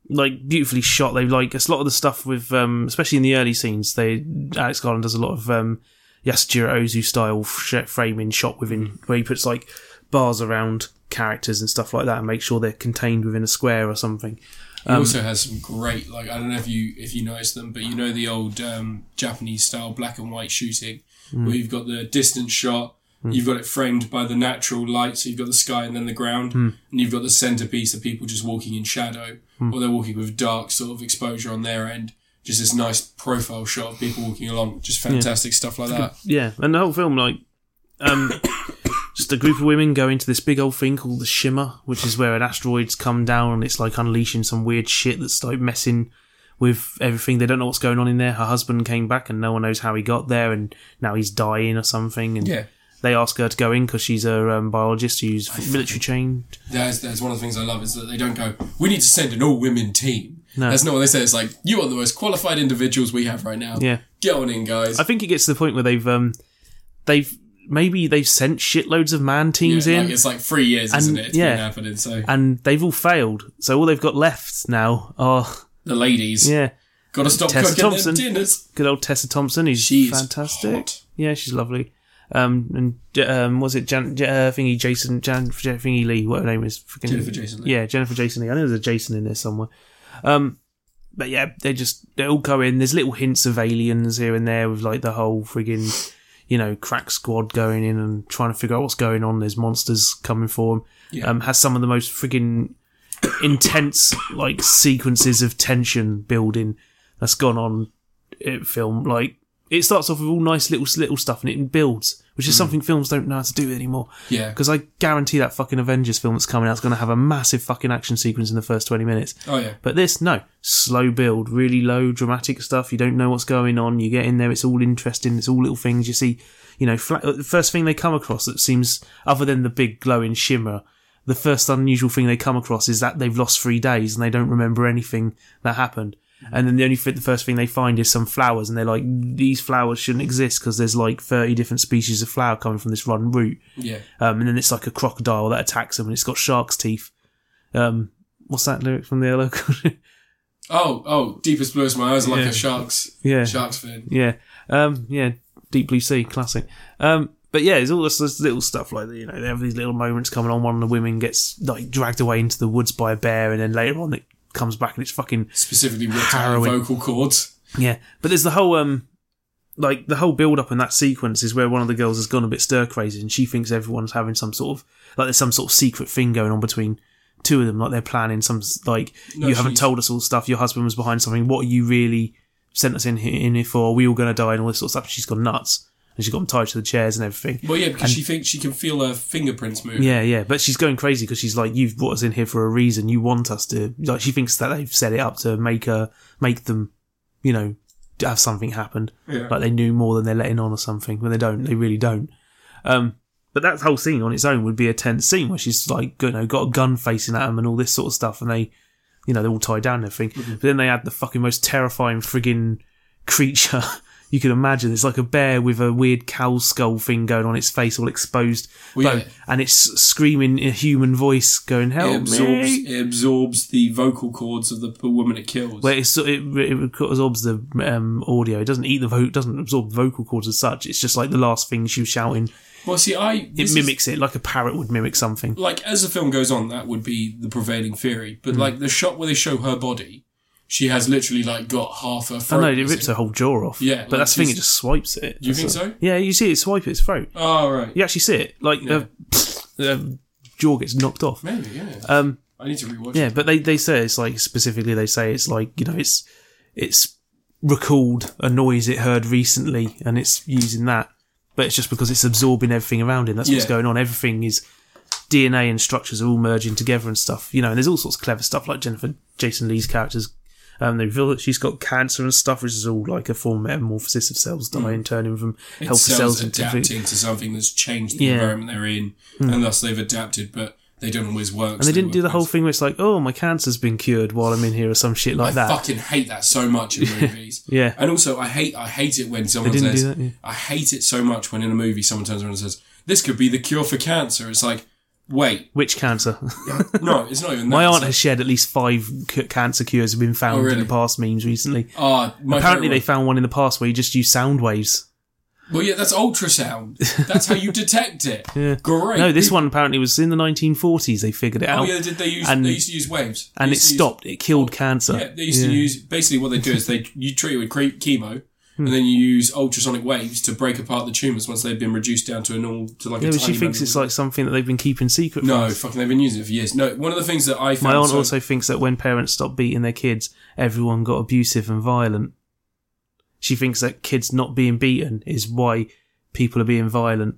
[SPEAKER 2] like beautifully shot. They like it's a lot of the stuff with um especially in the early scenes. They Alex Garland does a lot of um Yasujiro Ozu style sh- framing shot within where he puts like bars around characters and stuff like that and make sure they're contained within a square or something.
[SPEAKER 1] He also has some great, like I don't know if you if you noticed them, but you know the old um, Japanese style black and white shooting where you've got the distance shot, you've got it framed by the natural light, so you've got the sky and then the ground, and you've got the centerpiece of people just walking in shadow or they're walking with dark sort of exposure on their end. Just this nice profile shot of people walking along, just fantastic stuff like that.
[SPEAKER 2] Yeah, and the whole film, like, um, (coughs) just a group of women go into this big old thing called the Shimmer, which is where an asteroid's come down and it's like unleashing some weird shit that's like messing with everything. They don't know what's going on in there. Her husband came back and no one knows how he got there, and now he's dying or something. And
[SPEAKER 1] Yeah,
[SPEAKER 2] they ask her to go in because she's a um, biologist who's military trained.
[SPEAKER 1] that's that's one of the things I love is that they don't go. We need to send an all women team. That's not what they say. It's like you are the most qualified individuals we have right now.
[SPEAKER 2] Yeah.
[SPEAKER 1] Get on in, guys.
[SPEAKER 2] I think it gets to the point where they've um, they've maybe they've sent shitloads of man teams
[SPEAKER 1] Yeah,
[SPEAKER 2] in.
[SPEAKER 1] Like, it's like three years, isn't it? It's
[SPEAKER 2] yeah.
[SPEAKER 1] been happening. So
[SPEAKER 2] and they've all failed, so all they've got left now are
[SPEAKER 1] the ladies
[SPEAKER 2] yeah,
[SPEAKER 1] got to stop
[SPEAKER 2] Tessa
[SPEAKER 1] cooking
[SPEAKER 2] Thompson.
[SPEAKER 1] their dinners.
[SPEAKER 2] good old Tessa Thompson, who's
[SPEAKER 1] She's
[SPEAKER 2] fantastic.
[SPEAKER 1] hot.
[SPEAKER 2] Yeah, she's lovely. Um, and J- um, was it Jan, J- uh, thingy Jason Jan J- thingy Lee? What her name is? Freaking,
[SPEAKER 1] Jennifer Jason Leigh.
[SPEAKER 2] Yeah, Jennifer Jason Lee. I know there's a Jason in there somewhere. Um, but yeah, they just they all go in. There's little hints of aliens here and there with like the whole friggin' you know crack squad going in and trying to figure out what's going on. There's monsters coming for them.
[SPEAKER 1] Yeah.
[SPEAKER 2] Um, has some of the most friggin' intense like sequences of tension building that's gone on in film. Like it starts off with all nice little little stuff and it builds, which is something films don't know how to do anymore.
[SPEAKER 1] Yeah.
[SPEAKER 2] Because I guarantee that fucking Avengers film that's coming out is going to have a massive fucking action sequence in the first twenty minutes.
[SPEAKER 1] Oh yeah.
[SPEAKER 2] But this, no, slow build, really low dramatic stuff. You don't know what's going on. You get in there, it's all interesting. It's all little things you see. You know, fla- the first thing they come across that seems, other than the big glowing shimmer, the first unusual thing they come across is that they've lost three days and they don't remember anything that happened. And then the only thi- the first thing they find is some flowers, and they're like, "These flowers shouldn't exist because there's like thirty different species of flower coming from this one root."
[SPEAKER 1] Yeah.
[SPEAKER 2] Um, and then it's like a crocodile that attacks them, and it's got shark's teeth. Um, what's that lyric from the LL Cool J?
[SPEAKER 1] Oh, oh, deepest blues my eyes are like
[SPEAKER 2] Yeah.
[SPEAKER 1] a shark's
[SPEAKER 2] yeah,
[SPEAKER 1] shark's fin.
[SPEAKER 2] yeah, um, yeah. Deep Blue Sea, classic. Um, but yeah, it's all this, this little stuff like you know they have these little moments coming on. One of the women gets like dragged away into the woods by a bear, and then later on it comes back and it's fucking
[SPEAKER 1] Specifically ripped out of
[SPEAKER 2] Harrowing.
[SPEAKER 1] vocal cords.
[SPEAKER 2] Yeah, but there's the whole um, like the whole build up in that sequence is where one of the girls has gone a bit stir crazy, and she thinks everyone's having some sort of like there's some sort of secret thing going on between two of them, like they're planning some s- like
[SPEAKER 1] No,
[SPEAKER 2] you haven't
[SPEAKER 1] she's-
[SPEAKER 2] told us all the stuff, your husband was behind something. What are you really sent us in here, in here for? Are we all going to die and all this sort of stuff? She's gone nuts and she's got them tied to the chairs and everything.
[SPEAKER 1] Well, yeah, because she thinks she can feel her fingerprints move.
[SPEAKER 2] Yeah, yeah, but she's going crazy because she's like, "You've brought us in here for a reason. You want us to." Like, she thinks that they've set it up to make her, make them, you know, to have something happen.
[SPEAKER 1] Yeah.
[SPEAKER 2] Like they knew more than they're letting on or something. When they don't, they really don't. Um, but that whole scene on its own would be a tense scene where she's like, you know, got a gun facing at them and all this sort of stuff, and they, you know, they're all tied down and everything.
[SPEAKER 1] Mm-hmm.
[SPEAKER 2] But then they add the fucking most terrifying friggin' creature (laughs) you can imagine. It's like a bear with a weird cow skull thing going on its face, all exposed.
[SPEAKER 1] Well, yeah.
[SPEAKER 2] bone, And it's screaming in a human voice, going,
[SPEAKER 1] It
[SPEAKER 2] help
[SPEAKER 1] absorbs
[SPEAKER 2] me.
[SPEAKER 1] it absorbs the vocal cords of the, the woman it kills.
[SPEAKER 2] Where it's, it, it absorbs the um, audio. It doesn't eat the vo- doesn't absorb vocal cords as such. It's just like the last thing she was shouting.
[SPEAKER 1] well, see, I
[SPEAKER 2] It
[SPEAKER 1] this is-
[SPEAKER 2] mimics it like a parrot would mimic something.
[SPEAKER 1] like as the film goes on, that would be the prevailing theory. But
[SPEAKER 2] Hmm.
[SPEAKER 1] like the shot where they show her body, she has literally like got half her
[SPEAKER 2] I
[SPEAKER 1] throat.
[SPEAKER 2] know it
[SPEAKER 1] missing.
[SPEAKER 2] rips her whole jaw off.
[SPEAKER 1] Yeah,
[SPEAKER 2] but
[SPEAKER 1] like
[SPEAKER 2] that's the thing. It
[SPEAKER 1] she's-
[SPEAKER 2] just swipes it.
[SPEAKER 1] You
[SPEAKER 2] That's
[SPEAKER 1] think
[SPEAKER 2] it.
[SPEAKER 1] so?
[SPEAKER 2] Yeah, you see it swipe its throat.
[SPEAKER 1] Oh right,
[SPEAKER 2] You actually see it. Like the (laughs) the jaw gets knocked off.
[SPEAKER 1] maybe yeah.
[SPEAKER 2] Um,
[SPEAKER 1] I need to rewatch.
[SPEAKER 2] yeah, but they they say it's like specifically they say it's like you know it's it's recalled a noise it heard recently and it's using that, but it's just because it's absorbing everything around it. That's what's
[SPEAKER 1] Yeah.
[SPEAKER 2] going on. Everything is DNA and structures are all merging together and stuff. You know, and there's all sorts of clever stuff like Jennifer Jason Lee's characters. Um, they reveal that she's got cancer and stuff, which is all like a form of metamorphosis of cells dying, turning from
[SPEAKER 1] Hmm. It
[SPEAKER 2] healthy
[SPEAKER 1] cells,
[SPEAKER 2] cells into food.
[SPEAKER 1] adapting to something that's changed the
[SPEAKER 2] Yeah. Hmm.
[SPEAKER 1] environment they're in, and thus they've adapted, but they don't always work.
[SPEAKER 2] And they didn't do the whole thing where it's like, oh, my cancer's been cured while I'm in here or some shit like
[SPEAKER 1] I
[SPEAKER 2] that.
[SPEAKER 1] fucking hate that so much in movies.
[SPEAKER 2] (laughs) Yeah.
[SPEAKER 1] And also, I hate I hate it when someone
[SPEAKER 2] didn't do
[SPEAKER 1] says
[SPEAKER 2] that, yeah.
[SPEAKER 1] I hate it so much when in a movie someone turns around and says this could be the cure for cancer. It's like, wait,
[SPEAKER 2] Which cancer? (laughs)
[SPEAKER 1] no, it's not even.
[SPEAKER 2] My
[SPEAKER 1] that.
[SPEAKER 2] aunt
[SPEAKER 1] It's
[SPEAKER 2] has shared at least five c- cancer cures have been found
[SPEAKER 1] Oh, really?
[SPEAKER 2] in the past memes recently.
[SPEAKER 1] like, ah, my
[SPEAKER 2] Apparently,
[SPEAKER 1] favourite
[SPEAKER 2] they found one in the past where you just use sound waves.
[SPEAKER 1] Well, yeah, that's ultrasound. That's how you detect
[SPEAKER 2] (laughs)
[SPEAKER 1] it. Great.
[SPEAKER 2] No, this one apparently was in the 1940s. They figured it
[SPEAKER 1] Oh
[SPEAKER 2] out,
[SPEAKER 1] yeah, did they use?
[SPEAKER 2] and-
[SPEAKER 1] they used to use waves, They
[SPEAKER 2] and it
[SPEAKER 1] used to use- Oh,
[SPEAKER 2] stopped. It killed cancer.
[SPEAKER 1] yeah, they used to use. Basically, what they do is they you treat it with cre- chemo,
[SPEAKER 2] Hmm.
[SPEAKER 1] and then you use ultrasonic waves to break apart the tumors once they've been reduced down to a normal to like
[SPEAKER 2] Yeah,
[SPEAKER 1] a
[SPEAKER 2] but
[SPEAKER 1] tiny.
[SPEAKER 2] she thinks
[SPEAKER 1] level.
[SPEAKER 2] it's like something that they've been keeping secret. from
[SPEAKER 1] no,
[SPEAKER 2] us.
[SPEAKER 1] fucking, they've been using it for years. No, one of the things that I found
[SPEAKER 2] my aunt
[SPEAKER 1] so-
[SPEAKER 2] also thinks that when parents stopped beating their kids, everyone got abusive and violent. She thinks that kids not being beaten is why people are being violent.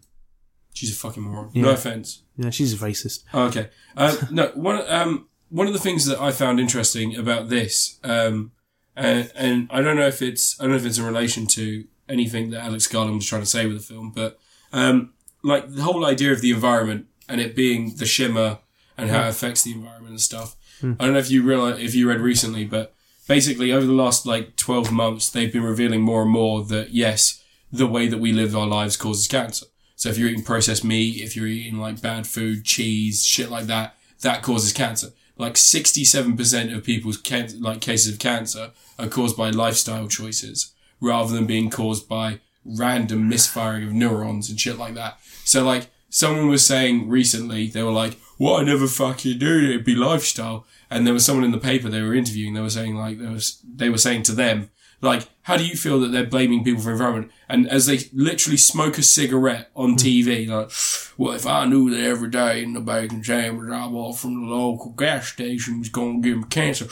[SPEAKER 1] she's a fucking moron.
[SPEAKER 2] Yeah.
[SPEAKER 1] No offense.
[SPEAKER 2] You know, she's a racist.
[SPEAKER 1] Okay. Uh, no, one um, one of the things that I found interesting about this, um, and, and I don't know if it's I don't know if it's in relation to anything that Alex Garland was trying to say with the film, but um, like the whole idea of the environment and it being the shimmer and how it affects the environment and stuff. I don't know if you realize if you read recently, but basically over the last like twelve months, they've been revealing more and more that yes, the way that we live our lives causes cancer. So if you're eating processed meat, if you're eating like bad food, cheese, shit like that, that causes cancer. Like 67% of people's can- like cases of cancer are caused by lifestyle choices rather than being caused by random misfiring of neurons and shit like that. So like someone was saying recently, they were like, "What I never fucking knew it'd be lifestyle." And there was someone in the paper they were interviewing. They were saying like there was they were saying to them like, "How do you feel that they're blaming people for environment?" And as they literally smoke a cigarette
[SPEAKER 2] Hmm.
[SPEAKER 1] on TV, like, "Well, if I knew that every day in the baking chambers I bought from the local gas station was gonna give me cancer,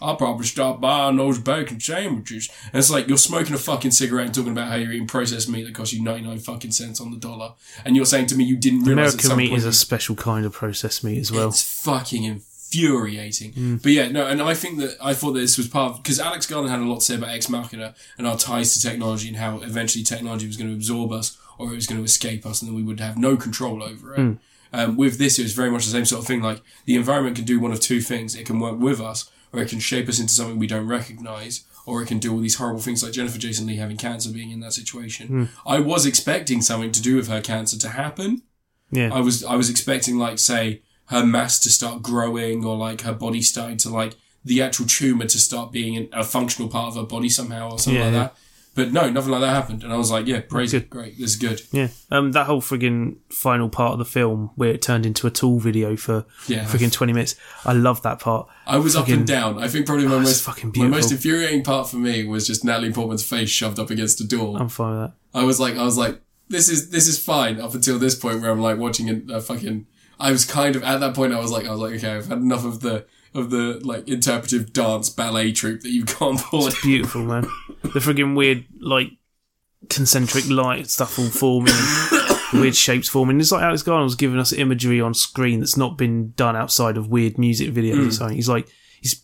[SPEAKER 1] I'll probably stop buying those bacon sandwiches." And it's like you're smoking a fucking cigarette and talking about how you're eating processed meat that costs you ninety nine fucking cents on the dollar, and you're saying to me you didn't realize at
[SPEAKER 2] American
[SPEAKER 1] some
[SPEAKER 2] meat
[SPEAKER 1] point
[SPEAKER 2] is a special kind of processed meat as well. Mm.
[SPEAKER 1] it's fucking infuriating. But yeah, no, and I think that I thought that this was part of because Alex Garland had a lot to say about Ex Machina and our ties to technology and how eventually technology was going to absorb us or it was going to escape us and then we would have no control over it.
[SPEAKER 2] Mm.
[SPEAKER 1] Um, with this, it was very much the same sort of thing. Like the environment can do one of two things: it can work with us, or it can shape us into something we don't recognize, or it can do all these horrible things like Jennifer Jason Lee having cancer, being in that situation.
[SPEAKER 2] Mm.
[SPEAKER 1] I was expecting something to do with her cancer to happen,
[SPEAKER 2] Yeah.
[SPEAKER 1] I was I was expecting like say her mass to start growing or like her body starting to like the actual tumor to start being an, a functional part of her body somehow or something
[SPEAKER 2] Yeah,
[SPEAKER 1] like
[SPEAKER 2] yeah.
[SPEAKER 1] that. But no, nothing like that happened. And I was like, yeah, praise
[SPEAKER 2] Good.
[SPEAKER 1] it. Great. This is good.
[SPEAKER 2] Yeah. Um, that whole friggin' final part of the film where it turned into a tool video for
[SPEAKER 1] Yeah.
[SPEAKER 2] friggin' 20 minutes. I love that part.
[SPEAKER 1] I was up
[SPEAKER 2] Fucking-
[SPEAKER 1] and down. I think probably my
[SPEAKER 2] it's
[SPEAKER 1] most
[SPEAKER 2] fucking
[SPEAKER 1] my most
[SPEAKER 2] beautiful.
[SPEAKER 1] infuriating part for me was just Natalie Portman's face shoved up against the door.
[SPEAKER 2] I'm fine with that.
[SPEAKER 1] I was like, I was like, this is this is fine up until this point where I'm like watching a, a fucking. I was kind of at that point. I was like, I was like, okay, I've had enough of the of the like interpretive dance ballet troupe that you've got (laughs) on board.
[SPEAKER 2] It's beautiful, man. The friggin' weird, like, concentric light stuff all forming, (coughs) and weird shapes forming. It's like Alex Garland was giving us imagery on screen that's not been done outside of weird music videos or something. He's like, he's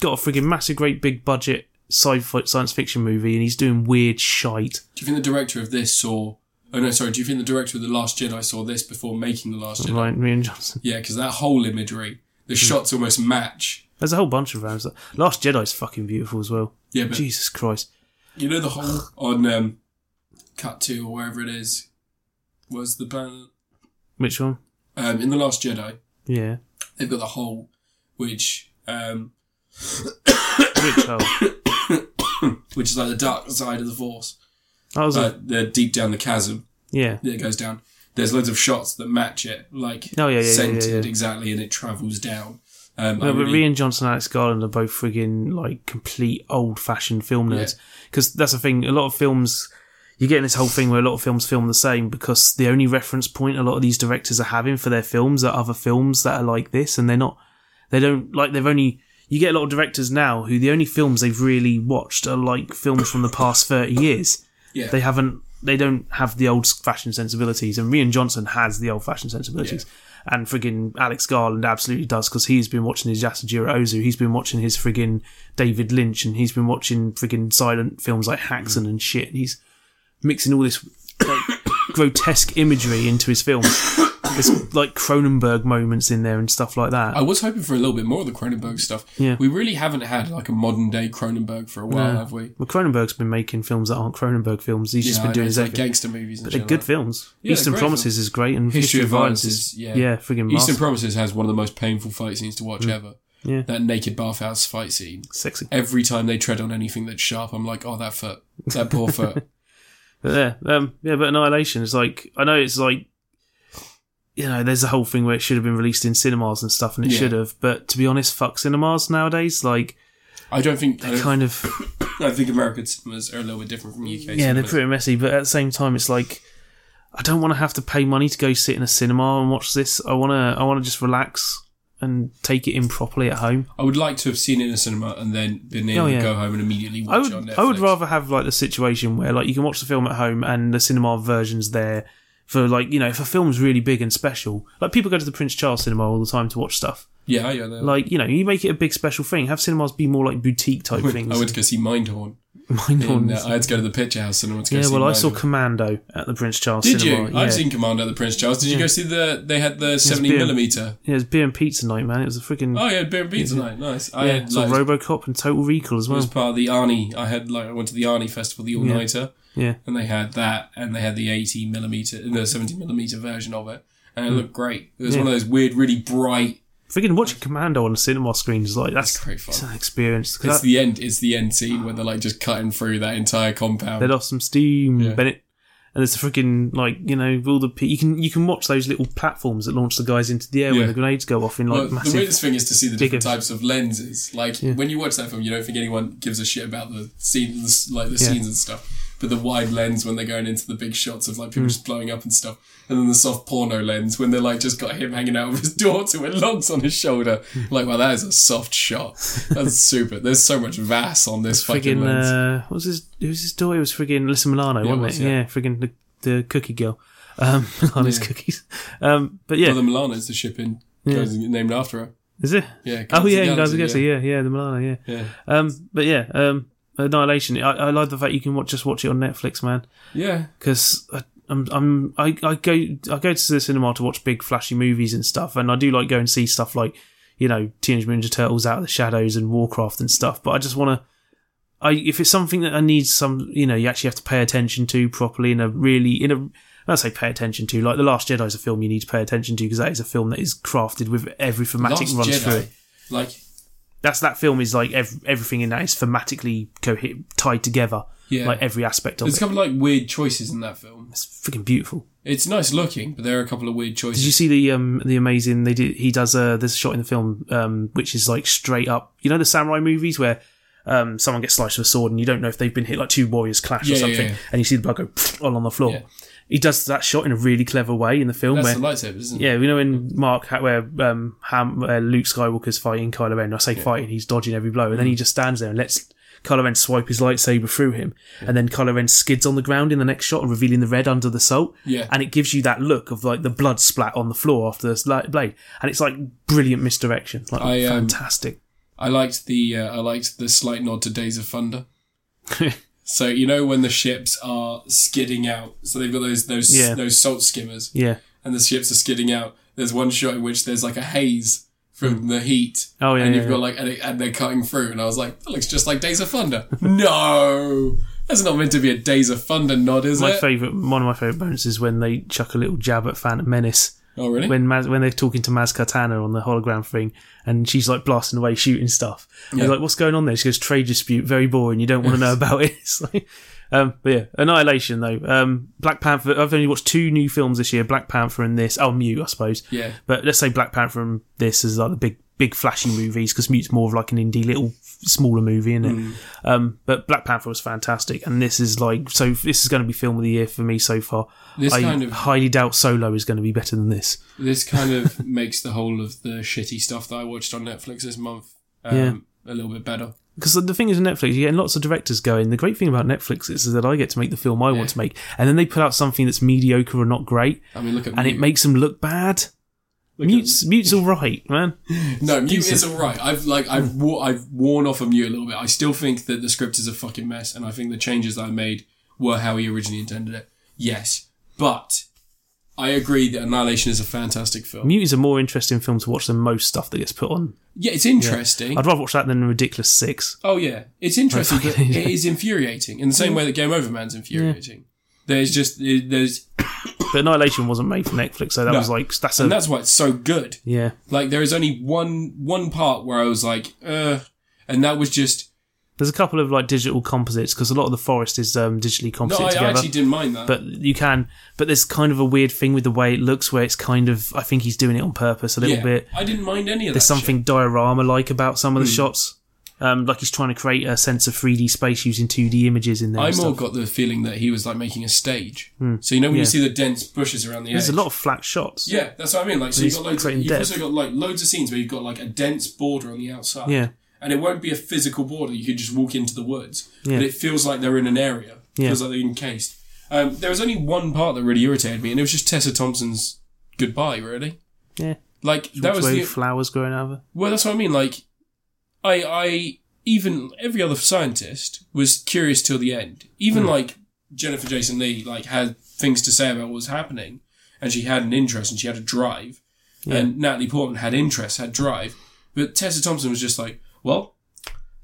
[SPEAKER 2] got a friggin' massive, great big budget sci-fi science fiction movie and he's doing weird shite.
[SPEAKER 1] Do you think the director of this saw? Oh no, sorry. Do you think the director of the Last Jedi saw this before making the Last Jedi?
[SPEAKER 2] Ryan, Rian Johnson.
[SPEAKER 1] Yeah, because that whole imagery, the shots almost match.
[SPEAKER 2] There's a whole bunch of rounds. Last Jedi's fucking beautiful as well.
[SPEAKER 1] Yeah, but
[SPEAKER 2] Jesus Christ.
[SPEAKER 1] you know the whole on um, cut two or wherever it is was the planet
[SPEAKER 2] Which one?
[SPEAKER 1] um, in the Last Jedi.
[SPEAKER 2] Yeah.
[SPEAKER 1] They've got the whole which um,
[SPEAKER 2] Which hole?
[SPEAKER 1] which is like the dark side of the force,
[SPEAKER 2] I was
[SPEAKER 1] uh,
[SPEAKER 2] like,
[SPEAKER 1] the deep down the chasm
[SPEAKER 2] yeah.
[SPEAKER 1] that it goes down. There's loads of shots that match it, like
[SPEAKER 2] Oh, yeah, yeah, yeah,
[SPEAKER 1] centered
[SPEAKER 2] yeah, yeah.
[SPEAKER 1] exactly, and it travels down. Um, I
[SPEAKER 2] No, but
[SPEAKER 1] really-
[SPEAKER 2] Rian Johnson and Alex Garland are both friggin' like complete old fashioned film nerds. Because that's the thing, a lot of films, you're getting this whole thing where a lot of films film the same because the only reference point a lot of these directors are having for their films are other films that are like this and they're not, they don't, like, they've only, you get a lot of directors now who the only films they've really watched are like films from the past 30 years.
[SPEAKER 1] yeah,
[SPEAKER 2] they haven't they don't have the old fashioned sensibilities and Rian Johnson has the old fashioned sensibilities and friggin Alex Garland absolutely does because he's been watching his Yasujiro Ozu he's been watching his friggin David Lynch and he's been watching friggin silent films like Haxon
[SPEAKER 1] Mm.
[SPEAKER 2] and shit he's mixing all this (coughs) like, grotesque imagery into his films (coughs) there's like Cronenberg moments in there and stuff like that
[SPEAKER 1] I was hoping for a little bit more of the Cronenberg stuff.
[SPEAKER 2] Yeah.
[SPEAKER 1] We really haven't had like a modern day Cronenberg for a while, have we?
[SPEAKER 2] well Cronenberg's been making films that aren't Cronenberg films he's just
[SPEAKER 1] Yeah, I
[SPEAKER 2] been
[SPEAKER 1] know,
[SPEAKER 2] doing
[SPEAKER 1] it's
[SPEAKER 2] his own
[SPEAKER 1] like gangster movies. And
[SPEAKER 2] They're
[SPEAKER 1] shit
[SPEAKER 2] good
[SPEAKER 1] like that.
[SPEAKER 2] films.
[SPEAKER 1] Yeah,
[SPEAKER 2] Eastern
[SPEAKER 1] great
[SPEAKER 2] Promises
[SPEAKER 1] films.
[SPEAKER 2] is great, and History, of Violence is
[SPEAKER 1] yeah.
[SPEAKER 2] yeah,
[SPEAKER 1] Eastern
[SPEAKER 2] friggin' master.
[SPEAKER 1] Promises has one of the most painful fight scenes to watch ever.
[SPEAKER 2] Mm. Yeah.
[SPEAKER 1] That naked bathhouse fight scene.
[SPEAKER 2] sexy.
[SPEAKER 1] Every time they tread on anything that's sharp, I'm like, oh, that foot, that poor foot.
[SPEAKER 2] (laughs) But yeah, um, yeah, but Annihilation is like I know it's like you know there's a whole thing where it should have been released in cinemas and stuff, and it
[SPEAKER 1] Yeah.
[SPEAKER 2] should have. But to be honest, fuck cinemas nowadays. Like
[SPEAKER 1] I don't think. I,
[SPEAKER 2] they're
[SPEAKER 1] don't-
[SPEAKER 2] kind of
[SPEAKER 1] I think American cinemas are a little bit different from UK.
[SPEAKER 2] yeah, they're
[SPEAKER 1] cinemas.
[SPEAKER 2] pretty messy. But at the same time, it's like I don't want to have to pay money to go sit in a cinema and watch this. I wanna I wanna just relax and take it in properly at home.
[SPEAKER 1] I would like to have seen it in a cinema and then been able
[SPEAKER 2] Oh,
[SPEAKER 1] to
[SPEAKER 2] yeah.
[SPEAKER 1] go home and immediately watch
[SPEAKER 2] I
[SPEAKER 1] it on
[SPEAKER 2] would,
[SPEAKER 1] Netflix.
[SPEAKER 2] I would rather have like the situation where like you can watch the film at home and the cinema version's there for like you know if a film's really big and special like people go to the Prince Charles cinema all the time to watch stuff
[SPEAKER 1] Yeah, yeah. they're-
[SPEAKER 2] like you know you make it a big special thing have cinemas be more like boutique type things
[SPEAKER 1] I (laughs) went to go see Mindhorn.
[SPEAKER 2] Mine
[SPEAKER 1] In,
[SPEAKER 2] on-
[SPEAKER 1] uh, I had to go to the picture house cinema to go
[SPEAKER 2] yeah
[SPEAKER 1] see
[SPEAKER 2] well I
[SPEAKER 1] Mindhorn.
[SPEAKER 2] saw Commando at the Prince Charles
[SPEAKER 1] Did you?
[SPEAKER 2] cinema yeah.
[SPEAKER 1] I've seen Commando at the Prince Charles. Did you go see the? They had the seventy
[SPEAKER 2] beer.
[SPEAKER 1] millimeter.
[SPEAKER 2] yeah it was beer and pizza night man it was a freaking
[SPEAKER 1] Oh yeah, beer and pizza night. Nice. I
[SPEAKER 2] yeah,
[SPEAKER 1] had
[SPEAKER 2] saw
[SPEAKER 1] like,
[SPEAKER 2] Robocop and Total Recall as
[SPEAKER 1] it was
[SPEAKER 2] well
[SPEAKER 1] part of the Arnie. I had like I went to the Arnie festival, the all nighter,
[SPEAKER 2] yeah
[SPEAKER 1] and they had that, and they had the eighty millimeter, the seventy millimeter version of it, and it looked great. It was
[SPEAKER 2] Hmm. Yeah.
[SPEAKER 1] one of those weird, really bright.
[SPEAKER 2] freaking watching Commando on a cinema screen is like that's
[SPEAKER 1] great fun.
[SPEAKER 2] it's an experience 'Cause
[SPEAKER 1] It's
[SPEAKER 2] that-
[SPEAKER 1] the end. It's the end scene where they're like just cutting through that entire compound.
[SPEAKER 2] they lost some steam,
[SPEAKER 1] Um, Yeah.
[SPEAKER 2] Bennett. And there's the freaking like you know all the pe- you can you can watch those little platforms that launch the guys into the air
[SPEAKER 1] Yeah.
[SPEAKER 2] when the grenades go off in like
[SPEAKER 1] Well, the
[SPEAKER 2] massive.
[SPEAKER 1] weirdest thing is to see the different
[SPEAKER 2] bigger-
[SPEAKER 1] types of lenses. Like when you watch that film, you don't think anyone gives a shit about the scenes, like the
[SPEAKER 2] Yeah.
[SPEAKER 1] scenes and stuff. But the wide lens when they're going into the big shots of like people
[SPEAKER 2] Mm.
[SPEAKER 1] just blowing up and stuff, and then the soft porno lens when they're like just got him hanging out with his (laughs) daughter with logs on his shoulder.
[SPEAKER 2] Mm.
[SPEAKER 1] Like, wow, that is a soft shot.
[SPEAKER 2] (laughs)
[SPEAKER 1] That's super. There's so much vas on this fucking
[SPEAKER 2] Friggin'
[SPEAKER 1] lens.
[SPEAKER 2] uh, what was his who was his daughter? It was friggin' Alyssa Milano,
[SPEAKER 1] it
[SPEAKER 2] wasn't
[SPEAKER 1] was,
[SPEAKER 2] it?
[SPEAKER 1] yeah.
[SPEAKER 2] Yeah, friggin' the, the cookie girl, um, (laughs) Milano's cookies. Um, but yeah,
[SPEAKER 1] Well, the Milano is the ship in goes named after her.
[SPEAKER 2] is it?
[SPEAKER 1] Yeah.
[SPEAKER 2] Oh
[SPEAKER 1] Guardians
[SPEAKER 2] yeah,
[SPEAKER 1] of the
[SPEAKER 2] you guys, I guess
[SPEAKER 1] Galaxy,
[SPEAKER 2] so. Yeah, yeah, the Milano, yeah.
[SPEAKER 1] yeah.
[SPEAKER 2] Um, but yeah, um, Annihilation. I, I like the fact you can watch just watch it on Netflix, man.
[SPEAKER 1] Yeah.
[SPEAKER 2] because I'm, I'm I, I go I go to the cinema to watch big flashy movies and stuff, and I do like go and see stuff like you know Teenage Mutant Ninja Turtles out of the shadows and Warcraft and stuff. But I just want to, I if it's something that I need some you know you actually have to pay attention to properly in a really in a I say pay attention to. Like The Last Jedi is a film you need to pay attention to because that is a film that is crafted with every thematic
[SPEAKER 1] Last
[SPEAKER 2] runs
[SPEAKER 1] Jedi.
[SPEAKER 2] through it.
[SPEAKER 1] Like,
[SPEAKER 2] That's that film is like ev- everything in that is thematically cohe- tied together.
[SPEAKER 1] Yeah.
[SPEAKER 2] Like every aspect of
[SPEAKER 1] there's a
[SPEAKER 2] it.
[SPEAKER 1] couple of like weird choices in that film.
[SPEAKER 2] It's freaking beautiful.
[SPEAKER 1] It's nice looking, but there are a couple of weird
[SPEAKER 2] Did you
[SPEAKER 1] choices.
[SPEAKER 2] see the um the amazing they did he does uh there's a shot in the film um which is like straight up you know the samurai movies where um someone gets sliced with a sword and you don't know if they've been hit like two warriors clash
[SPEAKER 1] Yeah,
[SPEAKER 2] or
[SPEAKER 1] yeah,
[SPEAKER 2] something
[SPEAKER 1] yeah.
[SPEAKER 2] and you see the blood go (sniffs) pfft all on the floor.
[SPEAKER 1] Yeah.
[SPEAKER 2] He does that shot in a really clever way in the film
[SPEAKER 1] That's
[SPEAKER 2] where
[SPEAKER 1] the lightsaber, isn't it?
[SPEAKER 2] yeah, we know in Mark Ha- where um Ham where Luke Skywalker's fighting Kylo Ren. I say fighting, he's dodging every blow, and then he
[SPEAKER 1] Mm.
[SPEAKER 2] just stands there and lets Kylo Ren swipe his lightsaber through him, and then Kylo Ren skids on the ground in the next shot, revealing the red under the salt.
[SPEAKER 1] Yeah.
[SPEAKER 2] and it gives you that look of like the blood splat on the floor after the light blade, and it's like brilliant misdirection, like
[SPEAKER 1] I, um,
[SPEAKER 2] fantastic.
[SPEAKER 1] I liked the uh, I liked the slight nod to Days of
[SPEAKER 2] (laughs)
[SPEAKER 1] Thunder. So you know when the ships are skidding out, so they've got those those
[SPEAKER 2] Yeah.
[SPEAKER 1] those salt skimmers,
[SPEAKER 2] yeah.
[SPEAKER 1] and the ships are skidding out. There's one shot in which there's like a haze from the heat.
[SPEAKER 2] Oh, yeah,
[SPEAKER 1] and
[SPEAKER 2] yeah,
[SPEAKER 1] you've
[SPEAKER 2] yeah.
[SPEAKER 1] got like and, it- and they're cutting through, and I was like, that looks just like Days of Thunder. (laughs) no, that's not meant to be a Days of Thunder nod, is
[SPEAKER 2] My
[SPEAKER 1] it?
[SPEAKER 2] favorite, one of my favorite moments is when they chuck a little jab at Phantom Menace.
[SPEAKER 1] oh really?
[SPEAKER 2] when Maz, when they're talking to Maz Katana on the hologram thing, and she's like blasting away shooting stuff. And he's like, "What's going on there?" She goes, "Trade dispute, very boring. You don't want to know about it." (laughs) It's like, um, but yeah, Annihilation though. Um, Black Panther. I've only watched two new films this year: Black Panther and this. Oh, Mute, I suppose.
[SPEAKER 1] yeah,
[SPEAKER 2] But let's say Black Panther and this is like the big, big flashy movies because Mute's more of like an indie little smaller movie, isn't it?
[SPEAKER 1] Mm.
[SPEAKER 2] Um, but Black Panther was fantastic, and this is like so. This is going to be film of the year for me so far.
[SPEAKER 1] This
[SPEAKER 2] I
[SPEAKER 1] kind of-
[SPEAKER 2] highly doubt Solo is going to be better than this.
[SPEAKER 1] this kind of (laughs) makes the whole of the shitty stuff that I watched on Netflix this month um, a little bit better.
[SPEAKER 2] Because the thing is, with Netflix, you're getting lots of directors going. The great thing about Netflix is that I get to make the film I
[SPEAKER 1] Yeah.
[SPEAKER 2] want to make, and then they put out something that's mediocre or not great,
[SPEAKER 1] I mean, look at
[SPEAKER 2] and it
[SPEAKER 1] Mute.
[SPEAKER 2] makes them look bad.
[SPEAKER 1] Look at-
[SPEAKER 2] Mute's Mute's all right, man.
[SPEAKER 1] No, mute
[SPEAKER 2] decent.
[SPEAKER 1] is all right. I've like I've wa- I've worn off of mute a little bit. I still think that the script is a fucking mess, and I think the changes that I made were how he originally intended it. Yes, but I agree that Annihilation is a fantastic film.
[SPEAKER 2] Mute is a more interesting film to watch than most stuff that gets put on.
[SPEAKER 1] Yeah, it's interesting.
[SPEAKER 2] I'd rather watch that than Ridiculous Six.
[SPEAKER 1] Oh yeah, it's interesting, but
[SPEAKER 2] fucking-
[SPEAKER 1] it is infuriating in the same way that Game Over Man's infuriating. There's just there's
[SPEAKER 2] But Annihilation wasn't made for Netflix, so that
[SPEAKER 1] No.
[SPEAKER 2] was like that's a
[SPEAKER 1] and that's why it's so good.
[SPEAKER 2] yeah.
[SPEAKER 1] Like there is only one one part where I was like, uh, and that was just
[SPEAKER 2] There's a couple of like digital composites because a lot of the forest is um, digitally
[SPEAKER 1] no.
[SPEAKER 2] composite
[SPEAKER 1] I, I
[SPEAKER 2] together.
[SPEAKER 1] actually didn't mind that.
[SPEAKER 2] but you can. But there's kind of a weird thing with the way it looks, where it's kind of. I think he's doing it on purpose a little
[SPEAKER 1] yeah,
[SPEAKER 2] bit.
[SPEAKER 1] I didn't mind any of that. shit.
[SPEAKER 2] There's something diorama like about some of
[SPEAKER 1] Hmm.
[SPEAKER 2] the shots. Um, like he's trying to create a sense of 3D space using 2D images in there.
[SPEAKER 1] I
[SPEAKER 2] and
[SPEAKER 1] more
[SPEAKER 2] stuff. Hmm.
[SPEAKER 1] got the feeling that he was like making a stage. So you know when you
[SPEAKER 2] Yeah.
[SPEAKER 1] see the dense bushes around the
[SPEAKER 2] There's
[SPEAKER 1] edge.
[SPEAKER 2] a lot of flat shots.
[SPEAKER 1] Yeah, that's what I mean. Like so
[SPEAKER 2] He's
[SPEAKER 1] you've got loads. Of,
[SPEAKER 2] creating
[SPEAKER 1] you've
[SPEAKER 2] depth.
[SPEAKER 1] also got like loads of scenes where you've got like a dense border on the outside.
[SPEAKER 2] Yeah.
[SPEAKER 1] And it won't be a physical border. You could just walk into the woods,
[SPEAKER 2] Yeah.
[SPEAKER 1] but it feels like they're in an area. It
[SPEAKER 2] Yeah.
[SPEAKER 1] Feels like they're encased. Um, there was only one part that really irritated me, and it was just Tessa Thompson's goodbye. Really,
[SPEAKER 2] Yeah.
[SPEAKER 1] like that was
[SPEAKER 2] Which way
[SPEAKER 1] the
[SPEAKER 2] flowers growing out of it.
[SPEAKER 1] Well, that's what I mean. Like, I, I, even every other scientist was curious till the end. Even like Jennifer Jason Lee, like had things to say about what was happening, and she had an interest and she had a drive. And Natalie Portman had interest, had drive, but Tessa Thompson was just like, well,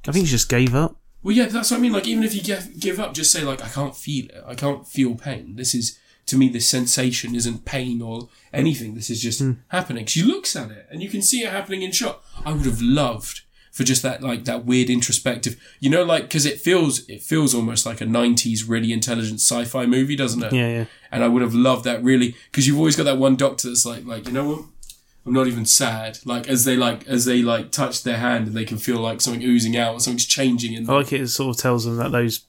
[SPEAKER 2] I think he just gave up.
[SPEAKER 1] well, yeah, that's what I mean. Like, even if you give, give up, just say like, I can't feel it. I can't feel pain. This is to me, this sensation isn't pain or anything. This is just happening. She looks at it, and you can see it happening in shot. I would have loved for just that, like that weird introspective, you know, like because it feels it feels almost like a '90s really intelligent sci-fi movie, doesn't it?
[SPEAKER 2] Yeah, yeah.
[SPEAKER 1] And I would have loved that really because you've always got that one doctor that's like, like you know what. I'm not even sad. Like as they like as they like touch their hand and they can feel like something oozing out or something's changing in
[SPEAKER 2] I like it. It sort of tells them that those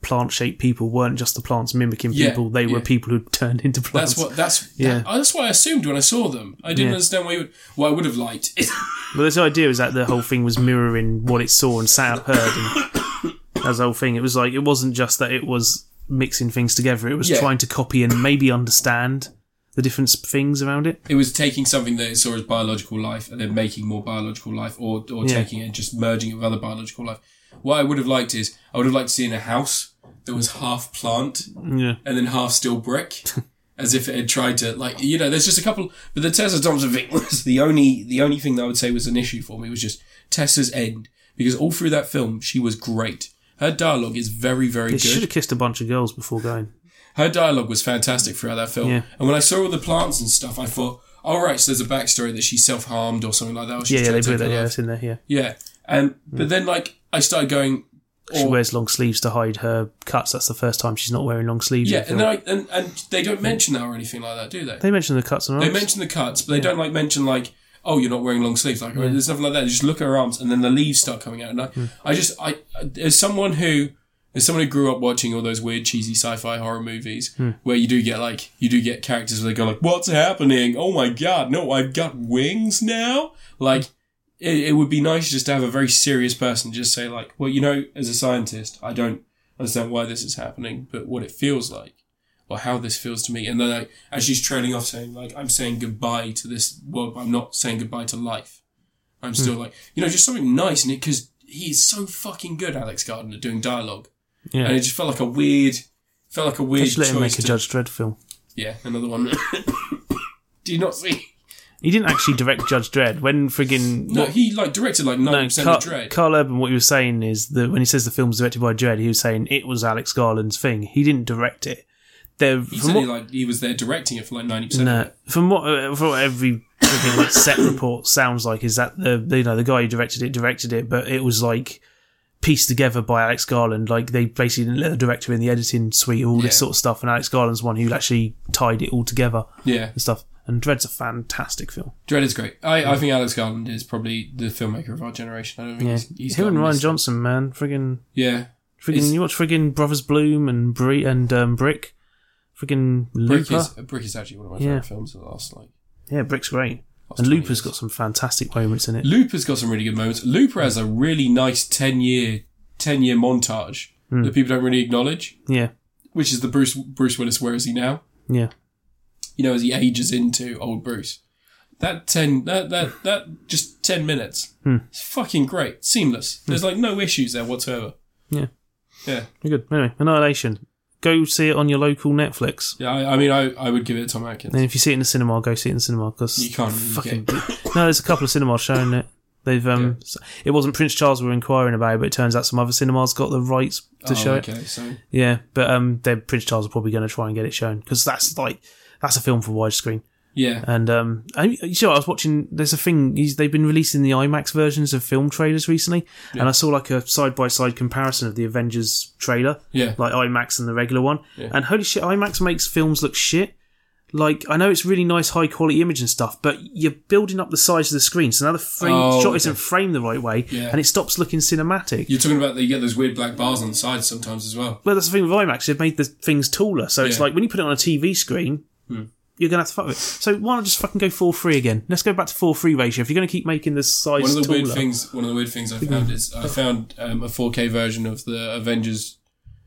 [SPEAKER 2] plant-shaped people weren't just the plants mimicking
[SPEAKER 1] Yeah,
[SPEAKER 2] people; they were
[SPEAKER 1] yeah.
[SPEAKER 2] people who turned into plants.
[SPEAKER 1] That's what. That's yeah.
[SPEAKER 2] Yeah.
[SPEAKER 1] that's what I assumed when I saw them. I didn't
[SPEAKER 2] Yeah.
[SPEAKER 1] understand why. You would, why I would have liked.
[SPEAKER 2] But this idea is that the whole thing was mirroring what it saw and sat heard,
[SPEAKER 1] (coughs)
[SPEAKER 2] and as the whole thing, it was like it wasn't just that it was mixing things together; it was
[SPEAKER 1] Yeah.
[SPEAKER 2] trying to copy and maybe understand the different sp- things around it.
[SPEAKER 1] it was taking something that it saw as biological life and then making more biological life, or or
[SPEAKER 2] Yeah.
[SPEAKER 1] taking it and just merging it with other biological life. What I would have liked is I would have liked seeing a house that was half plant
[SPEAKER 2] Yeah,
[SPEAKER 1] and then half still brick, (laughs) as if it had tried to like you know. There's just a couple, but the Tessa Thompson thing was (laughs) the only the only thing that I would say was an issue for me was just Tessa's end because all through that film she was great. Her dialogue is very very
[SPEAKER 2] they
[SPEAKER 1] good.
[SPEAKER 2] should have kissed a bunch of girls before going.
[SPEAKER 1] Her dialogue was fantastic throughout that film.
[SPEAKER 2] Yeah.
[SPEAKER 1] And when I saw all the plants and stuff, I thought, all right, so there's a backstory that she self harmed or something like that. Or she's
[SPEAKER 2] Yeah, yeah,
[SPEAKER 1] trying
[SPEAKER 2] they
[SPEAKER 1] to
[SPEAKER 2] put
[SPEAKER 1] take
[SPEAKER 2] that.
[SPEAKER 1] her
[SPEAKER 2] Yeah,
[SPEAKER 1] life.
[SPEAKER 2] that's in there. Yeah, Mm.
[SPEAKER 1] yeah. And but then like I started going,
[SPEAKER 2] she
[SPEAKER 1] or-
[SPEAKER 2] wears long sleeves to hide her cuts. That's the first time she's not wearing long sleeves. in
[SPEAKER 1] yeah,
[SPEAKER 2] the
[SPEAKER 1] and
[SPEAKER 2] film.
[SPEAKER 1] then I, and and they don't mention that or anything like that, do they?
[SPEAKER 2] they mention the cuts on her.
[SPEAKER 1] They
[SPEAKER 2] arms.
[SPEAKER 1] mention the cuts, but they don't like mention like, oh, you're not wearing long sleeves. Like, or there's nothing like that. They just look at her arms, and then the leaves start coming out. And I, I just, I, I- as someone who, as someone who grew up watching all those weird, cheesy sci-fi horror movies, where you do get like, you do get characters where they go like, what's happening? Oh my god, no, I've got wings now. Like, it, it would be nice just to have a very serious person just say like, well, you know, as a scientist, I don't understand why this is happening, but what it feels like or how this feels to me. And then like, as she's trailing off saying like, I'm saying goodbye to this world, but I'm not saying goodbye to life.
[SPEAKER 2] Hmm.
[SPEAKER 1] I'm still like, you know, just something nice in it because he is so fucking good, Alex Gardner, doing dialogue. And
[SPEAKER 2] yeah,
[SPEAKER 1] it just felt like a weird, felt like a weird
[SPEAKER 2] just let
[SPEAKER 1] choice.
[SPEAKER 2] him make
[SPEAKER 1] to-
[SPEAKER 2] a Judge Dredd film.
[SPEAKER 1] yeah, another one. (coughs) Do you not see?
[SPEAKER 2] He didn't actually direct Judge Dredd. When friggin'
[SPEAKER 1] No,
[SPEAKER 2] what-
[SPEAKER 1] he like directed like 90%
[SPEAKER 2] Car-
[SPEAKER 1] of Dread.
[SPEAKER 2] Carl Urban, what he was saying is that when he says the film was directed by Dredd, he was saying it was Alex Garland's thing. He didn't direct it. There,
[SPEAKER 1] he
[SPEAKER 2] from
[SPEAKER 1] said
[SPEAKER 2] what,
[SPEAKER 1] he, like, he was there directing it for like 90%. of
[SPEAKER 2] no,
[SPEAKER 1] it.
[SPEAKER 2] from what, uh, from what every friggin' set report sounds like is that the you know the guy who directed it directed it, but it was like pieced together by Alex Garland. Like they basically didn't let the director in the editing suite, all
[SPEAKER 1] Yeah.
[SPEAKER 2] this sort of stuff, and Alex Garland's one who actually tied it all together
[SPEAKER 1] Yeah,
[SPEAKER 2] and stuff. And Dredd's a fantastic film.
[SPEAKER 1] Dread is great. I, I think Alex Garland is probably the filmmaker of our generation. I don't think
[SPEAKER 2] Yeah,
[SPEAKER 1] he's, he's
[SPEAKER 2] him and
[SPEAKER 1] gotten
[SPEAKER 2] Ryan
[SPEAKER 1] this-
[SPEAKER 2] Johnson, man, friggin'
[SPEAKER 1] Yeah, It's-
[SPEAKER 2] Friggin', you watch friggin' Brothers Bloom and Brie and um, Brick. Friggin'
[SPEAKER 1] Brick
[SPEAKER 2] Looper.
[SPEAKER 1] is, Brick is uh, actually one of my
[SPEAKER 2] Yeah.
[SPEAKER 1] favorite films of the last like.
[SPEAKER 2] yeah, Brick's great.
[SPEAKER 1] last
[SPEAKER 2] And
[SPEAKER 1] 20
[SPEAKER 2] Looper's
[SPEAKER 1] years.
[SPEAKER 2] got some fantastic moments in it.
[SPEAKER 1] Looper's got some really good moments. Looper has a really nice ten year ten year montage
[SPEAKER 2] Hmm.
[SPEAKER 1] that people don't really acknowledge,
[SPEAKER 2] yeah,
[SPEAKER 1] which is the Bruce Bruce Willis. Where is he now?
[SPEAKER 2] yeah.
[SPEAKER 1] You know, as he ages into old Bruce. That ten that that that just ten minutes.
[SPEAKER 2] Hmm.
[SPEAKER 1] It's fucking great, seamless. There's like no issues there whatsoever.
[SPEAKER 2] Yeah.
[SPEAKER 1] Yeah,
[SPEAKER 2] You're good. Anyway, Annihilation. Go see it on your local Netflix.
[SPEAKER 1] yeah. I, I mean, I, I would give it to Tom Atkins.
[SPEAKER 2] And if you see it in the cinema, go see it in the cinema because
[SPEAKER 1] You can't
[SPEAKER 2] fucking. (coughs)
[SPEAKER 1] get- (coughs)
[SPEAKER 2] no, there's a couple of cinemas showing it. They've um, s- it wasn't Prince Charles we were inquiring about, it, but it turns out some other cinemas got the rights to
[SPEAKER 1] Oh,
[SPEAKER 2] show it.
[SPEAKER 1] okay, so
[SPEAKER 2] Yeah, but um, they Prince Charles are probably going to try and get it shown because that's like that's a film for widescreen.
[SPEAKER 1] yeah,
[SPEAKER 2] And um, I, you sure I was watching. There's a thing he's, they've been releasing the IMAX versions of film trailers recently, and I saw like a side by side comparison of the Avengers trailer,
[SPEAKER 1] yeah,
[SPEAKER 2] like IMAX and the regular one. And holy shit, IMAX makes films look shit. Like I know it's really nice, high quality image and stuff, but you're building up the size of the screen, so now the frame
[SPEAKER 1] Oh,
[SPEAKER 2] shot
[SPEAKER 1] okay.
[SPEAKER 2] isn't framed the right way,
[SPEAKER 1] Yeah.
[SPEAKER 2] and it stops looking cinematic.
[SPEAKER 1] You're talking about that you get those weird black bars on the sides sometimes as well.
[SPEAKER 2] Well, that's the thing with IMAX. They've made the things taller, so it's
[SPEAKER 1] Yeah. Hmm.
[SPEAKER 2] like when you put it on a TV screen, you're gonna have to fuck with it. So why not just fucking go four three again? Let's go back to four three ratio. If you're gonna keep making the size
[SPEAKER 1] One of the
[SPEAKER 2] taller,
[SPEAKER 1] weird things. One of the weird things I found is I found um, a 4K version of the Avengers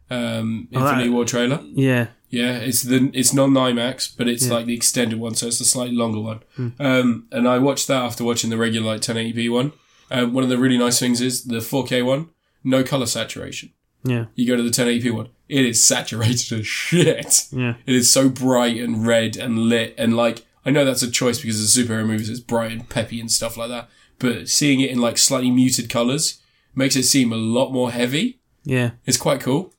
[SPEAKER 1] um, Infinity
[SPEAKER 2] Oh, that-
[SPEAKER 1] War trailer.
[SPEAKER 2] yeah,
[SPEAKER 1] Yeah, it's the it's not an IMAX, but it's like the extended one, so it's the slightly longer one.
[SPEAKER 2] Hmm.
[SPEAKER 1] Um, and I watched that after watching the regular like 1080p one. Um, one of the really nice things is the 4K one, no color saturation.
[SPEAKER 2] yeah,
[SPEAKER 1] You go to the 1080p one, it is saturated (laughs) as shit.
[SPEAKER 2] yeah,
[SPEAKER 1] It is so bright and red and lit and like I know that's a choice because the superhero movies it's bright and peppy and stuff like that. But seeing it in like slightly muted colours makes it seem a lot more heavy.
[SPEAKER 2] yeah.
[SPEAKER 1] It's quite cool.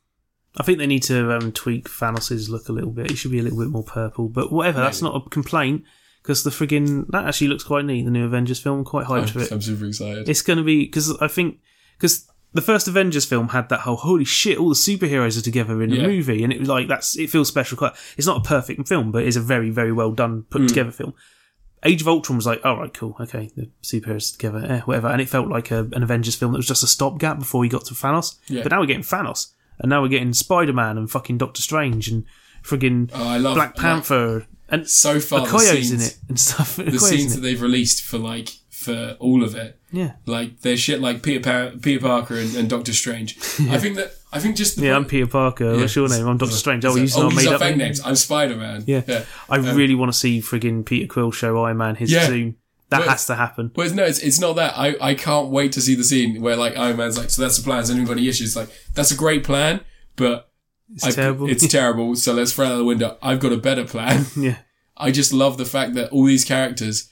[SPEAKER 2] I think they need to um, tweak Thanos' look a little bit. He should be a little bit more purple, but whatever. That's not a complaint because the friggin' that actually looks quite neat. The new Avengers film, I'm quite
[SPEAKER 1] I'm,
[SPEAKER 2] hyped for it.
[SPEAKER 1] I'm super excited.
[SPEAKER 2] It's going to be because I think because the first Avengers film had that whole holy shit, all the superheroes are together in a
[SPEAKER 1] Yeah.
[SPEAKER 2] movie, and it was like that's it feels special. Quite, it's not a perfect film, but it's a very very well done
[SPEAKER 1] Mm.
[SPEAKER 2] put together film. Age of Ultron was like, all right, cool, okay, the superheroes are together, eh, whatever, and it felt like a, an Avengers film that was just a stopgap before we got to Thanos.
[SPEAKER 1] Yeah.
[SPEAKER 2] But now we're getting Thanos, and now we're getting Spider Man and fucking Doctor Strange and friggin'
[SPEAKER 1] Oh, I love
[SPEAKER 2] Black
[SPEAKER 1] I like-
[SPEAKER 2] Panther and
[SPEAKER 1] so far the
[SPEAKER 2] Okoye's
[SPEAKER 1] scenes,
[SPEAKER 2] in it and stuff. (laughs)
[SPEAKER 1] the scenes
[SPEAKER 2] Okoye's
[SPEAKER 1] that
[SPEAKER 2] in it.
[SPEAKER 1] they've released for like for all of it.
[SPEAKER 2] Yeah,
[SPEAKER 1] Like there's shit like Peter pa- Peter Parker and, and Doctor Strange.
[SPEAKER 2] (laughs)
[SPEAKER 1] I think that I think just the
[SPEAKER 2] Yeah, I'm Peter Parker. What's your name? I'm Doctor Strange.
[SPEAKER 1] It's
[SPEAKER 2] Oh,
[SPEAKER 1] like,
[SPEAKER 2] you just not
[SPEAKER 1] these
[SPEAKER 2] made
[SPEAKER 1] are
[SPEAKER 2] up
[SPEAKER 1] fake
[SPEAKER 2] name.
[SPEAKER 1] names. I'm Spider Man.
[SPEAKER 2] Yeah.
[SPEAKER 1] yeah. Um,
[SPEAKER 2] I really want to see friggin' Peter Quill show Iron Man his
[SPEAKER 1] Yeah.
[SPEAKER 2] Zoom. That
[SPEAKER 1] Well-
[SPEAKER 2] has to happen.
[SPEAKER 1] Well, no, it's, it's not that. I, I can't wait to see the scene where like Iron Man's like, so that's the plan. Has anybody got any issues? Like, that's a great plan, but
[SPEAKER 2] It's terrible. (laughs)
[SPEAKER 1] It's terrible. So let's throw it out the window. I've got a better plan. (laughs)
[SPEAKER 2] yeah.
[SPEAKER 1] I just love the fact that all these characters.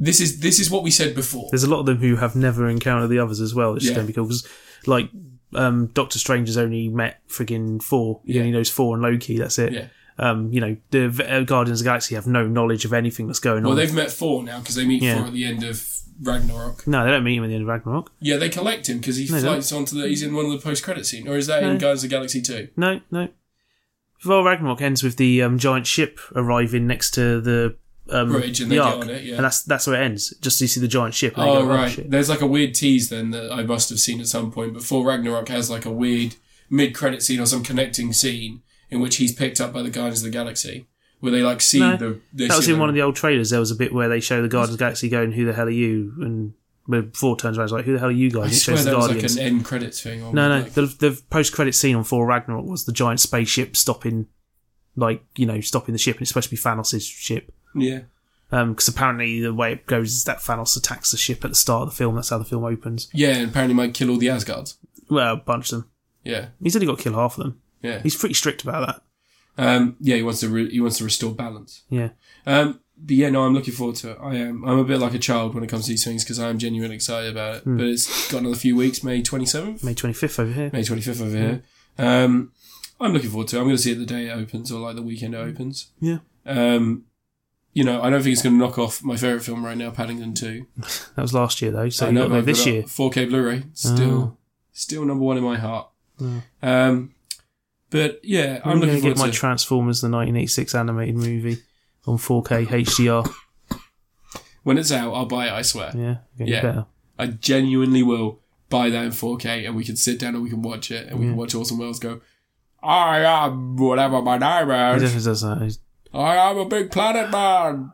[SPEAKER 1] This is this is what we said before.
[SPEAKER 2] There's a lot of them who have never encountered the others as well, which is
[SPEAKER 1] Yeah.
[SPEAKER 2] going to be cool. 'cause, like, um, Doctor Strange has only met friggin' four. He
[SPEAKER 1] Yeah.
[SPEAKER 2] only knows four and Loki. That's it.
[SPEAKER 1] Yeah.
[SPEAKER 2] Um, you know, the v- uh, Guardians of the Galaxy have no knowledge of anything that's going
[SPEAKER 1] Well,
[SPEAKER 2] on.
[SPEAKER 1] they've met four now because they meet
[SPEAKER 2] Yeah.
[SPEAKER 1] four at the end of Ragnarok.
[SPEAKER 2] No, they don't meet him at the end of Ragnarok.
[SPEAKER 1] Yeah, they collect him because he
[SPEAKER 2] No, they
[SPEAKER 1] floats onto the. He's in one of the post-credit scene, or is that in
[SPEAKER 2] No.
[SPEAKER 1] Guardians of the Galaxy Two?
[SPEAKER 2] No, no. Well, Ragnarok ends with the um, giant ship arriving next to the um,
[SPEAKER 1] Bridge and
[SPEAKER 2] the
[SPEAKER 1] they get
[SPEAKER 2] Ark,
[SPEAKER 1] on it, yeah.
[SPEAKER 2] and that's that's where it ends. Just you see the giant ship. And they
[SPEAKER 1] Oh
[SPEAKER 2] go,
[SPEAKER 1] right,
[SPEAKER 2] shit."
[SPEAKER 1] there's like a weird tease then that I must have seen at some point. Before Ragnarok has like a weird mid-credit scene or some connecting scene in which he's picked up by the Guardians of the Galaxy, where they like see
[SPEAKER 2] No,
[SPEAKER 1] the. They
[SPEAKER 2] That was
[SPEAKER 1] see
[SPEAKER 2] in
[SPEAKER 1] them-
[SPEAKER 2] one of the old trailers. There was a bit where they show the Guardians of the Galaxy going, "Who the hell are you?" And where Thor turns around, and is like, "Who the hell are you guys?"
[SPEAKER 1] I
[SPEAKER 2] And it
[SPEAKER 1] swear
[SPEAKER 2] shows the
[SPEAKER 1] that was
[SPEAKER 2] Guardians.
[SPEAKER 1] like an end credits thing. Or
[SPEAKER 2] no, no.
[SPEAKER 1] like-
[SPEAKER 2] The, the post-credit scene on Thor Ragnarok was the giant spaceship stopping, like you know, stopping the ship, and it's supposed to be Thanos' ship.
[SPEAKER 1] yeah.
[SPEAKER 2] Because apparently the way it goes is that Thanos attacks the ship at the start of the film. That's how the film opens.
[SPEAKER 1] Yeah, and apparently might kill all the Asgards.
[SPEAKER 2] Well, a bunch of them.
[SPEAKER 1] Yeah,
[SPEAKER 2] He's only got to kill half of them.
[SPEAKER 1] yeah,
[SPEAKER 2] He's pretty strict about that.
[SPEAKER 1] um, yeah. He wants to re- he wants to restore balance.
[SPEAKER 2] Yeah.
[SPEAKER 1] Um, but yeah, no, I'm looking forward to it. I am. I'm a bit like a child when it comes to these things because I am genuinely excited about it.
[SPEAKER 2] Hmm.
[SPEAKER 1] But it's got another few weeks. May 27th,
[SPEAKER 2] May 25th over here.
[SPEAKER 1] May 25th over here.
[SPEAKER 2] Mm-hmm.
[SPEAKER 1] Um, I'm looking forward to. it. I'm going to see it the day it opens or like the weekend it
[SPEAKER 2] Mm-hmm.
[SPEAKER 1] opens.
[SPEAKER 2] Yeah.
[SPEAKER 1] Um, you know, I don't think it's going to knock off my favorite film right now, Paddington 2.
[SPEAKER 2] That was last year, though. So
[SPEAKER 1] I
[SPEAKER 2] you got
[SPEAKER 1] know uh,
[SPEAKER 2] to go
[SPEAKER 1] I've
[SPEAKER 2] this
[SPEAKER 1] got a
[SPEAKER 2] year. Oh.
[SPEAKER 1] 4K Blu-ray still, still number one in my heart.
[SPEAKER 2] Mm.
[SPEAKER 1] Um, but yeah, I'm,
[SPEAKER 2] I'm, going
[SPEAKER 1] looking
[SPEAKER 2] to get
[SPEAKER 1] forward
[SPEAKER 2] my
[SPEAKER 1] to.
[SPEAKER 2] Transformers, the 1986 animated movie on 4K HDR.
[SPEAKER 1] when it's out, I'll buy it. I swear,
[SPEAKER 2] Yeah. Getting
[SPEAKER 1] Yeah.
[SPEAKER 2] better.
[SPEAKER 1] I genuinely will buy that in 4K, and we can sit down and we can watch it, and we can
[SPEAKER 2] Yeah.
[SPEAKER 1] watch Orson Welles go. I am whatever my
[SPEAKER 2] It
[SPEAKER 1] name is.
[SPEAKER 2] definitely does that. It's,
[SPEAKER 1] I am a big planet man.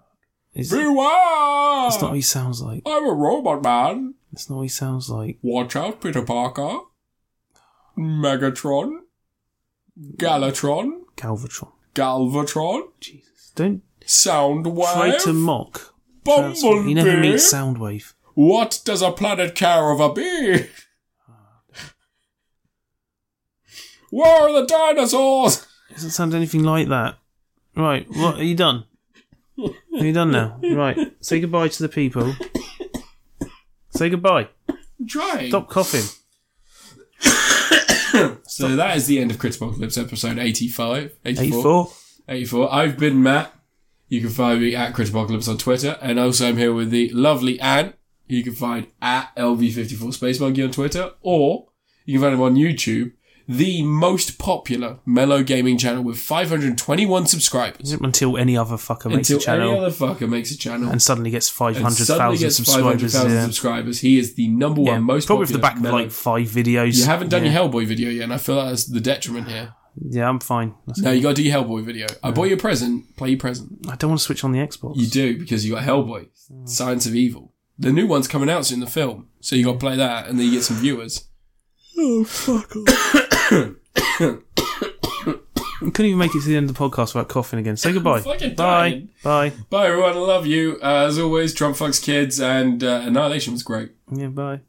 [SPEAKER 2] it's, it's
[SPEAKER 1] Beware!
[SPEAKER 2] not what he sounds like.
[SPEAKER 1] I'm a robot man.
[SPEAKER 2] It's not what he sounds like.
[SPEAKER 1] Watch out, Peter Parker. Megatron. Galatron.
[SPEAKER 2] Galvatron.
[SPEAKER 1] Galvatron.
[SPEAKER 2] Jesus. Don't try
[SPEAKER 1] Soundwave.
[SPEAKER 2] to mock. Transform-
[SPEAKER 1] Bumblebee.
[SPEAKER 2] He never meets Soundwave.
[SPEAKER 1] What does a planet care of a bee?
[SPEAKER 2] (laughs)
[SPEAKER 1] Where are the dinosaurs?
[SPEAKER 2] It doesn't sound anything like that. Right. What are you done? Are you done now? Right. Say goodbye to the people. Say goodbye.
[SPEAKER 1] Try.
[SPEAKER 2] Stop coughing.
[SPEAKER 1] So that is the end of Critical Clips episode 85, 84, 84.
[SPEAKER 2] 84.
[SPEAKER 1] I've been Matt. You can find me at Critical Clips on Twitter. And also I'm here with the lovely Anne. who You can find at LV54 Space Monkey on Twitter. Or you can find him on YouTube. The most popular Mellow Gaming channel with 521 subscribers.
[SPEAKER 2] Until any other fucker makes
[SPEAKER 1] Until
[SPEAKER 2] a
[SPEAKER 1] any
[SPEAKER 2] channel
[SPEAKER 1] other fucker makes a channel.
[SPEAKER 2] and suddenly gets
[SPEAKER 1] and
[SPEAKER 2] 500,000 subscribers.
[SPEAKER 1] 500,000
[SPEAKER 2] yeah.
[SPEAKER 1] subscribers. He is the number one
[SPEAKER 2] Yeah,
[SPEAKER 1] most
[SPEAKER 2] probably off the
[SPEAKER 1] popular
[SPEAKER 2] back of
[SPEAKER 1] mellow-
[SPEAKER 2] like five videos.
[SPEAKER 1] You haven't done
[SPEAKER 2] yeah.
[SPEAKER 1] your Hellboy video yet, and I feel that's the detriment here.
[SPEAKER 2] Yeah, I'm fine. That's-
[SPEAKER 1] No, you got to do your Hellboy video. I bought you a present. Play your present.
[SPEAKER 2] I don't want to switch on the Xbox.
[SPEAKER 1] You do because you got Hellboy, Science of Evil. The new one's coming out soon. The film, so you got to play that, and then you get some viewers.
[SPEAKER 2] Oh, fuck off. (coughs) couldn't even make it to the end of the podcast without coughing again. Say goodbye.
[SPEAKER 1] fucking
[SPEAKER 2] Bye.
[SPEAKER 1] dying.
[SPEAKER 2] Bye.
[SPEAKER 1] Bye, everyone. I love you. Uh, as always, Trump fucks kids, and uh, Annihilation was great.
[SPEAKER 2] Yeah, bye.